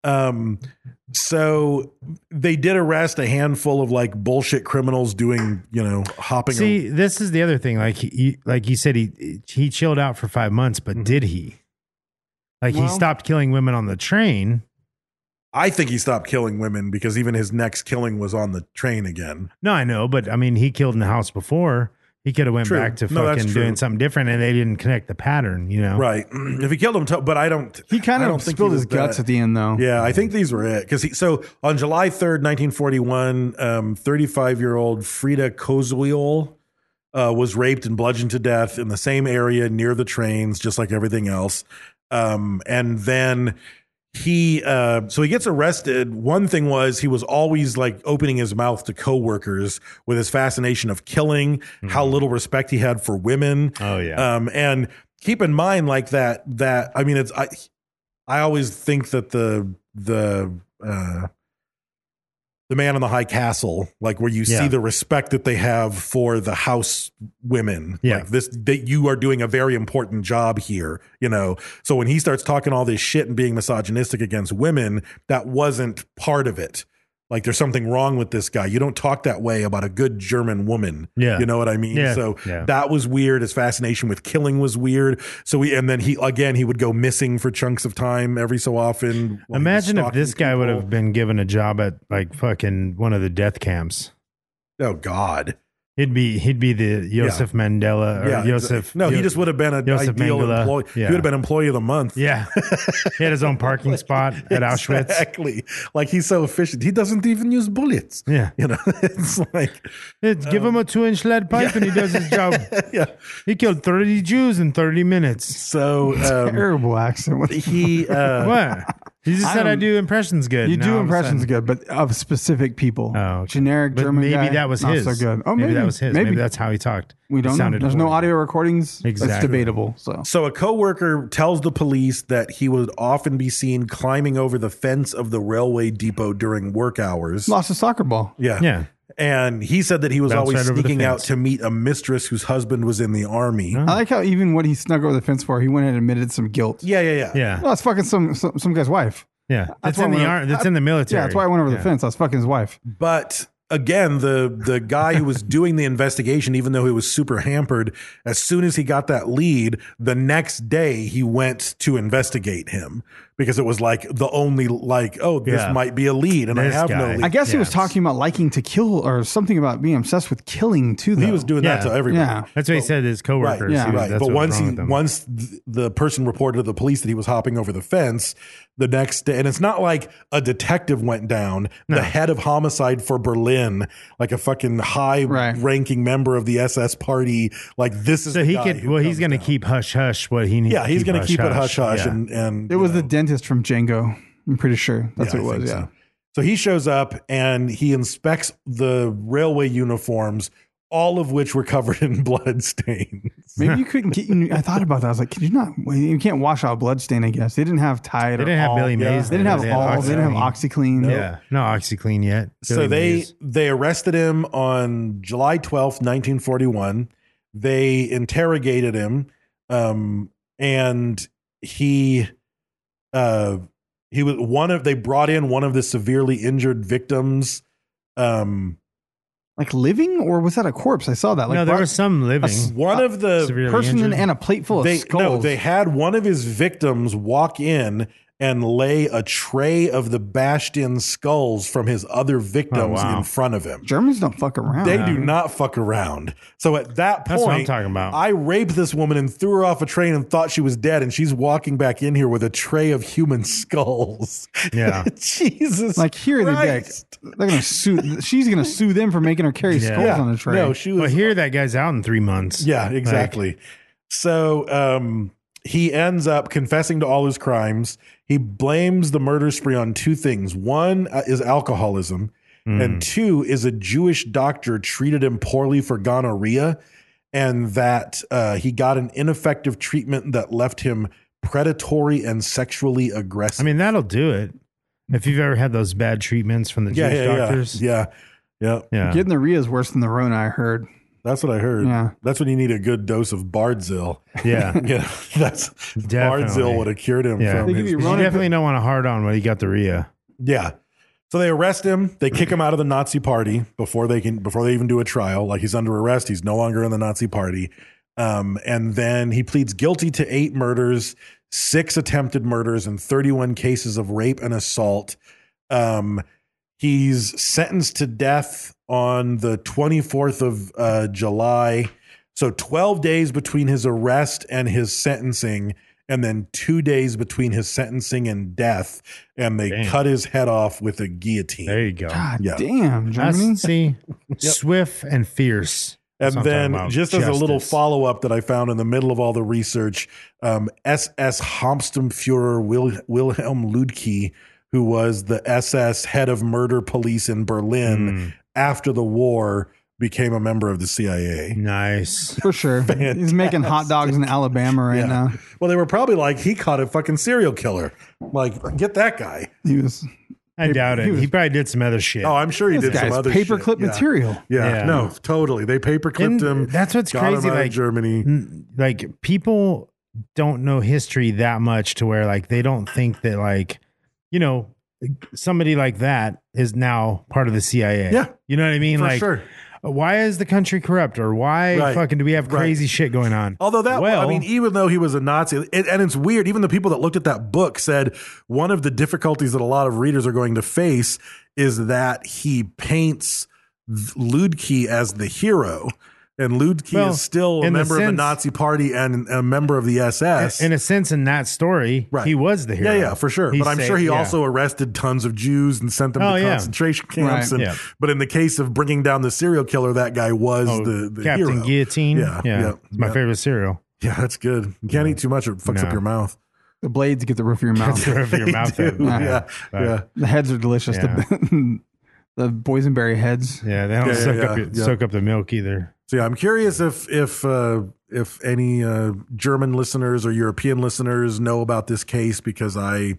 Speaker 4: Um, so they did arrest a handful of like bullshit criminals doing, you know, hopping.
Speaker 3: See, this is the other thing. Like, he, like you said, he he chilled out for five months,
Speaker 4: Mm-hmm.
Speaker 3: but did he? Like, he
Speaker 2: Well-
Speaker 3: stopped killing women on the train.
Speaker 4: I think he stopped killing women because even his next killing was on the train again.
Speaker 3: No, I know, but I mean, he killed in the house before. He could have went
Speaker 4: True.
Speaker 3: back to
Speaker 4: No, that's
Speaker 3: fucking
Speaker 4: true.
Speaker 3: doing something different, and they didn't connect the pattern. You know,
Speaker 4: Right. If he killed him, to- but I don't.
Speaker 2: Oh. He kind
Speaker 4: I
Speaker 2: of
Speaker 4: don't think
Speaker 2: spilled
Speaker 4: he
Speaker 2: his
Speaker 4: was
Speaker 2: guts
Speaker 4: that-
Speaker 2: at the end, though.
Speaker 4: Yeah, I think these were it. Because he, so on July 3rd, 1941, um, 35 year old Frida Kozuiol uh, was raped and bludgeoned to death in the same area near the trains, just like everything else. Um, and then he, uh, so he gets arrested. One thing was he was always like opening his mouth to coworkers with his fascination of killing, how little respect he had for women.
Speaker 3: Oh, yeah.
Speaker 4: Um, and keep in mind, like that, that, I mean, it's, I, I always think that the the uh, the man on the high castle, like where you see
Speaker 3: Yeah.
Speaker 4: the respect that they have for the house women,
Speaker 3: Yeah.
Speaker 4: like this that you are doing a very important job here, you know. So when he starts talking all this shit and being misogynistic against women, that wasn't part of it. Like there's something wrong with this guy. You don't talk that way about a good German woman.
Speaker 3: Yeah.
Speaker 4: You know what I mean?
Speaker 3: Yeah.
Speaker 4: So
Speaker 3: Yeah.
Speaker 4: that was weird. His fascination with killing was weird. So we and then he again he would go missing for chunks of time every so often. while he was
Speaker 3: Imagine if
Speaker 4: stalking
Speaker 3: this guy would
Speaker 4: people.
Speaker 3: have been given a job at like fucking one of the death camps.
Speaker 4: Oh God.
Speaker 3: He'd be he'd be the Joseph Mandela or
Speaker 4: Yeah.
Speaker 3: Joseph.
Speaker 4: No, he
Speaker 3: Jo-
Speaker 4: just would have been an
Speaker 3: Joseph
Speaker 4: ideal
Speaker 3: Mengele.
Speaker 4: employee. He
Speaker 3: Yeah.
Speaker 4: would have been employee of the month.
Speaker 3: Yeah, he had his own parking spot at Auschwitz.
Speaker 4: Exactly. Like he's so efficient. He doesn't even use bullets.
Speaker 3: Yeah.
Speaker 4: You know, it's like
Speaker 3: Hey, give him a two-inch lead pipe, and he does his job.
Speaker 4: um, yeah.
Speaker 3: He killed thirty Jews in thirty minutes.
Speaker 4: So um,
Speaker 2: Terrible accent. What-
Speaker 4: he uh
Speaker 3: What? He just
Speaker 2: I
Speaker 3: said I
Speaker 2: don't-
Speaker 3: do impressions good.
Speaker 2: You
Speaker 3: Now
Speaker 2: do
Speaker 3: all of a
Speaker 2: impressions
Speaker 3: sudden-
Speaker 2: good, but of specific people.
Speaker 3: Oh, okay.
Speaker 2: generic
Speaker 3: But
Speaker 2: German
Speaker 3: Maybe
Speaker 2: guy,
Speaker 3: that was
Speaker 2: not
Speaker 3: his.
Speaker 2: So good. Oh, maybe,
Speaker 3: that was his. Maybe, that's how he talked.
Speaker 2: we
Speaker 3: It
Speaker 2: don't know.
Speaker 3: sounded
Speaker 2: There's no
Speaker 3: horrible.
Speaker 2: audio recordings. That's
Speaker 3: Exactly.
Speaker 2: debatable. So
Speaker 4: So a coworker tells the police that he would often be seen climbing over the fence of the railway depot during work hours.
Speaker 2: lost a soccer ball.
Speaker 4: Yeah.
Speaker 3: Yeah.
Speaker 4: And he said that he was
Speaker 3: Bounce
Speaker 4: always
Speaker 3: right over the
Speaker 4: sneaking out
Speaker 3: fence.
Speaker 4: to meet a mistress whose husband was in the army.
Speaker 2: I like how even what he snuck over the fence for, he went and admitted some guilt.
Speaker 4: Yeah, yeah, yeah.
Speaker 3: Yeah.
Speaker 2: Well, that's fucking some some, some guy's wife.
Speaker 3: yeah.
Speaker 2: That's
Speaker 3: That's
Speaker 2: why
Speaker 3: in
Speaker 2: I
Speaker 3: the
Speaker 2: went-
Speaker 3: ar- That's in the military.
Speaker 2: Yeah, that's why I went over
Speaker 3: Yeah.
Speaker 2: the fence. I was fucking his wife.
Speaker 4: But again, the the guy who was doing the investigation, even though he was super hampered, as soon as he got that lead, the next day he went to investigate him because it was like the only like, oh, this
Speaker 3: Yeah.
Speaker 4: might be a lead, and
Speaker 3: This
Speaker 4: I have no
Speaker 3: guy.
Speaker 4: lead.
Speaker 2: I guess he was
Speaker 3: Yes.
Speaker 2: talking about liking to kill or something about being obsessed with killing too. Though.
Speaker 4: he was doing that
Speaker 3: Yeah.
Speaker 4: to everybody.
Speaker 2: Yeah.
Speaker 3: That's what he said to his coworkers.
Speaker 4: Right,
Speaker 2: Yeah.
Speaker 3: He was-
Speaker 4: right.
Speaker 3: that's
Speaker 4: But
Speaker 3: what was
Speaker 4: once
Speaker 3: wrong
Speaker 4: he,
Speaker 3: with them.
Speaker 4: once th- the person reported to the police that he was hopping over the fence, the next day, and it's not like a detective went down. The head of homicide for Berlin, like a fucking
Speaker 2: Right.
Speaker 4: high-ranking member of the SS party, like this is
Speaker 3: so
Speaker 4: the
Speaker 3: he
Speaker 4: guy
Speaker 3: could.
Speaker 4: who
Speaker 3: Well, he's
Speaker 4: comes
Speaker 3: going to
Speaker 4: down.
Speaker 3: keep hush hush what he needs.
Speaker 4: Yeah,
Speaker 3: to
Speaker 4: he's going to keep it hush hush,
Speaker 3: Yeah.
Speaker 4: and and
Speaker 2: It was
Speaker 4: you
Speaker 2: the
Speaker 4: know,
Speaker 2: dentist from Django. I'm pretty sure that's
Speaker 4: yeah,
Speaker 2: what
Speaker 4: I
Speaker 2: it was.
Speaker 4: think
Speaker 2: Yeah.
Speaker 4: So. So he shows up and he inspects the railway uniforms all of which were covered in blood stains.
Speaker 2: Maybe you couldn't get. I thought about that. I was like, could you not? You can't wash out blood stain. I guess they didn't have Tide.
Speaker 3: They didn't have Billy Mays.
Speaker 2: They didn't have
Speaker 3: They had
Speaker 2: all. They didn't have OxyClean.
Speaker 3: Yeah, no OxyClean yet.
Speaker 4: so
Speaker 3: Billy
Speaker 4: they
Speaker 3: Mays.
Speaker 4: they arrested him on July 12th, 1941. They interrogated him um and he uh he was one of they brought in one of the severely injured victims um
Speaker 2: Like living, or was that a corpse? I saw that. Like
Speaker 3: no, there
Speaker 2: brought-
Speaker 3: was some living.
Speaker 4: one of the
Speaker 3: Severely
Speaker 2: person
Speaker 3: injured.
Speaker 2: and a plate full of
Speaker 4: they
Speaker 2: skulls.
Speaker 4: no they had one of his victims walk in and lay a tray of the bashed in skulls from his other victims
Speaker 3: Oh, wow.
Speaker 4: in front of him
Speaker 2: Germans don't fuck around.
Speaker 4: They do not fuck around. So at that point,
Speaker 3: That's what I'm talking about.
Speaker 4: I raped this woman and threw her off a train and thought she was dead, and she's walking back in here with a tray of human skulls.
Speaker 3: Yeah.
Speaker 4: Jesus.
Speaker 2: Like here are the
Speaker 4: Christ.
Speaker 2: dick. They're gonna sue. she's gonna sue them for making her carry
Speaker 3: Yeah.
Speaker 2: skulls
Speaker 4: Yeah.
Speaker 2: on a tray.
Speaker 4: No, she was.
Speaker 3: But here, that guy's out in three months.
Speaker 4: Yeah,
Speaker 3: Like,
Speaker 4: exactly. so um, he ends up confessing to all his crimes. He blames the murder spree on two things. One uh, is alcoholism,
Speaker 3: Hmm.
Speaker 4: and two is a Jewish doctor treated him poorly for gonorrhea, and that uh, he got an ineffective treatment that left him predatory and sexually aggressive.
Speaker 3: I mean, that'll do it. If you've ever had those bad treatments from the
Speaker 4: yeah,
Speaker 3: Jewish
Speaker 4: yeah,
Speaker 3: doctors,
Speaker 4: yeah, yeah, yeah.
Speaker 3: yeah.
Speaker 2: Getting the Rhea is worse than the Rona. I heard.
Speaker 4: That's what I heard.
Speaker 2: Yeah.
Speaker 4: that's when you need a good dose of Bardzil.
Speaker 3: yeah.
Speaker 4: Yeah, that's
Speaker 3: Definitely.
Speaker 4: Bardzil would have cured him
Speaker 3: Yeah.
Speaker 4: from
Speaker 2: They give
Speaker 4: his
Speaker 2: you
Speaker 3: You
Speaker 2: Rona
Speaker 3: definitely don't want a hard on when you got the Rhea.
Speaker 4: Yeah. So they arrest him. They kick him out of the Nazi party before they can before they even do a trial. Like he's under arrest. He's no longer in the Nazi party. Um, and then he pleads guilty to eight murders, six attempted murders, and 31 cases of rape and assault. Um, he's sentenced to death on the 24th of uh, July. So 12 days between his arrest and his sentencing, and then two days between his sentencing and death. And they
Speaker 3: Damn.
Speaker 4: cut his head off with a guillotine.
Speaker 3: There you go.
Speaker 2: God
Speaker 4: Yeah.
Speaker 2: damn,
Speaker 3: That's-
Speaker 2: Germany.
Speaker 3: see, swift and fierce. That's
Speaker 4: And
Speaker 3: what I'm talking
Speaker 4: then,
Speaker 3: about.
Speaker 4: just as a little
Speaker 3: Justice.
Speaker 4: follow up that I found in the middle of all the research, um, SS Hampsturmfuhrer Wil- Wilhelm Ludke, who was the SS head of murder police in
Speaker 3: Hmm.
Speaker 4: Berlin after the war, became a member of the
Speaker 3: Hmm.
Speaker 4: CIA.
Speaker 3: nice.
Speaker 2: For sure. He's making hot dogs in Alabama right
Speaker 4: Yeah.
Speaker 2: now.
Speaker 4: Well, they were probably like, he caught a fucking serial killer. Like, get that guy.
Speaker 2: He was
Speaker 3: I doubt
Speaker 2: he
Speaker 3: it.
Speaker 2: was-
Speaker 3: He probably did some other shit.
Speaker 4: Oh, I'm sure he
Speaker 2: this
Speaker 4: did some
Speaker 2: guy's
Speaker 4: other
Speaker 2: paperclip
Speaker 4: shit. Yeah.
Speaker 2: material.
Speaker 4: Yeah.
Speaker 3: Yeah.
Speaker 4: no, totally. They paperclipped
Speaker 3: And
Speaker 4: him.
Speaker 3: that's what's
Speaker 4: got
Speaker 3: crazy,
Speaker 4: Him out of
Speaker 3: like-
Speaker 4: Germany.
Speaker 3: N- like people don't know history that much to where like they don't think that like you know somebody like that is now part of the CIA.
Speaker 4: Yeah.
Speaker 3: you know what I mean.
Speaker 4: For
Speaker 3: like,
Speaker 4: sure.
Speaker 3: why is the country corrupt or why
Speaker 4: Right.
Speaker 3: fucking do we have
Speaker 4: Right.
Speaker 3: crazy shit going on?
Speaker 4: Although that,
Speaker 3: well,
Speaker 4: I mean, even though he was a Nazi, it, and it's weird, even the people that looked at that book said one of the difficulties that a lot of readers are going to face is that he paints Ludke as the hero. And Ludke
Speaker 3: Well,
Speaker 4: is still a
Speaker 3: in the
Speaker 4: member of the
Speaker 3: sense-
Speaker 4: Nazi party and a member of the SS.
Speaker 3: in a sense, in that story,
Speaker 4: Right.
Speaker 3: he was the hero.
Speaker 4: Yeah, yeah, for sure.
Speaker 3: He
Speaker 4: but I'm
Speaker 3: saved-
Speaker 4: sure he
Speaker 3: yeah.
Speaker 4: also arrested tons of Jews and sent them
Speaker 3: Oh,
Speaker 4: to
Speaker 3: yeah.
Speaker 4: concentration camps.
Speaker 2: Right.
Speaker 4: And,
Speaker 3: Yeah.
Speaker 4: But in the case of bringing down the serial killer, that guy was
Speaker 3: Oh,
Speaker 4: the, the
Speaker 3: Captain
Speaker 4: hero.
Speaker 3: Guillotine.
Speaker 4: Yeah,
Speaker 3: yeah,
Speaker 4: yeah,
Speaker 3: it's my
Speaker 4: yeah.
Speaker 3: favorite cereal.
Speaker 4: Yeah, that's good. You can't eat too much; it fucks
Speaker 3: No.
Speaker 4: up your mouth.
Speaker 2: The blades get the roof of your mouth.
Speaker 3: Wherever your
Speaker 4: They
Speaker 3: mouth
Speaker 4: do.
Speaker 3: is.
Speaker 4: Yeah,
Speaker 3: Yeah.
Speaker 4: yeah.
Speaker 2: the heads are delicious. The, the boysenberry heads.
Speaker 3: Yeah, they don't
Speaker 4: Yeah, yeah,
Speaker 3: soak up
Speaker 4: yeah,
Speaker 3: your,
Speaker 4: yeah.
Speaker 3: soak up the milk either.
Speaker 4: So yeah, I'm curious if if uh, if any uh, German listeners or European listeners know about this case because I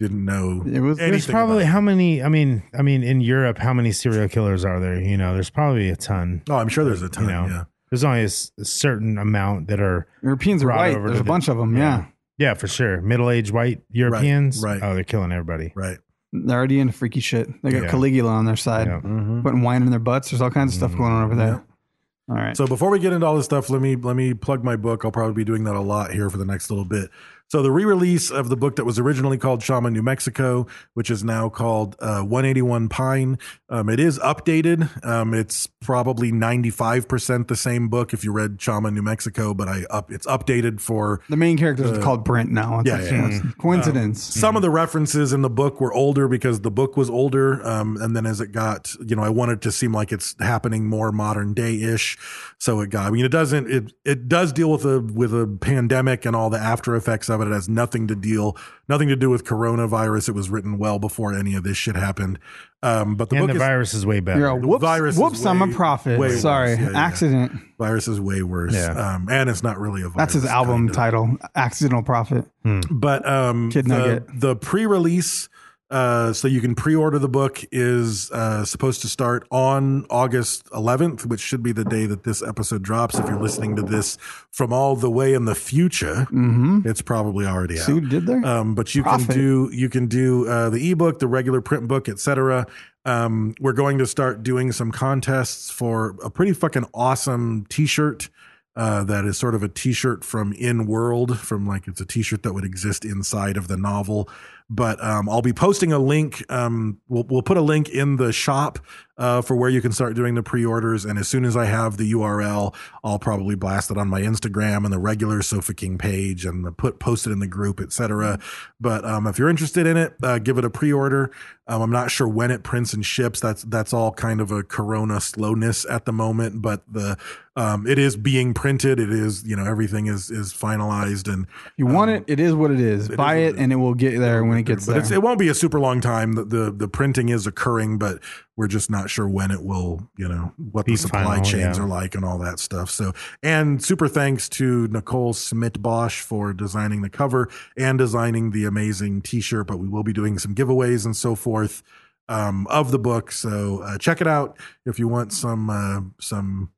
Speaker 4: didn't know.
Speaker 2: It was
Speaker 4: Anything
Speaker 3: There's probably
Speaker 4: about
Speaker 3: how many? I mean, I mean, in Europe, how many serial killers are there? You know, there's probably a ton.
Speaker 4: Oh, I'm sure there's a ton.
Speaker 3: you know,
Speaker 4: Yeah,
Speaker 3: there's only a, s- a certain amount that are
Speaker 2: Europeans are
Speaker 3: brought
Speaker 2: white.
Speaker 3: over.
Speaker 2: There's
Speaker 3: to
Speaker 2: a
Speaker 3: the-
Speaker 2: bunch of them. Yeah.
Speaker 3: yeah, for sure. Middle-aged white Europeans.
Speaker 4: right.
Speaker 3: Oh, they're killing everybody.
Speaker 4: right.
Speaker 2: They're already into freaky shit. They got
Speaker 3: Yeah.
Speaker 2: Caligula on their side,
Speaker 3: Yeah.
Speaker 2: putting wine in their butts. There's all kinds of stuff going on over there. All right.
Speaker 4: So before we get into all this stuff, let me let me plug my book. I'll probably be doing that a lot here for the next little bit. So the re-release of the book that was originally called Shaman New Mexico, which is now called uh, 181 Pine. Um, it is updated. Um, it's probably 95% the same book if you read Shaman New Mexico, but I up it's updated for
Speaker 2: the main character is called Brent now. It's
Speaker 4: yeah,
Speaker 2: like,
Speaker 4: yeah,
Speaker 2: it's coincidence.
Speaker 4: some
Speaker 3: Mm-hmm.
Speaker 4: of the references in the book were older because the book was older um, and then as it got you know i wanted to seem like it's happening more modern day-ish so it got i mean it doesn't it it does deal with a with a pandemic and all the after effects of but it has nothing to deal, nothing to do with coronavirus. It was written well before any of this shit happened. Um, but the
Speaker 3: and
Speaker 4: book
Speaker 3: the
Speaker 4: is,
Speaker 3: virus is way better.
Speaker 2: You're a
Speaker 4: The
Speaker 2: whoops.
Speaker 4: virus is
Speaker 2: whoops, I'm a
Speaker 4: way-
Speaker 2: prophet.
Speaker 4: way worse.
Speaker 2: Sorry,
Speaker 4: Yeah, yeah.
Speaker 2: accident.
Speaker 4: virus is way worse.
Speaker 3: Yeah.
Speaker 4: Um, and it's not really a virus.
Speaker 2: That's his album
Speaker 4: kinda.
Speaker 2: title, Accidental Prophet.
Speaker 4: But um,
Speaker 2: Kid
Speaker 4: the,
Speaker 2: Nugget.
Speaker 4: the pre-release, uh, so you can pre-order the book is uh, supposed to start on August 11th, which should be the day that this episode drops. If you're listening to this from all the way in the future,
Speaker 2: Mm-hmm.
Speaker 4: it's probably already out.
Speaker 2: See what he did there?
Speaker 4: Um, but you
Speaker 2: Profit.
Speaker 4: can do you can do uh, the ebook, the regular print book, etc. Um, we're going to start doing some contests for a pretty fucking awesome T-shirt. Uh, that is sort of a T-shirt from in world, from like it's a T-shirt that would exist inside of the novel. But um, I'll be posting a link. Um, we'll we'll put a link in the shop uh, for where you can start doing the pre-orders. And as soon as I have the URL, I'll probably blast it on my Instagram and the regular Sofa King page and the put post it in the group, etc. But um, if you're interested in it, uh, give it a pre-order. Um, I'm not sure when it prints and ships. That's that's all kind of a Corona slowness at the moment. But the um, it is being printed. It is you know everything is is finalized and
Speaker 2: you want it? It is what it is. Buy
Speaker 4: what
Speaker 2: it,
Speaker 4: it
Speaker 2: and it will get there when it
Speaker 4: but
Speaker 2: gets
Speaker 4: it's,
Speaker 2: there.
Speaker 4: it won't be a super long time. The, the the printing is occurring, but we're just not sure when it will. You know what
Speaker 3: Be
Speaker 4: the supply
Speaker 3: final,
Speaker 4: chains
Speaker 3: yeah.
Speaker 4: are like and all that stuff. So and super thanks to Nicole Smith Bosch for designing the cover and designing the amazing T-shirt. But we will be doing some giveaways and so forth um, of the book. So uh, check it out if you want some uh, some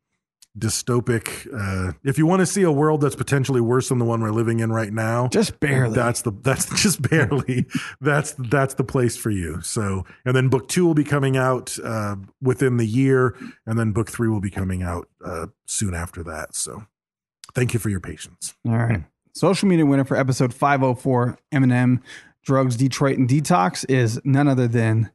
Speaker 4: dystopic uh if you want to see a world that's potentially worse than the one we're living in right now
Speaker 2: Just barely.
Speaker 4: that's the that's just barely that's that's the place for you so and then book two will be coming out uh within the year and then book three will be coming out uh soon after that so thank you for your patience
Speaker 2: All right. Social media winner for episode 504 Eminem Drugs Detroit and Detox is none other than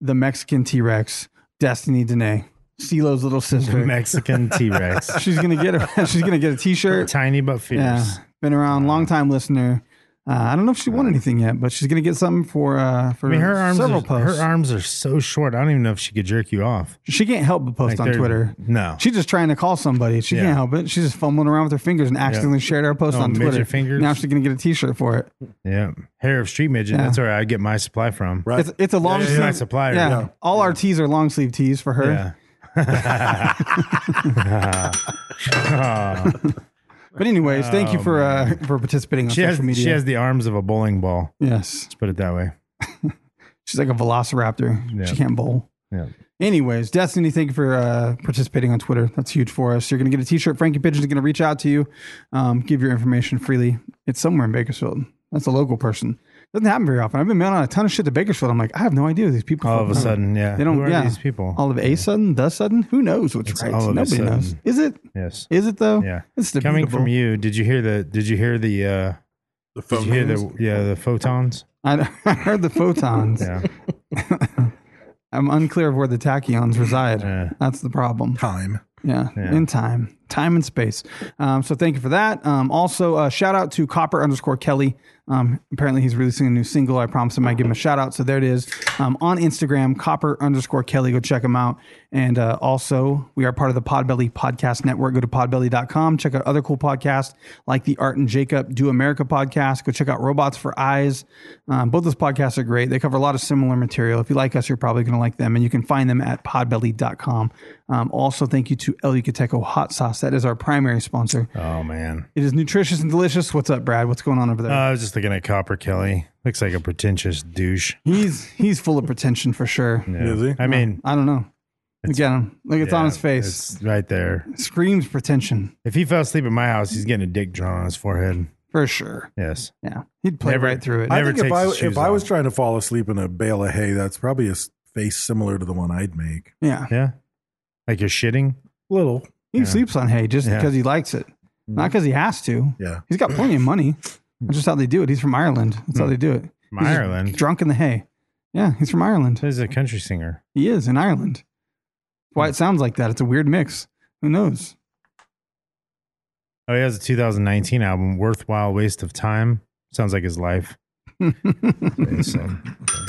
Speaker 2: the Mexican T Rex, Destiny Dene, CeeLo's little sister.
Speaker 3: Mexican T Rex,
Speaker 2: she's gonna get a she's gonna get a T-shirt.
Speaker 3: tiny but
Speaker 2: Yeah,
Speaker 3: fierce.
Speaker 2: been around, long time listener. Uh, I don't know if she won anything yet, but she's gonna get something for uh, for
Speaker 3: I mean, her arms,
Speaker 2: several
Speaker 3: are,
Speaker 2: posts.
Speaker 3: her arms are so short. I don't even know if she could jerk you off.
Speaker 2: she can't help but post
Speaker 3: Like,
Speaker 2: on
Speaker 3: they're-
Speaker 2: Twitter.
Speaker 3: No.
Speaker 2: she's just trying to call somebody. She
Speaker 3: Yeah.
Speaker 2: can't help it. She's just fumbling around with her fingers and accidentally shared our post
Speaker 3: Oh,
Speaker 2: on
Speaker 3: midget
Speaker 2: Twitter.
Speaker 3: fingers.
Speaker 2: Now she's gonna get a T-shirt for it.
Speaker 3: Yeah, hair of street midget.
Speaker 2: Yeah.
Speaker 3: That's where I get my supply from.
Speaker 4: right
Speaker 2: It's it's a long
Speaker 3: yeah,
Speaker 2: sleeve
Speaker 3: yeah. Supplier,
Speaker 2: Yeah.
Speaker 3: yeah.
Speaker 2: all our tees are long sleeve tees for her.
Speaker 3: Yeah.
Speaker 2: But anyways, thank you for uh, for participating on
Speaker 3: Oh, she
Speaker 2: social
Speaker 3: has
Speaker 2: media.
Speaker 3: she has the arms of a bowling ball.
Speaker 2: yes,
Speaker 3: Let's put it that way.
Speaker 2: she's like a velociraptor.
Speaker 3: Yeah.
Speaker 2: She can't bowl.
Speaker 3: Yeah.
Speaker 2: Anyways, Destiny, thank you for uh, participating on Twitter. That's huge for us. You're going to get a t-shirt. Frankie Pigeon is going to reach out to you, um, give your information freely. It's somewhere in Bakersfield. That's a local person. Doesn't happen very often. I've been mailing out a ton of shit to Bakersfield. I'm like, I have no idea who these people.
Speaker 3: All of a
Speaker 2: fucking are.
Speaker 3: sudden, yeah.
Speaker 2: they don't.
Speaker 3: Who are
Speaker 2: yeah,
Speaker 3: these people?
Speaker 2: All of a sudden, the sudden. Who knows what's
Speaker 3: It's
Speaker 2: right?
Speaker 3: all of a
Speaker 2: Nobody
Speaker 3: sudden.
Speaker 2: knows. Is it?
Speaker 3: Yes.
Speaker 2: Is it though?
Speaker 3: Yeah.
Speaker 2: It's the
Speaker 3: Coming from
Speaker 2: beautiful-
Speaker 3: you, did you hear the? Did you hear the? uh
Speaker 4: the
Speaker 3: Did you hear the? Yeah, the photons.
Speaker 2: I I heard the photons.
Speaker 3: Yeah.
Speaker 2: I'm unclear of where the tachyons reside.
Speaker 3: Yeah.
Speaker 2: That's the problem.
Speaker 4: time
Speaker 2: Yeah, in time, time and space. Um, so thank you for that. Um, also, uh, shout out to Copper underscore Kelly. Um, apparently, he's releasing a new single. I promised him I'd give him a shout out. So there it is um, on Instagram, Copper underscore Kelly. Go check him out. And uh, also, we are part of the Podbelly Podcast Network. Go to podbelly.com. Check out other cool podcasts like the Art and Jacob Do America podcast. Go check out Robots for Eyes. Um, both those podcasts are great. They cover a lot of similar material. If you like us, you're probably going to like them. And you can find them at podbelly.com. Um, also, thank you to El Yucateco Hot Sauce. That is our primary sponsor.
Speaker 3: Oh man.
Speaker 2: It is nutritious and delicious. What's up, Brad? What's going on over there?
Speaker 3: Uh, I was just looking at Copper Kelly. Looks like a pretentious douche.
Speaker 2: he's he's full of pretension for sure.
Speaker 3: Yeah.
Speaker 4: Is he?
Speaker 3: I mean,
Speaker 2: I don't know. Look at him. Look, it's on
Speaker 3: yeah,
Speaker 2: his face.
Speaker 3: it's right there.
Speaker 2: Screams pretension
Speaker 3: If he fell asleep at my house, he's getting a dick drawn on his forehead.
Speaker 2: for sure.
Speaker 3: Yes.
Speaker 2: Yeah, he'd play
Speaker 3: Never-
Speaker 2: right through it.
Speaker 3: Never
Speaker 4: i think if
Speaker 3: takes
Speaker 4: i
Speaker 3: his shoes
Speaker 4: if i was
Speaker 3: off.
Speaker 4: trying to fall asleep in a bale of hay that's probably a s- face similar to the one i'd make
Speaker 2: yeah,
Speaker 3: Yeah. Like you're shitting.
Speaker 4: little
Speaker 2: he sleeps on hay just
Speaker 3: Yeah. Mm-hmm.
Speaker 2: because he likes it, not because he has to.
Speaker 4: Yeah.
Speaker 2: he's got plenty of money. That's just how they do it. He's from Ireland. That's how they do it. He's
Speaker 3: From
Speaker 2: just
Speaker 3: Mm-hmm. Mm. Ireland?
Speaker 2: drunk in the hay. Yeah, he's from Ireland.
Speaker 3: He's a country singer.
Speaker 2: He is in Ireland. That's
Speaker 3: Hmm.
Speaker 2: Why it sounds like that? It's a weird mix. Who knows?
Speaker 3: Oh, he has a 2019 album, Worthwhile Waste of Time. Sounds like his life. It's, uh,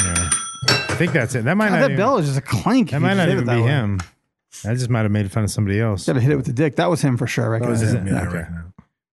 Speaker 3: yeah. I think that's it. That might
Speaker 2: God,
Speaker 3: not
Speaker 2: that
Speaker 3: even,
Speaker 2: bell is just a clank.
Speaker 3: that might not even be him. I just might have made fun of somebody else.
Speaker 2: Got to hit it with the dick. That was him for sure. I
Speaker 4: That was
Speaker 2: recognize
Speaker 4: him,
Speaker 2: it.
Speaker 4: yeah,
Speaker 3: Okay.
Speaker 4: right now.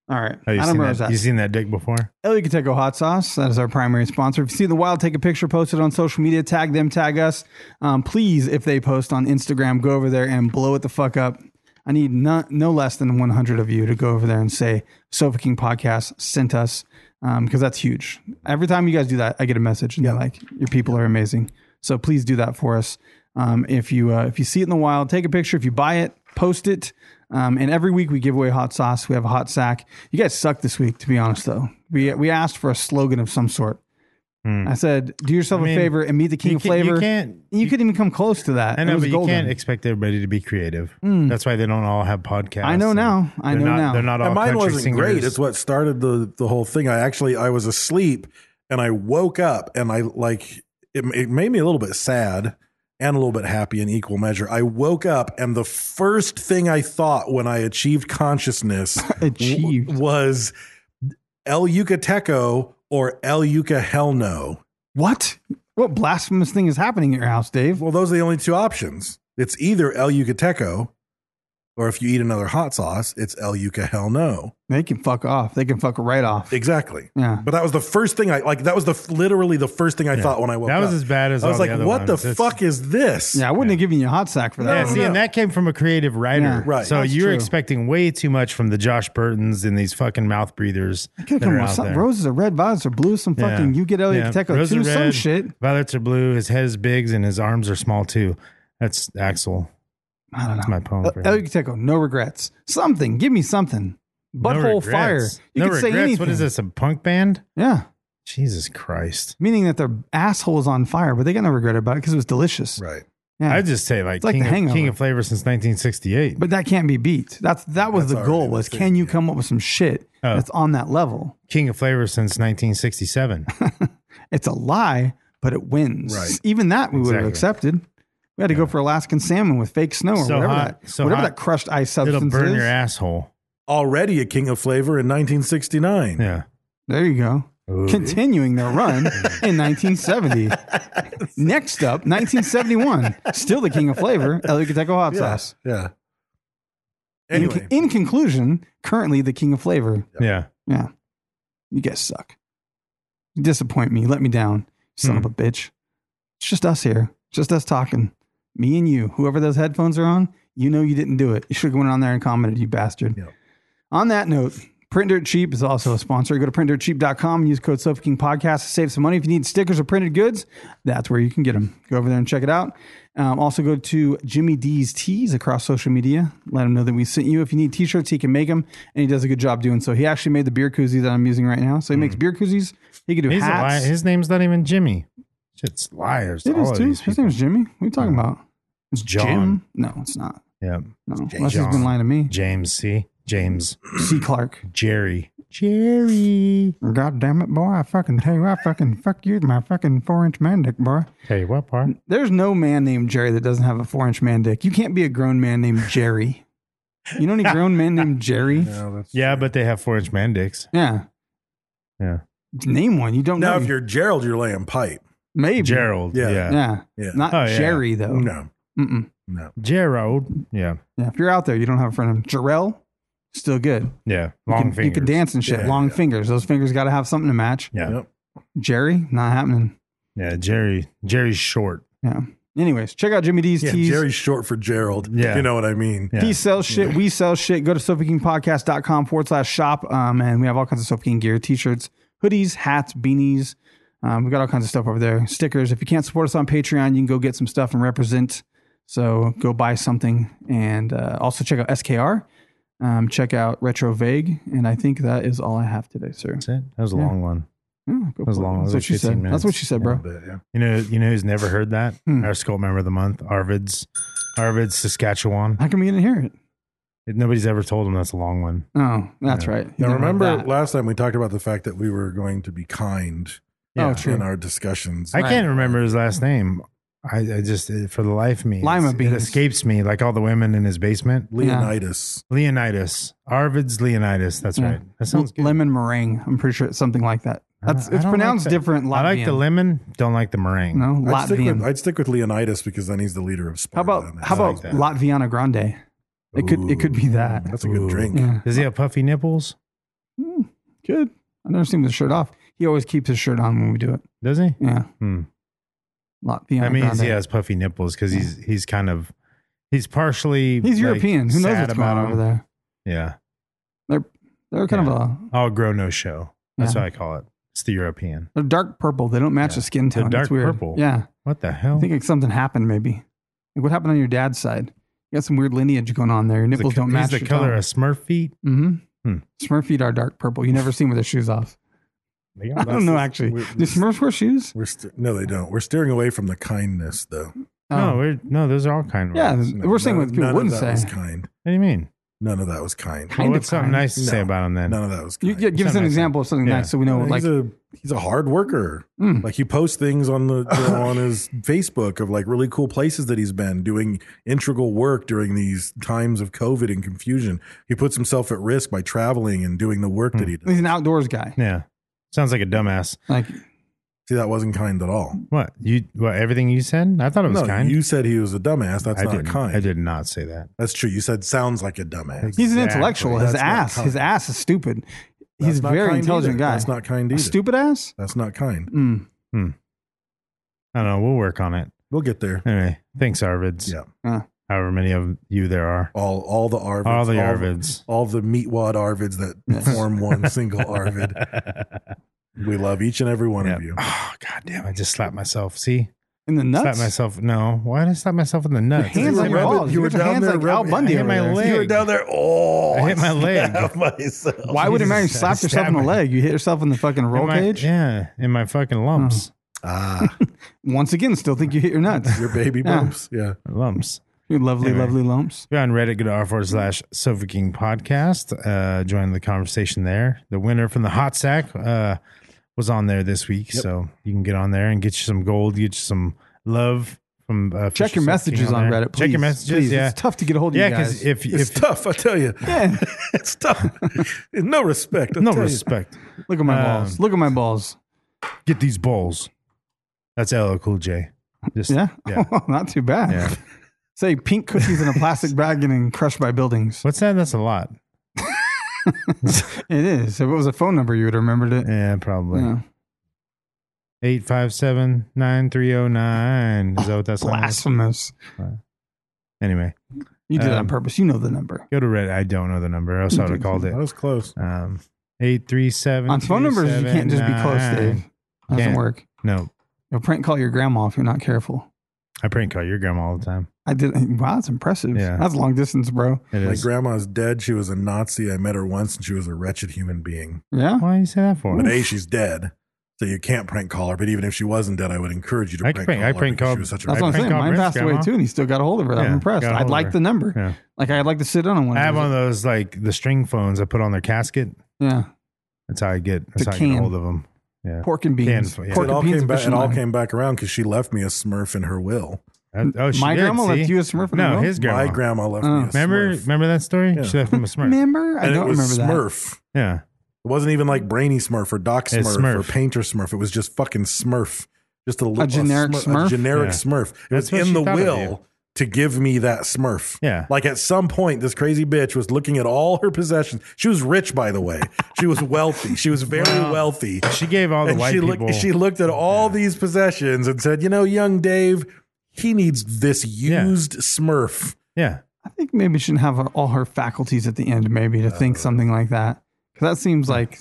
Speaker 2: All right.
Speaker 3: Oh, you've
Speaker 2: Adam
Speaker 3: seen that?
Speaker 2: Rosas.
Speaker 3: You've seen that dick before?
Speaker 2: El Yucateco Hot Sauce. That is our primary sponsor. If you see the wild, take a picture, post it on social media, tag them, tag us. Um, please, if they post on Instagram, go over there and blow it the fuck up. I need no, no less than 100 of you to go over there and say, Sofa King Podcast sent us, because that's huge. Every time you guys do that, I get a message and they're like, your people are amazing. So please do that for us. Um, if you uh, if you see it in the wild, take a picture. If you buy it, post it. Um, and every week we give away hot sauce. We have a hot sack. You guys suck this week, to be honest. Though we we asked for a slogan of some sort. I said, "Do yourself
Speaker 3: Hmm. I mean,
Speaker 2: a favor and meet the king
Speaker 3: you
Speaker 2: of
Speaker 3: can't- you
Speaker 2: flavor."
Speaker 3: can't-
Speaker 2: You, couldn't even come close to that.
Speaker 3: I
Speaker 2: it
Speaker 3: know,
Speaker 2: was
Speaker 3: but you
Speaker 2: golden.
Speaker 3: can't expect everybody to be creative. That's why they don't all have podcasts.
Speaker 2: I know
Speaker 3: and
Speaker 2: now. I
Speaker 3: they're
Speaker 2: know
Speaker 3: not,
Speaker 2: now.
Speaker 3: They're not all
Speaker 4: And mine
Speaker 3: country
Speaker 4: wasn't
Speaker 3: singers.
Speaker 4: great. It's what started the the whole thing. I actually I was asleep and I woke up and I like it, it made me a little bit sad and a little bit happy in equal measure. I woke up and the first thing I thought when I achieved consciousness
Speaker 2: Achieved.
Speaker 4: w- was El Yucateco or El Yuca Hell No.
Speaker 2: what? What blasphemous thing is happening at your house, Dave?
Speaker 4: Well, those are the only two options. It's either El Yucateco or if you eat another hot sauce, it's El Yuca Hell No.
Speaker 2: They can fuck off. They can fuck right off.
Speaker 4: Exactly.
Speaker 2: Yeah.
Speaker 4: But that was the first thing I like. That was the literally the first thing I thought when I woke up.
Speaker 3: That was as bad as
Speaker 4: I was
Speaker 3: all the
Speaker 4: like,
Speaker 3: other
Speaker 4: "What
Speaker 3: ones.
Speaker 4: the
Speaker 3: It's-
Speaker 4: fuck is this?"
Speaker 2: Yeah, I wouldn't have given you a hot sack for
Speaker 3: Yeah,
Speaker 2: that.
Speaker 4: No,
Speaker 3: see,
Speaker 4: no.
Speaker 3: and that came from a creative writer.
Speaker 2: Oh, Yeah.
Speaker 4: Right.
Speaker 3: So
Speaker 2: That's
Speaker 3: you're
Speaker 2: true.
Speaker 3: expecting way too much from the Josh Burtons and these fucking mouth breathers.
Speaker 2: I could
Speaker 3: that
Speaker 2: come
Speaker 3: are
Speaker 2: with
Speaker 3: out
Speaker 2: some
Speaker 3: there.
Speaker 2: roses are red, violets are blue, some
Speaker 3: Yeah.
Speaker 2: fucking you get El
Speaker 3: Yeah.
Speaker 2: Yucateco
Speaker 3: Roses
Speaker 2: too,
Speaker 3: are
Speaker 2: some
Speaker 3: red,
Speaker 2: shit.
Speaker 3: Violets are blue. His head is big and his arms are small too. That's Axel.
Speaker 2: I don't know.
Speaker 3: That's my poem
Speaker 2: El-
Speaker 3: for
Speaker 2: El
Speaker 3: him.
Speaker 2: Yucateco, no regrets. Something. Give me something. Butthole
Speaker 3: regrets.
Speaker 2: fire. You
Speaker 3: no
Speaker 2: can
Speaker 3: regrets.
Speaker 2: say anything.
Speaker 3: What is this? A punk band?
Speaker 2: Yeah.
Speaker 3: Jesus Christ!
Speaker 2: Meaning that their asshole's on fire, but they got no regret about it because it was delicious.
Speaker 4: Right.
Speaker 2: Yeah.
Speaker 3: I'd just say like,
Speaker 2: It's like
Speaker 3: King,
Speaker 2: The
Speaker 3: of,
Speaker 2: Hangover.
Speaker 3: King of Flavor since 1968.
Speaker 2: but that can't be beat. That's that was
Speaker 4: That's
Speaker 2: the
Speaker 4: already
Speaker 2: goal
Speaker 4: the
Speaker 2: was
Speaker 4: thing,
Speaker 2: can you
Speaker 4: yeah.
Speaker 2: come up with some shit
Speaker 3: Oh.
Speaker 2: that's on that level?
Speaker 3: King of Flavor since 1967.
Speaker 2: It's a lie, but it wins.
Speaker 4: Right.
Speaker 2: Even that we would have
Speaker 3: Exactly.
Speaker 2: accepted. We had to go for Alaskan salmon with fake snow or
Speaker 3: So
Speaker 2: whatever
Speaker 3: hot,
Speaker 2: that
Speaker 3: so
Speaker 2: whatever
Speaker 3: hot,
Speaker 2: that crushed ice
Speaker 3: It'll
Speaker 2: substance
Speaker 3: burn
Speaker 2: is.
Speaker 3: your asshole.
Speaker 4: Already a king of flavor in 1969.
Speaker 3: Yeah.
Speaker 2: There you go. Continuing their run in 1970. Next up, 1971. Still the king of flavor, El Yucateco hot
Speaker 4: Yeah.
Speaker 2: sauce.
Speaker 4: yeah.
Speaker 2: In-
Speaker 4: Anyway,
Speaker 2: In, conclusion, currently the king of flavor.
Speaker 3: Yeah.
Speaker 2: Yeah. You guys suck. You disappoint me. You let me down. you Son
Speaker 3: Hmm.
Speaker 2: of a bitch. It's just us here. It's just us talking. Me and you. Whoever those headphones are on, you know you didn't do it. You should have went on there and commented, you bastard.
Speaker 4: Yep.
Speaker 2: On that note, Print Dirt Cheap is also a sponsor. Go to printdirtcheap.com and use code Suffoking Podcast to save some money. If you need stickers or printed goods, that's where you can get them. Go over there and check it out. Um, also, go to Jimmy D's Tees across social media. Let him know that we sent you. If you need t-shirts, he can make them, and he does a good job doing so. He actually made the beer koozie that I'm using right now. So he makes beer koozies. He can do
Speaker 3: Mm. He's a liar.
Speaker 2: hats.
Speaker 3: His name's not even Jimmy. Shit's liars.
Speaker 2: it
Speaker 3: all
Speaker 2: is
Speaker 3: of
Speaker 2: too.
Speaker 3: these
Speaker 2: His
Speaker 3: people.
Speaker 2: name's Jimmy. What are you talking about? It's
Speaker 3: John.
Speaker 2: Jim? No, it's not.
Speaker 3: Yeah.
Speaker 2: No, unless he's been lying to me.
Speaker 3: James C. James
Speaker 2: C. Clark.
Speaker 3: Jerry. Jerry.
Speaker 2: God damn it, boy! I fucking tell you, I fucking fuck you, my fucking four-inch man dick, boy.
Speaker 3: Hey, what part?
Speaker 2: There's no man named Jerry that doesn't have a four inch man dick. You can't be a grown man named Jerry. You know any grown men named Jerry?
Speaker 3: Yeah, but they have four inch man dicks.
Speaker 2: Yeah.
Speaker 3: Yeah.
Speaker 2: Name one. You don't
Speaker 4: now
Speaker 2: know.
Speaker 4: if you're Gerald, you're laying pipe.
Speaker 2: Maybe.
Speaker 3: Gerald.
Speaker 4: Yeah.
Speaker 3: Yeah.
Speaker 2: Yeah.
Speaker 4: Yeah.
Speaker 2: Not
Speaker 3: Oh, yeah.
Speaker 2: Jerry, though.
Speaker 4: No,
Speaker 2: Mm-mm.
Speaker 4: no.
Speaker 3: Gerald. Yeah.
Speaker 2: Yeah. If you're out there, you don't have a friend named Jarrell, still good.
Speaker 3: Yeah.
Speaker 2: You
Speaker 3: Long
Speaker 2: can,
Speaker 3: fingers.
Speaker 2: You can dance and shit.
Speaker 4: Yeah,
Speaker 2: Long
Speaker 4: yeah.
Speaker 2: fingers. Those fingers got to have something to match.
Speaker 3: Yeah.
Speaker 4: Yep.
Speaker 2: Jerry, not happening.
Speaker 3: Yeah. Jerry. Jerry's short.
Speaker 2: Yeah. Anyways, check out Jimmy D's
Speaker 4: Yeah,
Speaker 2: tees.
Speaker 4: Jerry's short for Gerald.
Speaker 3: Yeah.
Speaker 4: You know what I mean?
Speaker 3: Yeah.
Speaker 2: He sells shit. We sell shit. Go to SofaKingPodcast.com forward slash shop. Um, and we have all kinds of Sofa King gear, t-shirts, hoodies, hats, beanies. Um, we've got all kinds of stuff over there. Stickers. If you can't support us on Patreon, you can go get some stuff and represent. So go buy something. And uh, also check out SKR. Um, check out Retro Vague. And I think that is all I have today, sir.
Speaker 3: That's it. That was a long one.
Speaker 2: Yeah, go
Speaker 3: was
Speaker 2: for it.
Speaker 3: long. It
Speaker 2: That's
Speaker 3: was
Speaker 2: what she
Speaker 3: 15
Speaker 2: said. That's
Speaker 3: minutes.
Speaker 2: what she said, bro.
Speaker 4: But, yeah.
Speaker 3: You know, you know who's never heard that?
Speaker 2: Hmm.
Speaker 3: Our Sculpt Member of the Month, Arvid's, Arvid's Saskatchewan.
Speaker 2: How come we didn't hear it?
Speaker 3: Nobody's ever told him that's a long one.
Speaker 2: Oh, that's right. You
Speaker 4: Now
Speaker 2: never heard
Speaker 4: remember
Speaker 2: that.
Speaker 4: last time we talked about the fact that we were going to be kind
Speaker 2: Oh, true.
Speaker 4: in our discussions.
Speaker 3: I can't remember his last name. I, I just uh, for the life of me,
Speaker 2: Lima
Speaker 3: it's-
Speaker 2: beans.
Speaker 3: it escapes me. Like all the women in his basement,
Speaker 4: Leonidas.
Speaker 3: Leonidas, Arvid's Leonidas. That's
Speaker 2: Yeah.
Speaker 3: right. That sounds good.
Speaker 2: Lemon meringue. I'm pretty sure it's something like that. That's
Speaker 3: I
Speaker 2: it's
Speaker 3: don't
Speaker 2: pronounced
Speaker 3: like the-
Speaker 2: different. Latvian.
Speaker 3: I like the lemon. Don't like the meringue.
Speaker 2: No,
Speaker 4: I'd stick, with,
Speaker 2: Latvian.
Speaker 4: I'd stick with Leonidas because then he's the leader of Sparta.
Speaker 2: How about
Speaker 4: and
Speaker 2: how
Speaker 4: that's-
Speaker 2: about Latviana Grande? It could it could be that.
Speaker 4: That's a good drink.
Speaker 2: Yeah.
Speaker 3: Does he have puffy nipples?
Speaker 2: Good. I've never seen him with his shirt off. He always keeps his shirt on when we do it.
Speaker 3: Does he?
Speaker 2: Yeah.
Speaker 3: Hmm.
Speaker 2: Latvian.
Speaker 3: That means he
Speaker 2: Grande.
Speaker 3: has puffy nipples because he's he's kind of he's partially
Speaker 2: He's
Speaker 3: like,
Speaker 2: European. Who knows
Speaker 3: sad
Speaker 2: what's going on
Speaker 3: him.
Speaker 2: over there?
Speaker 3: Yeah,
Speaker 2: They're they're kind
Speaker 3: Yeah.
Speaker 2: of a
Speaker 3: all grow no show. That's
Speaker 2: Yeah.
Speaker 3: what I call it. It's the European.
Speaker 2: they're dark purple. They don't match the skin
Speaker 3: They're
Speaker 2: tone.
Speaker 3: dark
Speaker 2: it's weird.
Speaker 3: purple.
Speaker 2: Yeah.
Speaker 3: What the
Speaker 2: I
Speaker 3: hell?
Speaker 2: think like something happened maybe. Like what happened on your dad's side? You got some weird lineage going on there. Your
Speaker 3: He's the
Speaker 2: nipples
Speaker 3: co-
Speaker 2: don't match
Speaker 3: He's the color of Smurf feet.
Speaker 2: Mm-hmm.
Speaker 3: Hmm.
Speaker 2: Smurf feet are dark purple. You never seen with their shoes off. I don't know actually.
Speaker 4: We're,
Speaker 2: Do Smurfs wear shoes?
Speaker 4: we're st- no, they don't. We're steering away from the kindness, though.
Speaker 3: No,
Speaker 2: Oh.
Speaker 3: we're no. Those are all kind.
Speaker 2: yeah,
Speaker 3: words.
Speaker 2: we're saying
Speaker 4: none,
Speaker 2: what people
Speaker 4: none
Speaker 2: wouldn't
Speaker 4: of that
Speaker 2: say.
Speaker 4: was kind.
Speaker 3: What do you mean?
Speaker 4: None of that was kind.
Speaker 2: Kind
Speaker 3: well,
Speaker 2: of
Speaker 3: what's something
Speaker 2: kind.
Speaker 3: nice to say
Speaker 4: No.
Speaker 3: about him then?
Speaker 4: None of that was
Speaker 2: You,
Speaker 4: kind.
Speaker 2: yeah, give us an
Speaker 3: Something
Speaker 2: example of something
Speaker 3: Yeah.
Speaker 2: nice so we know.
Speaker 4: he's
Speaker 2: Like,
Speaker 4: a he's a hard worker.
Speaker 2: Mm.
Speaker 4: Like he posts things on the on his Facebook of like really cool places that he's been doing integral work during these times of COVID and confusion. He puts himself at risk by traveling and doing the work that he does.
Speaker 2: he's an outdoors guy.
Speaker 3: Yeah. Sounds like a dumbass.
Speaker 2: Like,
Speaker 4: See, that wasn't kind at all.
Speaker 3: What you? What everything you said? I thought it was
Speaker 4: No,
Speaker 3: kind.
Speaker 4: you said he was a dumbass. That's
Speaker 3: I
Speaker 4: not
Speaker 3: did
Speaker 4: kind.
Speaker 3: I did not say that.
Speaker 4: That's true. You said sounds like a dumbass.
Speaker 2: he's an
Speaker 3: Exactly.
Speaker 2: intellectual. His
Speaker 4: That's not
Speaker 2: ass,
Speaker 4: kind.
Speaker 2: his ass is stupid.
Speaker 4: That's
Speaker 2: he's a
Speaker 4: not
Speaker 2: very
Speaker 4: kind
Speaker 2: intelligent
Speaker 4: either.
Speaker 2: guy.
Speaker 4: That's not kind
Speaker 2: A
Speaker 4: either.
Speaker 2: stupid ass.
Speaker 4: That's not kind.
Speaker 2: Mm.
Speaker 3: I don't know. We'll work on it.
Speaker 4: We'll get there.
Speaker 3: Anyway, thanks, Arvids.
Speaker 4: Yeah.
Speaker 3: However many of you there are.
Speaker 4: All all the Arvids.
Speaker 3: All the Arvids.
Speaker 4: All the meatwad Arvids that form one single Arvid. We love each and every one
Speaker 3: Yeah.
Speaker 4: of you.
Speaker 3: Oh god damn! I just slapped myself. See,
Speaker 2: In the nuts.
Speaker 3: slapped myself. No, why did I slap myself in the
Speaker 2: Your
Speaker 3: nuts?
Speaker 2: hands
Speaker 4: You
Speaker 2: on
Speaker 4: were
Speaker 2: your
Speaker 4: rubbing-
Speaker 2: balls.
Speaker 4: you
Speaker 2: You
Speaker 4: were
Speaker 2: got your
Speaker 4: down
Speaker 2: hands
Speaker 4: there
Speaker 2: like Al
Speaker 4: rubbing-
Speaker 2: Bundy
Speaker 3: I hit
Speaker 2: over
Speaker 3: my
Speaker 2: there.
Speaker 3: leg.
Speaker 4: You were down there. Oh,
Speaker 3: I hit my leg.
Speaker 4: stabbed myself.
Speaker 2: Why would a man
Speaker 3: Jesus,
Speaker 2: slap
Speaker 3: I
Speaker 2: yourself in
Speaker 3: stabbed
Speaker 2: the
Speaker 3: my-
Speaker 2: leg? You hit yourself in the fucking roll
Speaker 3: in my,
Speaker 2: cage.
Speaker 3: Yeah, in my fucking lumps.
Speaker 4: Ah,
Speaker 2: Once again, still think you hit your nuts.
Speaker 4: your baby
Speaker 2: Yeah.
Speaker 4: bumps. Yeah.
Speaker 3: Lumps.
Speaker 2: Your lovely,
Speaker 3: Anyway.
Speaker 2: lovely lumps.
Speaker 3: We're on Reddit. Go to r forward slash Sofa King podcast. Uh, join the conversation there. The winner from the hot sack uh, was on there this week, so you can get on there and get you some gold, get you some love from. Uh,
Speaker 2: Check
Speaker 3: Fisher
Speaker 2: your
Speaker 3: Sofa
Speaker 2: messages
Speaker 3: King
Speaker 2: on,
Speaker 3: there.
Speaker 2: Reddit. Please.
Speaker 3: Check your messages.
Speaker 2: Please.
Speaker 3: Yeah,
Speaker 2: it's tough to get a hold of
Speaker 3: yeah,
Speaker 2: you guys.
Speaker 3: because if
Speaker 4: It's
Speaker 3: if
Speaker 4: tough, I tell you.
Speaker 2: yeah,
Speaker 4: It's tough. no respect. I
Speaker 3: no
Speaker 4: tell you.
Speaker 3: respect.
Speaker 2: look at my balls.
Speaker 3: Um,
Speaker 2: Look at my balls.
Speaker 3: Get these balls. That's LL Cool J. Just,
Speaker 2: Yeah,
Speaker 3: yeah.
Speaker 2: not too bad.
Speaker 3: Yeah.
Speaker 2: Say pink cookies in a plastic bag getting crushed by buildings.
Speaker 3: What's that? That's a lot.
Speaker 2: It is. If it was a phone number, you would have remembered it.
Speaker 3: Yeah, probably.
Speaker 2: Yeah.
Speaker 3: Eight five seven nine three zero nine. Is that what that's
Speaker 2: Blasphemous.
Speaker 3: Anyway,
Speaker 2: You did it on
Speaker 3: Um,
Speaker 2: purpose. You know the number.
Speaker 3: go to Reddit. I don't know the number. Or else I would have called it.
Speaker 4: That was close.
Speaker 3: Um, eight three seven.
Speaker 2: On phone numbers, you can't just be close, Dave. Doesn't
Speaker 3: Can't.
Speaker 2: work.
Speaker 3: No,
Speaker 2: You'll prank call your grandma if you're not careful.
Speaker 3: I prank call your grandma all the time.
Speaker 2: I did. Wow, that's impressive.
Speaker 3: Yeah.
Speaker 2: That's long distance, bro.
Speaker 3: It
Speaker 4: My
Speaker 3: is.
Speaker 4: grandma's dead. She was a Nazi. I met her once and she was a wretched human being.
Speaker 2: Yeah.
Speaker 3: Why do you say that for?
Speaker 4: But A, she's dead. So you can't prank call her. But even if she wasn't dead, I would encourage you to
Speaker 3: I
Speaker 4: prank,
Speaker 3: prank-
Speaker 4: call
Speaker 3: I
Speaker 4: her
Speaker 3: prank
Speaker 4: because
Speaker 3: call-
Speaker 4: she was such a
Speaker 3: I
Speaker 2: That's what
Speaker 4: wretched-
Speaker 2: I'm
Speaker 3: prank
Speaker 2: saying.
Speaker 3: called
Speaker 2: Mine
Speaker 3: Brent's
Speaker 2: passed away
Speaker 3: grandma.
Speaker 2: too, and he still got a hold of her. I'm
Speaker 3: Yeah,
Speaker 2: impressed.
Speaker 3: got a
Speaker 2: I'd
Speaker 3: hold of
Speaker 2: like
Speaker 3: her.
Speaker 2: the number.
Speaker 3: Yeah.
Speaker 2: Like I'd like to sit in on one.
Speaker 3: I
Speaker 2: of
Speaker 3: have
Speaker 2: those.
Speaker 3: one of those like the string phones I put on their casket.
Speaker 2: Yeah.
Speaker 3: That's how I get. That's
Speaker 2: The
Speaker 3: how I get
Speaker 2: can.
Speaker 3: a hold of them. Yeah.
Speaker 2: Pork and beans.
Speaker 3: Can- yeah.
Speaker 2: Pork
Speaker 4: It all
Speaker 2: and beans.
Speaker 4: came back. It
Speaker 2: fishing
Speaker 4: all
Speaker 2: line.
Speaker 4: came back around because she left me a Smurf in her will.
Speaker 3: That- oh, she
Speaker 2: My
Speaker 3: did,
Speaker 2: grandma
Speaker 3: see?
Speaker 2: left you a Smurf in her
Speaker 3: No,
Speaker 2: will?
Speaker 3: his grandma.
Speaker 4: My grandma left
Speaker 2: Oh.
Speaker 4: me a
Speaker 3: Remember,
Speaker 4: Smurf.
Speaker 3: remember that story?
Speaker 4: Yeah.
Speaker 3: She left him a Smurf.
Speaker 2: Remember? I
Speaker 4: and
Speaker 2: don't
Speaker 4: it was
Speaker 2: remember that.
Speaker 4: Smurf.
Speaker 3: Yeah,
Speaker 4: It wasn't even like Brainy Smurf or Doc
Speaker 3: It's
Speaker 4: Smurf, or
Speaker 3: Smurf.
Speaker 4: Painter Smurf. It was just fucking Smurf. Just a, little
Speaker 2: generic
Speaker 4: A
Speaker 2: Smurf?
Speaker 4: generic
Speaker 3: Yeah.
Speaker 4: Smurf. It
Speaker 3: That's
Speaker 4: was
Speaker 3: what
Speaker 4: in
Speaker 3: she
Speaker 4: the
Speaker 3: thought of you.
Speaker 4: will to give me that Smurf.
Speaker 3: Yeah.
Speaker 4: Like at some point, this crazy bitch was looking at all her possessions. She was rich, by the way. she was wealthy. She was very
Speaker 3: Well,
Speaker 4: wealthy.
Speaker 3: she gave all the
Speaker 4: and
Speaker 3: white
Speaker 4: she
Speaker 3: people.
Speaker 4: Looked, she looked at all these possessions and said, "You know, young Dave, he needs this
Speaker 3: Yeah.
Speaker 4: used Smurf."
Speaker 3: yeah,
Speaker 2: I think maybe she shouldn't have all her faculties at the end, maybe to think
Speaker 3: Uh,
Speaker 2: something like that. Because that seems like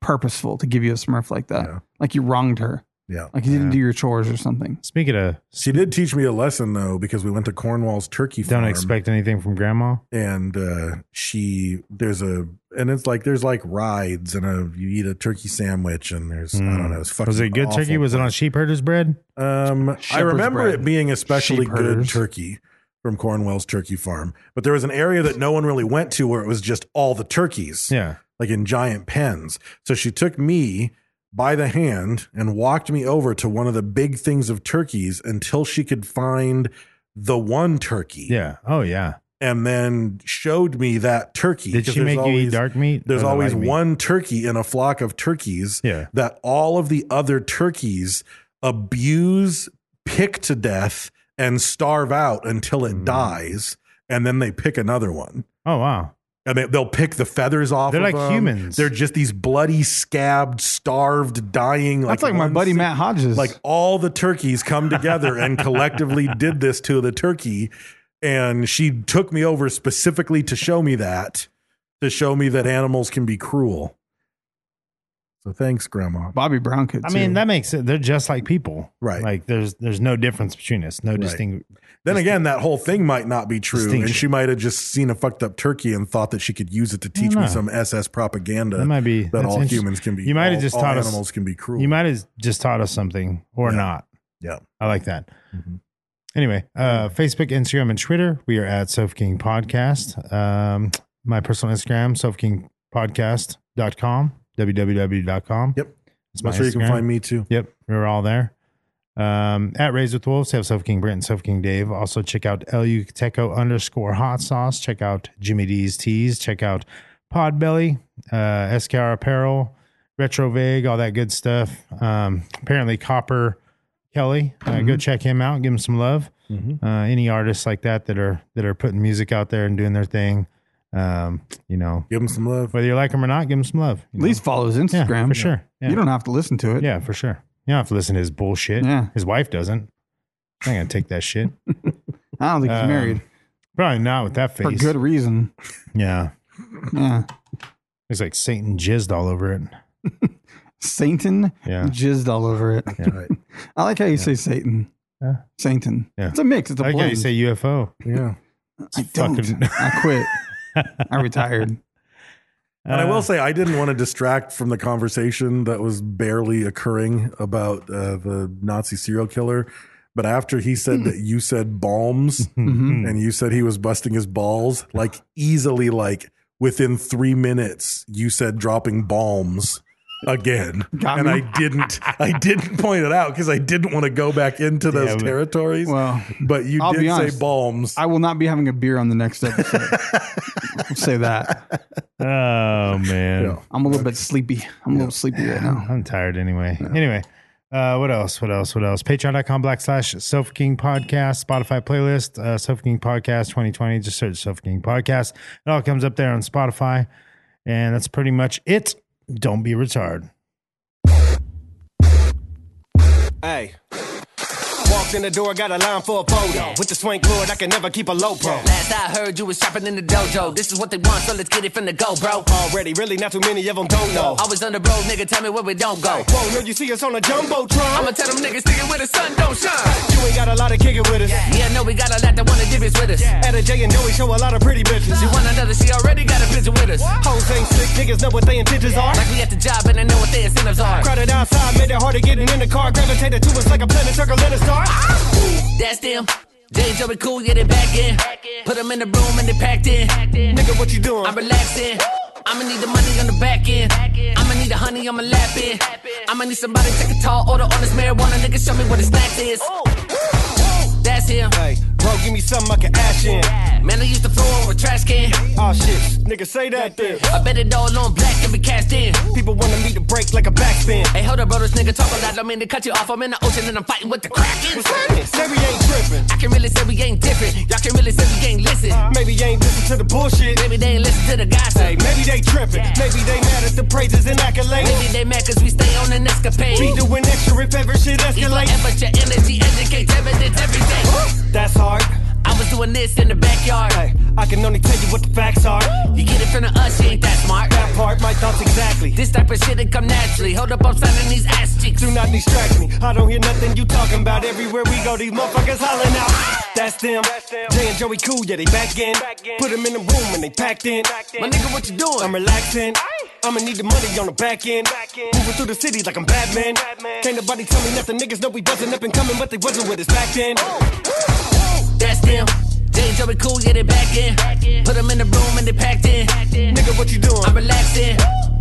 Speaker 2: purposeful to give you a smurf like that. Like you wronged her.
Speaker 4: Yeah.
Speaker 2: Like you didn't do your chores or something.
Speaker 3: Speaking of,
Speaker 4: She did teach me a lesson though, because we went to Cornwall's turkey
Speaker 3: don't
Speaker 4: farm.
Speaker 3: expect anything from grandma.
Speaker 4: and uh, she there's a and it's like there's like rides and a you eat a turkey sandwich and there's I don't know it's fucking
Speaker 3: Hmm. Was it good
Speaker 4: awful.
Speaker 3: turkey? Was it on sheep herder's bread?
Speaker 4: um I
Speaker 2: Shepherd's
Speaker 4: remember
Speaker 2: bread.
Speaker 4: it being especially
Speaker 2: Sheep
Speaker 4: good
Speaker 2: herders.
Speaker 4: turkey from Cornwell's turkey farm but there was an area that no one really went to where it was just all the turkeys
Speaker 3: Yeah.
Speaker 4: like in giant pens so she took me by the hand and walked me over to one of the big things of turkeys until she could find the one turkey
Speaker 3: Yeah. Oh yeah.
Speaker 4: and then showed me that turkey.
Speaker 3: Did
Speaker 4: 'Cause
Speaker 3: she
Speaker 4: there's
Speaker 3: make you eat dark meat
Speaker 4: There's
Speaker 3: or the
Speaker 4: always
Speaker 3: light meat?
Speaker 4: one turkey in a flock of turkeys
Speaker 3: Yeah.
Speaker 4: that all of the other turkeys abuse, pick to death,
Speaker 3: Hmm.
Speaker 4: and starve out until it dies, and then they pick another one.
Speaker 3: Oh wow.
Speaker 4: And they, they'll pick the feathers off.
Speaker 3: They're
Speaker 4: of
Speaker 3: like
Speaker 4: them.
Speaker 3: humans.
Speaker 4: They're just these bloody, scabbed, starved, dying.
Speaker 2: That's like my
Speaker 4: one
Speaker 2: buddy
Speaker 4: si-
Speaker 2: Matt Hodges.
Speaker 4: Like all the turkeys come together and collectively did this to the turkey. And she took me over specifically to show me that, to show me that animals can be cruel. So thanks, Grandma.
Speaker 2: Bobby Brown could.
Speaker 3: I
Speaker 2: too.
Speaker 3: mean, that makes it. They're just like people,
Speaker 4: Right.
Speaker 3: Like there's there's no difference between us. No distinct.
Speaker 4: Then again, that whole thing might not be true, and
Speaker 3: Distinction.
Speaker 4: she might have just seen a fucked up turkey and thought that she could use it to teach
Speaker 3: don't
Speaker 4: me
Speaker 3: know.
Speaker 4: some SS propaganda.
Speaker 3: That might be
Speaker 4: that
Speaker 3: that's
Speaker 4: all
Speaker 3: inter-
Speaker 4: humans can be.
Speaker 3: You might
Speaker 4: all-
Speaker 3: have just
Speaker 4: all
Speaker 3: taught us
Speaker 4: animals can be cruel.
Speaker 3: You might have just taught us something or
Speaker 4: Yeah. Mm-hmm.
Speaker 3: not.
Speaker 4: Yeah.
Speaker 3: I like that. Anyway, uh, Facebook, Instagram, and Twitter. We are at Soph King Podcast. Um, my personal Instagram, sophkingpodcast.com, www.com.
Speaker 4: Yep.
Speaker 3: That's my
Speaker 4: That's where you can
Speaker 3: Instagram.
Speaker 4: find me too.
Speaker 3: Yep, we were all there. Um, at Raised with Wolves, have Self King Brent and Self King Dave. Also, check out LU Teco underscore hot sauce. Check out Jimmy D's Teas. Check out Podbelly, uh, SKR Apparel, Retro Vague, all that good stuff. Um, apparently, Copper Kelly. Uh, Go check him out. Give him some love. Uh, any artists like that that are that are putting music out there and doing their thing. Um, you know,
Speaker 4: Give them some love.
Speaker 3: whether you like them or not, give them some love. you
Speaker 2: at least follow his
Speaker 3: know?
Speaker 2: Instagram
Speaker 3: yeah, for sure. Yeah.
Speaker 2: You don't have to listen to it.
Speaker 3: Yeah, for sure. You don't have to listen to his bullshit.
Speaker 2: Yeah.
Speaker 3: His wife doesn't. I'm not gonna take that shit.
Speaker 2: I don't think he's
Speaker 3: Um,
Speaker 2: married
Speaker 3: Probably not with that face.
Speaker 2: for good reason.
Speaker 3: Yeah.
Speaker 2: Yeah,
Speaker 3: It's like Satan jizzed all over it.
Speaker 2: Satan
Speaker 3: Yeah.
Speaker 2: jizzed all over it.
Speaker 4: Right.
Speaker 2: I like how you say Satan.
Speaker 3: Yeah.
Speaker 2: Satan.
Speaker 3: Yeah.
Speaker 2: It's a mix. It's a
Speaker 3: I like how
Speaker 2: blend.
Speaker 3: you say UFO.
Speaker 4: Yeah.
Speaker 2: I don't.
Speaker 3: fucking-
Speaker 2: I quit. I retired.
Speaker 4: And I
Speaker 3: Uh,
Speaker 4: will say, I didn't want to distract from the conversation that was barely occurring about uh, the Nazi serial killer. But after he said
Speaker 2: Hmm.
Speaker 4: that you said balms
Speaker 2: Mm-hmm.
Speaker 4: and you said he was busting his balls, like easily, like within three minutes, you said dropping balms again.
Speaker 2: Got
Speaker 4: and
Speaker 2: me.
Speaker 4: I didn't, I didn't point it out because I didn't want to go back into those
Speaker 3: Damn it.
Speaker 4: territories.
Speaker 2: Well,
Speaker 4: but you
Speaker 2: I'll
Speaker 4: did
Speaker 2: be
Speaker 4: say
Speaker 2: honest.
Speaker 4: balms.
Speaker 2: I will not be having a beer on the next episode. I'll say that.
Speaker 3: Oh man.
Speaker 4: Yeah.
Speaker 2: I'm a little bit sleepy. I'm a little sleepy right now.
Speaker 3: I'm tired anyway. Anyway, uh, what else? What else? What else? Patreon.com backslash Sofa King Podcast, Spotify playlist, uh, Sofa King Podcast 2020. Just search Sofa King Podcast. It all comes up there on Spotify. And that's pretty much it. Don't be a retard.
Speaker 5: Hey. Walked in the door, got a line for a photo. With the swank lord, I can never keep a low pro.
Speaker 6: Last I heard you was shopping in the dojo. This is what they want, so let's get it from the go, bro.
Speaker 5: Already, really, not too many of them don't know.
Speaker 6: Always on the road, nigga, tell me where we don't go.
Speaker 5: Whoa, no, you see us on a jumbotron.
Speaker 6: I'ma tell them niggas sticking where the sun don't shine.
Speaker 5: you ain't got a lot of kicking with us.
Speaker 6: Yeah, no, we got a lot that wanna give it with us.
Speaker 5: At a J and Joey show a lot of pretty bitches.
Speaker 6: She want another, she already got a picture with us.
Speaker 5: Hoes ain't sick, niggas know what they intentions are.
Speaker 6: Like we at the job and they know what their incentives are.
Speaker 5: Crowded outside, made it hard to get in the car. Gravitated to us like a planet circling a star.
Speaker 6: That's them. Jay Joey Cool, get it back in. Put them in the room and they packed in.
Speaker 5: Nigga, what you doing?
Speaker 6: I'm relaxing. I'ma need the money on the back end. I'ma need the honey on my lap in. I'ma need somebody to take a tall order on this marijuana. Nigga, show me what the snacks is. That's him.
Speaker 5: Hey, bro, give me something I can ash in.
Speaker 6: Man, I used to throw over a trash can.
Speaker 5: Aw, shit, nigga, say that then.
Speaker 6: I bet it all on black and be cast in.
Speaker 5: People wanna meet the break like a backspin.
Speaker 6: Hey, hold up, bro, this nigga talk a lot. Don't mean to cut you off. I'm in the ocean and I'm fighting with the kraken.
Speaker 5: What's happening? Say we ain't tripping.
Speaker 6: I can really say we ain't different. Y'all can really say we ain't listen.
Speaker 5: Maybe you ain't listen to the bullshit.
Speaker 6: Maybe they ain't listen to the gossip.
Speaker 5: Hey, maybe they tripping. Maybe they mad at the praises and accolades.
Speaker 6: Maybe they mad cause we stay on an escapade.
Speaker 5: Be doing extra if ever shit
Speaker 6: You
Speaker 5: escalates.
Speaker 6: forever, your energy educates evidence every day.
Speaker 5: That's hard.
Speaker 6: I was doing this in the backyard.
Speaker 5: Hey, I can only tell you what the facts are.
Speaker 6: You get it from the us, you ain't that smart.
Speaker 5: That part, my thoughts exactly.
Speaker 6: This type of shit, it come naturally. Hold up, I'm signing these ass cheeks.
Speaker 5: Do not distract me. I don't hear nothing you talking about. Everywhere we go, these motherfuckers hollering out. That's them. Jay and Joey cool, yeah, they back in. Put them in the room and they packed in.
Speaker 6: My nigga, what you doing?
Speaker 5: I'm relaxing. I'ma need the money on the back end. Moving through the city like I'm Batman. Can't nobody tell me nothing. Niggas know we wasn't up and coming, but they wasn't with us back then.
Speaker 6: That's them. Jay and Joey cool, yeah, they back in. Put them in the room and they packed in.
Speaker 5: Nigga, what you doing?
Speaker 6: I'm relaxing.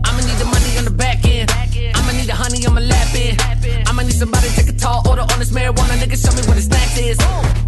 Speaker 6: I'ma need the money on the back end. I'ma need the honey on my lap in. I'ma need somebody to take a tall order on this marijuana. Nigga, show me what the snacks is.